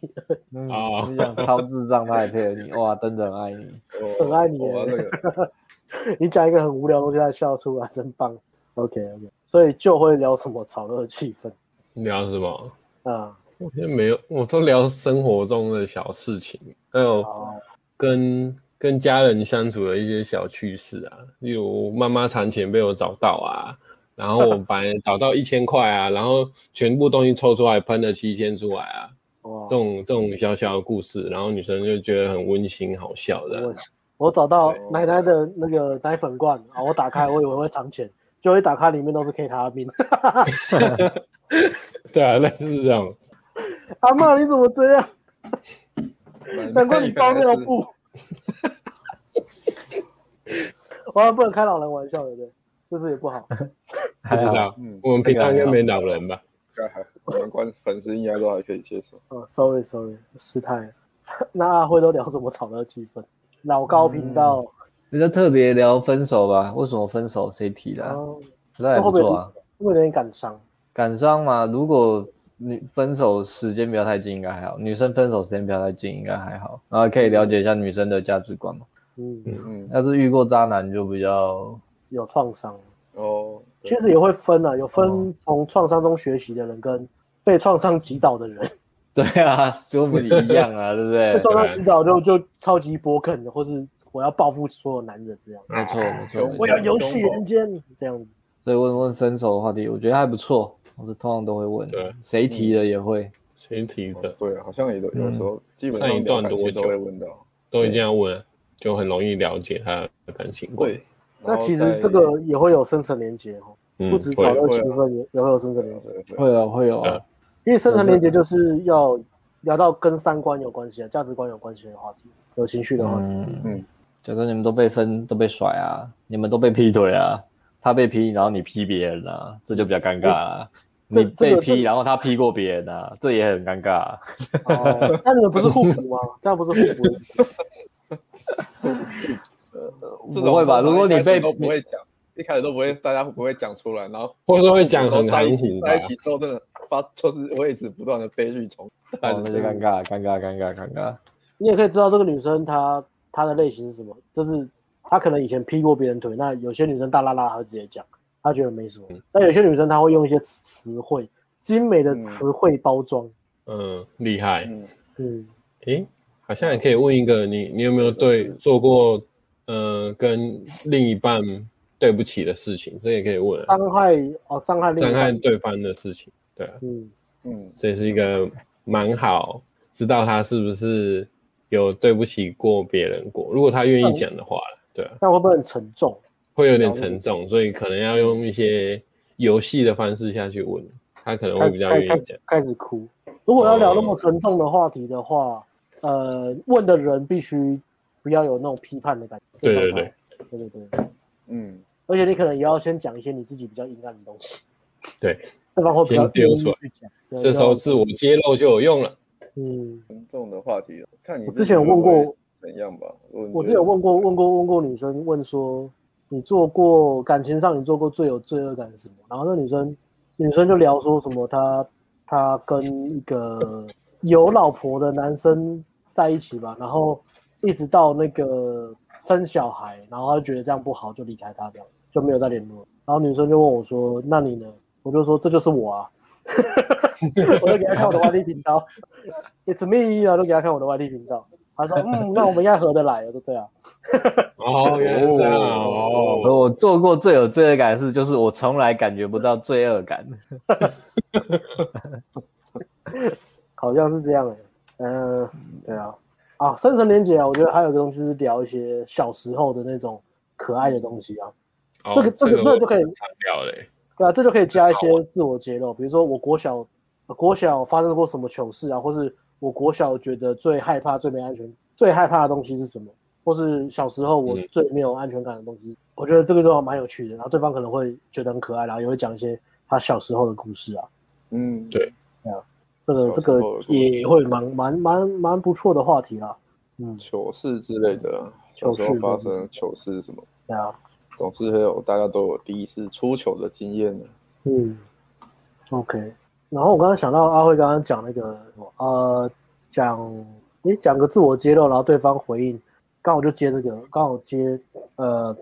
(laughs) 嗯哦你想超智障，他也配合你，哇，真的很爱你。我 (laughs) 很爱你我耶哦那个你讲一个很无聊的东西，她笑出来，真棒。OK OK，所以就会聊什么炒热气氛聊什么？啊？我现在没有，我都聊生活中的小事情，还有好，跟跟家人相处的一些小趣事啊，例如妈妈产前被我找到啊，然后我把找到一千块啊，然后全部东西抽出来喷了七千出来啊，哇哦这，种这种小小的故事，然后女生就觉得很温馨好笑的我。我找到对奶奶的那个奶粉罐啊，我打开，我以为会藏钱，结果一打开里面都是 K 他命。对啊，类似这 (laughs) 种。 (laughs) 阿嬷，你怎么这样？难怪你包那尿布。 (laughs) 我还不能开老人玩笑，对不对？就是也不好。不知还好，道，嗯我们平常应该没老人吧？该还我们观粉丝应该都还可以接受。哦，sorry sorry，失态了。 (laughs) 那阿辉都聊什么炒热气氛？老高频道， (laughs) 比较特别聊分手吧，为什么分手？谁提的然啊？后那也不错啊。会有点感伤。感伤嘛，如果你分手时间不要太近，应该还好。女生分手时间不要太近，应该还好。然后可以了解一下女生的价值观嘛。嗯，嗯，要是遇过渣男，就比较 (laughs) 有创伤，哦，对其实也会分啊，有分哦从创伤中学习的人跟被创伤击倒的人。对啊，说不定一样啊，对不对被？创伤对击倒就就超级勃肯的，或是我要报复所有男人这样，没错没错。没嗯错我要游戏人间这样子。所以问问分手的话题，我觉得还不错。我是通常都会问对，谁提的也会。谁提哦的对，好像也嗯都有时候基本上一上段聊感多情都久会问到。都一定要问，就很容易了解他的感情观。对，那然后其实再这个也会有深层连结哦，嗯，不止炒会热会气啊氛，也也会有深层对连啊结。对对会有会有啊嗯，因为深层连接就是要聊到跟三观有关系啊、价值观有关系的话题，有情绪的话题。嗯嗯嗯，假设你们都被分都被甩啊，你们都被劈腿啊，他被劈，然后你劈别人啊，这就比较尴尬啊。这你被这个劈，然后他劈过别人啊，这也很尴尬啊。哦，那你们不是互补吗？这样不是互补？这不种会吧？通常如果一开你始被都不会讲，一开始都不会，大家不会讲出来，然后或者说会讲很在含一糊啊起，吧在一。起之后真的发就是位置不断的悲剧重演，哦，那就尴尬，尴尬，尴尬，尴尬。哦你也可以知道这个女生她她的类型是什么，就是她可能以前劈过别人腿，那有些女生大拉拉她会直接讲，她觉得没什么。嗯但有些女生她会用一些词汇，精美的词汇包装。嗯，厉害。嗯，嗯，诶，好像也可以问一个你，你有没有对做过呃跟另一半对不起的事情？这也可以问啊、伤害哦，伤害另伤一害半。对方的事情，对啊，嗯，嗯，这也是一个蛮好知道他是不是有对不起过别人过。如果他愿意讲的话，对啊，那会不会很沉重？会有点沉重，所以可能要用一些游戏的方式下去问，他可能会开比始较哦愿开意讲始。开始哭。如果要聊那么沉重的话题的话，呃，问的人必须不要有那种批判的感觉。对对对对对对对，嗯，而且你可能也要先讲一些你自己比较阴暗的东西，对，对方会比较先丢愿意出来去讲。对这时候要自我揭露就有用了。嗯，沉重的话题，哦看你我自之己前有会问不会过，怎样吧，如果你我之前觉有得问过问过问过女生，问说你做过感情上你做过最有罪恶感是什么？然后那女生女生就聊说什么她她跟一个有老婆的男生在一起吧，然后一直到那个生小孩，然后她就觉得这样不好，就离开他这样，就没有再联络。然后女生就问我说：“那你呢？”我就说：“这就是我啊。” (laughs) 我就给她看我的 YT 频道，It's me 啊，都给她看我的 YT 频道。她说：“嗯，那我们应该合得来。”我说：“对啊。”哦，原来是这样啊哦。我做过最有罪恶感的事，就是我从来感觉不到罪恶 (laughs) 感。好像是这样哎、嗯、对啊，啊，深层连结啊，我觉得还有个东西是聊一些小时候的那种可爱的东西啊，哦这个这个这个就可以删掉嘞。对啊，这就可以加一些自我揭露，比如说我国小、呃国小发生过什么糗事啊，或是我国小觉得最害怕、最没安全、最害怕的东西是什么，或是小时候我嗯最没有安全感的东西，我觉得这个就蛮有趣的，然后对方可能会觉得很可爱，然后也会讲一些他小时候的故事啊，嗯，对这个小这时个候的故事也会蛮蛮蛮蛮不错的话题啦。嗯，糗事之类的啊，糗有事时候发生糗事什么，对啊，总是会有大家都有第一次出糗的经验的。嗯，OK。然后我刚刚想到阿辉刚刚讲那个什么呃，讲你讲个自我揭露，然后对方回应，刚好就接这个，刚好接呃，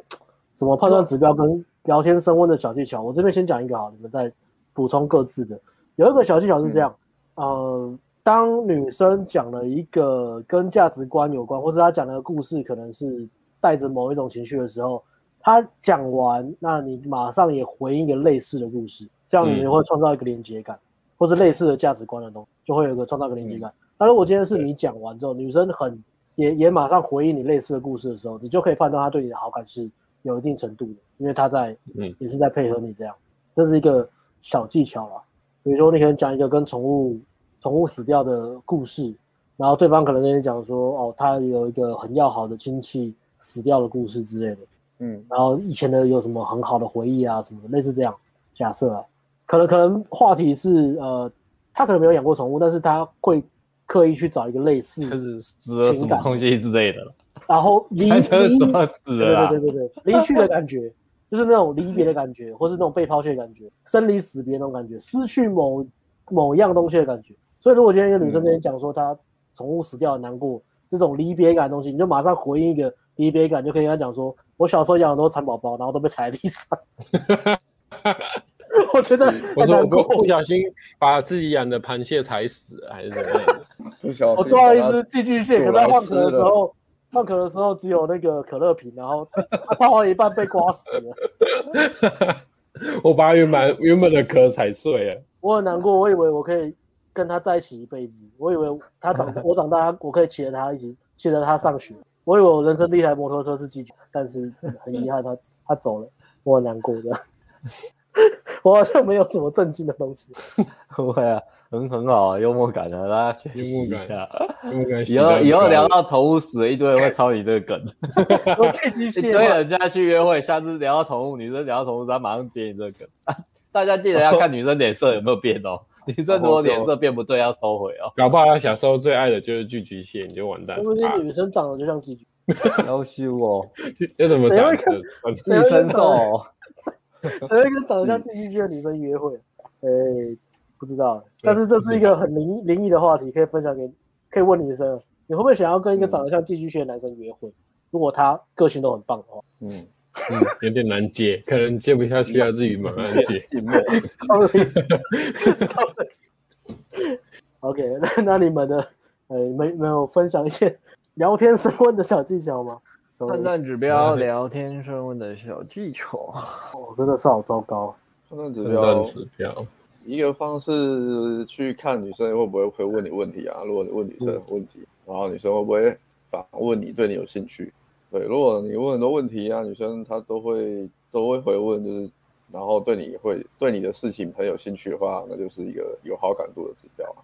怎么判断指标跟聊天升温的小技巧。我这边先讲一个好，你们再补充各自的。有一个小技巧是这样，呃，当女生讲了一个跟价值观有关，或是她讲的故事可能是带着某一种情绪的时候，她讲完，那你马上也回应一个类似的故事，这样你们嗯会创造一个连接感，或是类似的价值观的东西，就会有一个创造一个连接感。那如果今天是你讲完之后，女生很也也马上回应你类似的故事的时候，你就可以判断她对你的好感是有一定程度的，因为她在嗯也是在配合你这样，这是一个小技巧啦。比如说你可能讲一个跟宠物宠物死掉的故事，然后对方可能跟你讲说，哦，他有一个很要好的亲戚死掉的故事之类的，嗯，然后以前的有什么很好的回忆啊什么的，类似这样假设啊，可能可能话题是呃，他可能没有养过宠物，但是他会刻意去找一个类似，就是死了什情么感东西 (laughs) 之类的了，然后 (laughs) 离他就是离怎么死对啊了啦对，对对对，离去的感觉，就是那种离别的感觉，或是那种被抛弃的感觉，生离死别那种感觉，失去某某样东西的感觉。所以，如果今天一个女生跟你讲说她宠物死掉很难过，这种离别感的东西，你就马上回应一个离别感，就可以跟她讲说：“我小时候养很多蚕宝宝，然后都被踩在地上。”我觉得我很说难我过不，不小心把自己养的螃蟹踩死了，还是怎么样？不小我心抓哦啊到一把它只寄居蟹，可是煮它来换吃壳的时了候，换壳的时候只有那个可乐瓶，然后它泡到一半被刮死了。我把原本原本的壳踩碎了，我很难过，我以为我可以跟他在一起一辈子，我以为他长我长大，我可以骑着他一起骑着他上学，我以为我人生第一台摩托车是寄居，但是很遗憾他他走了，我很难过的。 (laughs) 我好像没有什么正经的东西，不会啊，很很好啊，幽默感的，大家学习一幽默 (laughs) 下。有没有关系以后以后聊到到宠物死了，一堆人会抄你这个梗，我寄居一 (laughs) 蟹堆嘛，人家去约会，下次聊到宠物，女生聊到宠物，他马上接你这个 (laughs) 梗。大家记得要看女生脸色有没有变 (laughs) 哦，女生如果脸色变不对，要收回哦。搞不好他小时候最爱的就是巨巨蟹，你就完蛋啊说不了。定女生长得就像寄居， (laughs) 要羞哦，要怎么谁长会的？谁女会生跟长瘦得哦， (laughs) 谁会跟长得像寄居蟹的女生约会？哎，不知道，但是这是一个很灵灵异的话题，可以分享给，可以问女生，你会不会想要跟一个长得像寄居蟹的男生约会？嗯如果他个性都很棒的 (laughs) 话，嗯 (laughs) 嗯，有点难接，可能接不下去，要自己慢慢接。寂寞， OK，那那你们的呃，没没有分享一些聊天升温的小技巧吗？手判断指标，聊天升温的小技巧。哦，真的是好糟糕。判断指判标断指标，一个方式去看女生会不会会问你问题啊？如果你问女生问题，然后女生会不会反问你，对你有兴趣？对，如果你问很多问题啊，女生她都会都会回问，就是然后对你会对你的事情很有兴趣的话，那就是一个有好感度的指标啊。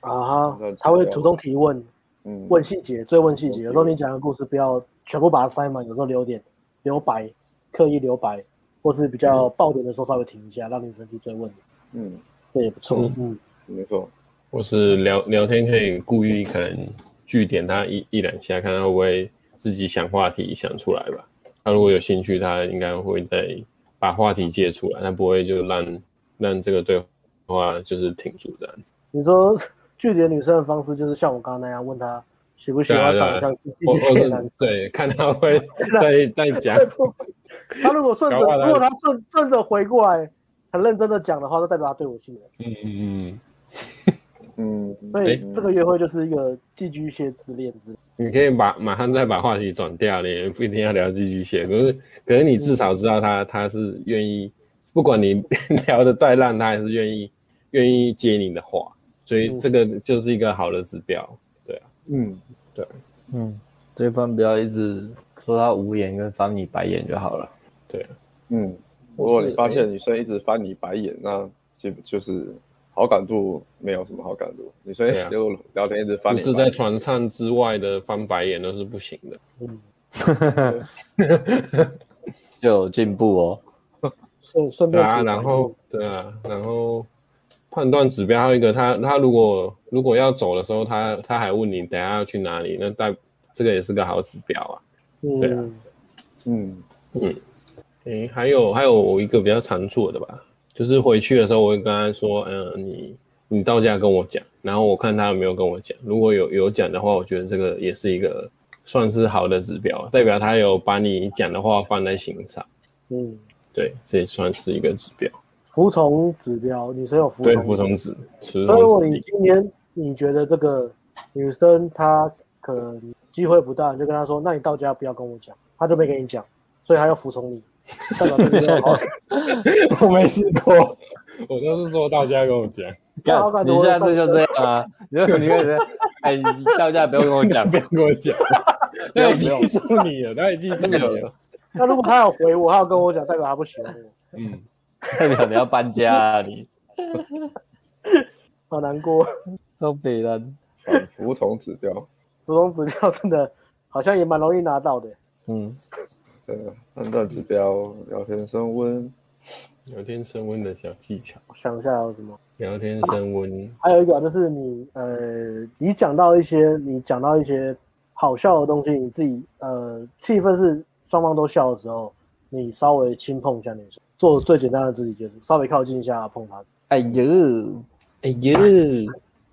啊哈那，他会主动提问，嗯，问细节，追问细节。嗯有时候你讲的故事不要全部把它塞满，有时候留点留白，刻意留白，或是比嗯较爆点的时候稍微停一下，让女生去追问你，嗯，这也不错。嗯嗯，没错，或是聊聊天可以故意可能据点他一一两下，看他会不会自己想话题想出来吧。他如果有兴趣，他应该会再把话题借出来，他不会就让让这个对话就是停住这样子。你说 (laughs) 拒绝女生的方式就是像我刚刚那样问她喜不喜对啊欢对啊长得像寄或居或蟹的是男生。对，看他会再再 (laughs) 讲。他如果顺着，搞不好他如果他顺顺着回过来，很认真的讲的话，就代表他对我信任。嗯哎嗯嗯，嗯，所以嗯这个约会就是一个寄居蟹之恋之类。你可以把马上再把话题转掉了，也不一定要聊寄居蟹。可是可是你至少知道他他是愿意，不管你 (laughs) 聊的再烂，他还是愿意愿意接你的话，所以这个就是一个好的指标。嗯，嗯， (laughs) 对方不要一直说他无言跟翻你白眼就好了。嗯，如我是果你发现女生一直翻你白眼，那就就是好感度没有什么好感度。女生对啊就聊天一直翻不你白眼，是在床上之外的翻白眼都是不行的。嗯，就有进步哦。哦顺顺 (laughs) 对便啊，提然后对啊，然后判断指标还有一个，他他如果如果要走的时候，他他还问你等一下要去哪里，那代这个也是个好指标啊。对啊嗯，嗯，诶，还有还有我一个比较常做的吧，就是回去的时候我会跟他说，嗯、你你到家跟我讲，然后我看他有没有跟我讲，如果有有讲的话，我觉得这个也是一个算是好的指标，代表他有把你讲的话放在心上，嗯，对，这也算是一个指标，服从指标，女生有服从，对，服从指，服所以如从果指你令，今天你觉得这个女生她可能机会不大，你就跟她说，那你到家不要跟我讲，她就没跟你讲，所以她要服从你。代表这个人好我没试 (laughs) 过，我都是说大家跟我 (laughs) 讲，干我感觉你我下在次就这样啊？ (laughs) 你就你会觉得，哎，你到 (laughs) 家不要跟我讲，不要跟我讲，不要他已不 (laughs) 要经记住你了，他已经记住你了，那如果她有回我，她有跟我讲，代表她不喜欢我，嗯，代表你要搬家啊，你好难过。 (laughs) 都北人。反服从指标，服从指标真的好像也蛮容易拿到的。嗯，真的判断指标，聊天升温，聊天升温的小技巧，我想一下还有什么？聊天升温，还呃有一个就是你呃，你讲到一些你讲到一些好笑的东西，你自己呃气氛是双方都笑的时候，你稍微轻碰一下女生，做最简单的肢体接触，稍微靠近一下碰她，哎呦，哎呦，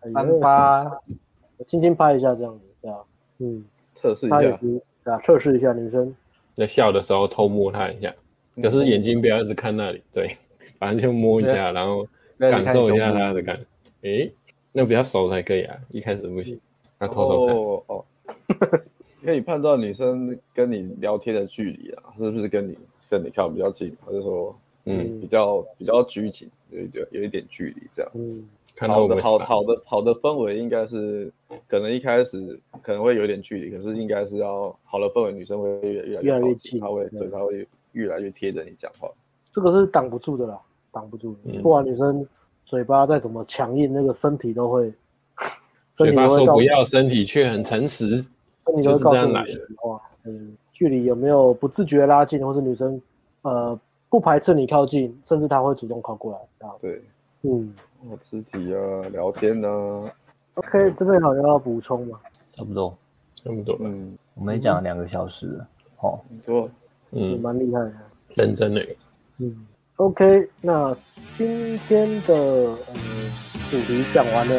哎三嗯八，轻轻拍一下这样子，对啊，嗯，测试一她也下，是对啊，测试一下女生，在笑的时候偷摸他一下，嗯可是眼睛不要一直看那里，对，反正就摸一啊下，然后。那你感看受一胸下部他的感，诶，那比较熟才可以啊，一开始不行，他偷偷看，哦哦， (laughs) 可以判断女生跟你聊天的距离啊，是不是跟你跟你靠比较近，还是说嗯，比较比较拘谨，有一点有一点距离这样。嗯，看到好我的们好好的好的氛围应该是，可能一开始可能会有点距离，可是应该是要好的氛围，女生会越越来越来越靠近她会对对她会越来越贴着你讲话。这个是挡不住的啦，挡不住的，嗯不管女生嘴巴再怎么强硬，那个身体都会， (laughs) 身嘴体巴都会说告不诉要，身体却很诚实，身体都会就是告诉这样你来的实话。嗯，距离有没有不自觉拉近，或是女生呃不排斥你靠近，甚至她会主动靠过来啊。对，嗯哦，肢体啊，聊天啊， ，OK，这边好像要补充嘛。差不多，差不多，嗯，我们也讲了两个小时了，哦，你说也嗯，蛮厉害的。认真的，嗯，OK，那今天的呃主题讲完了，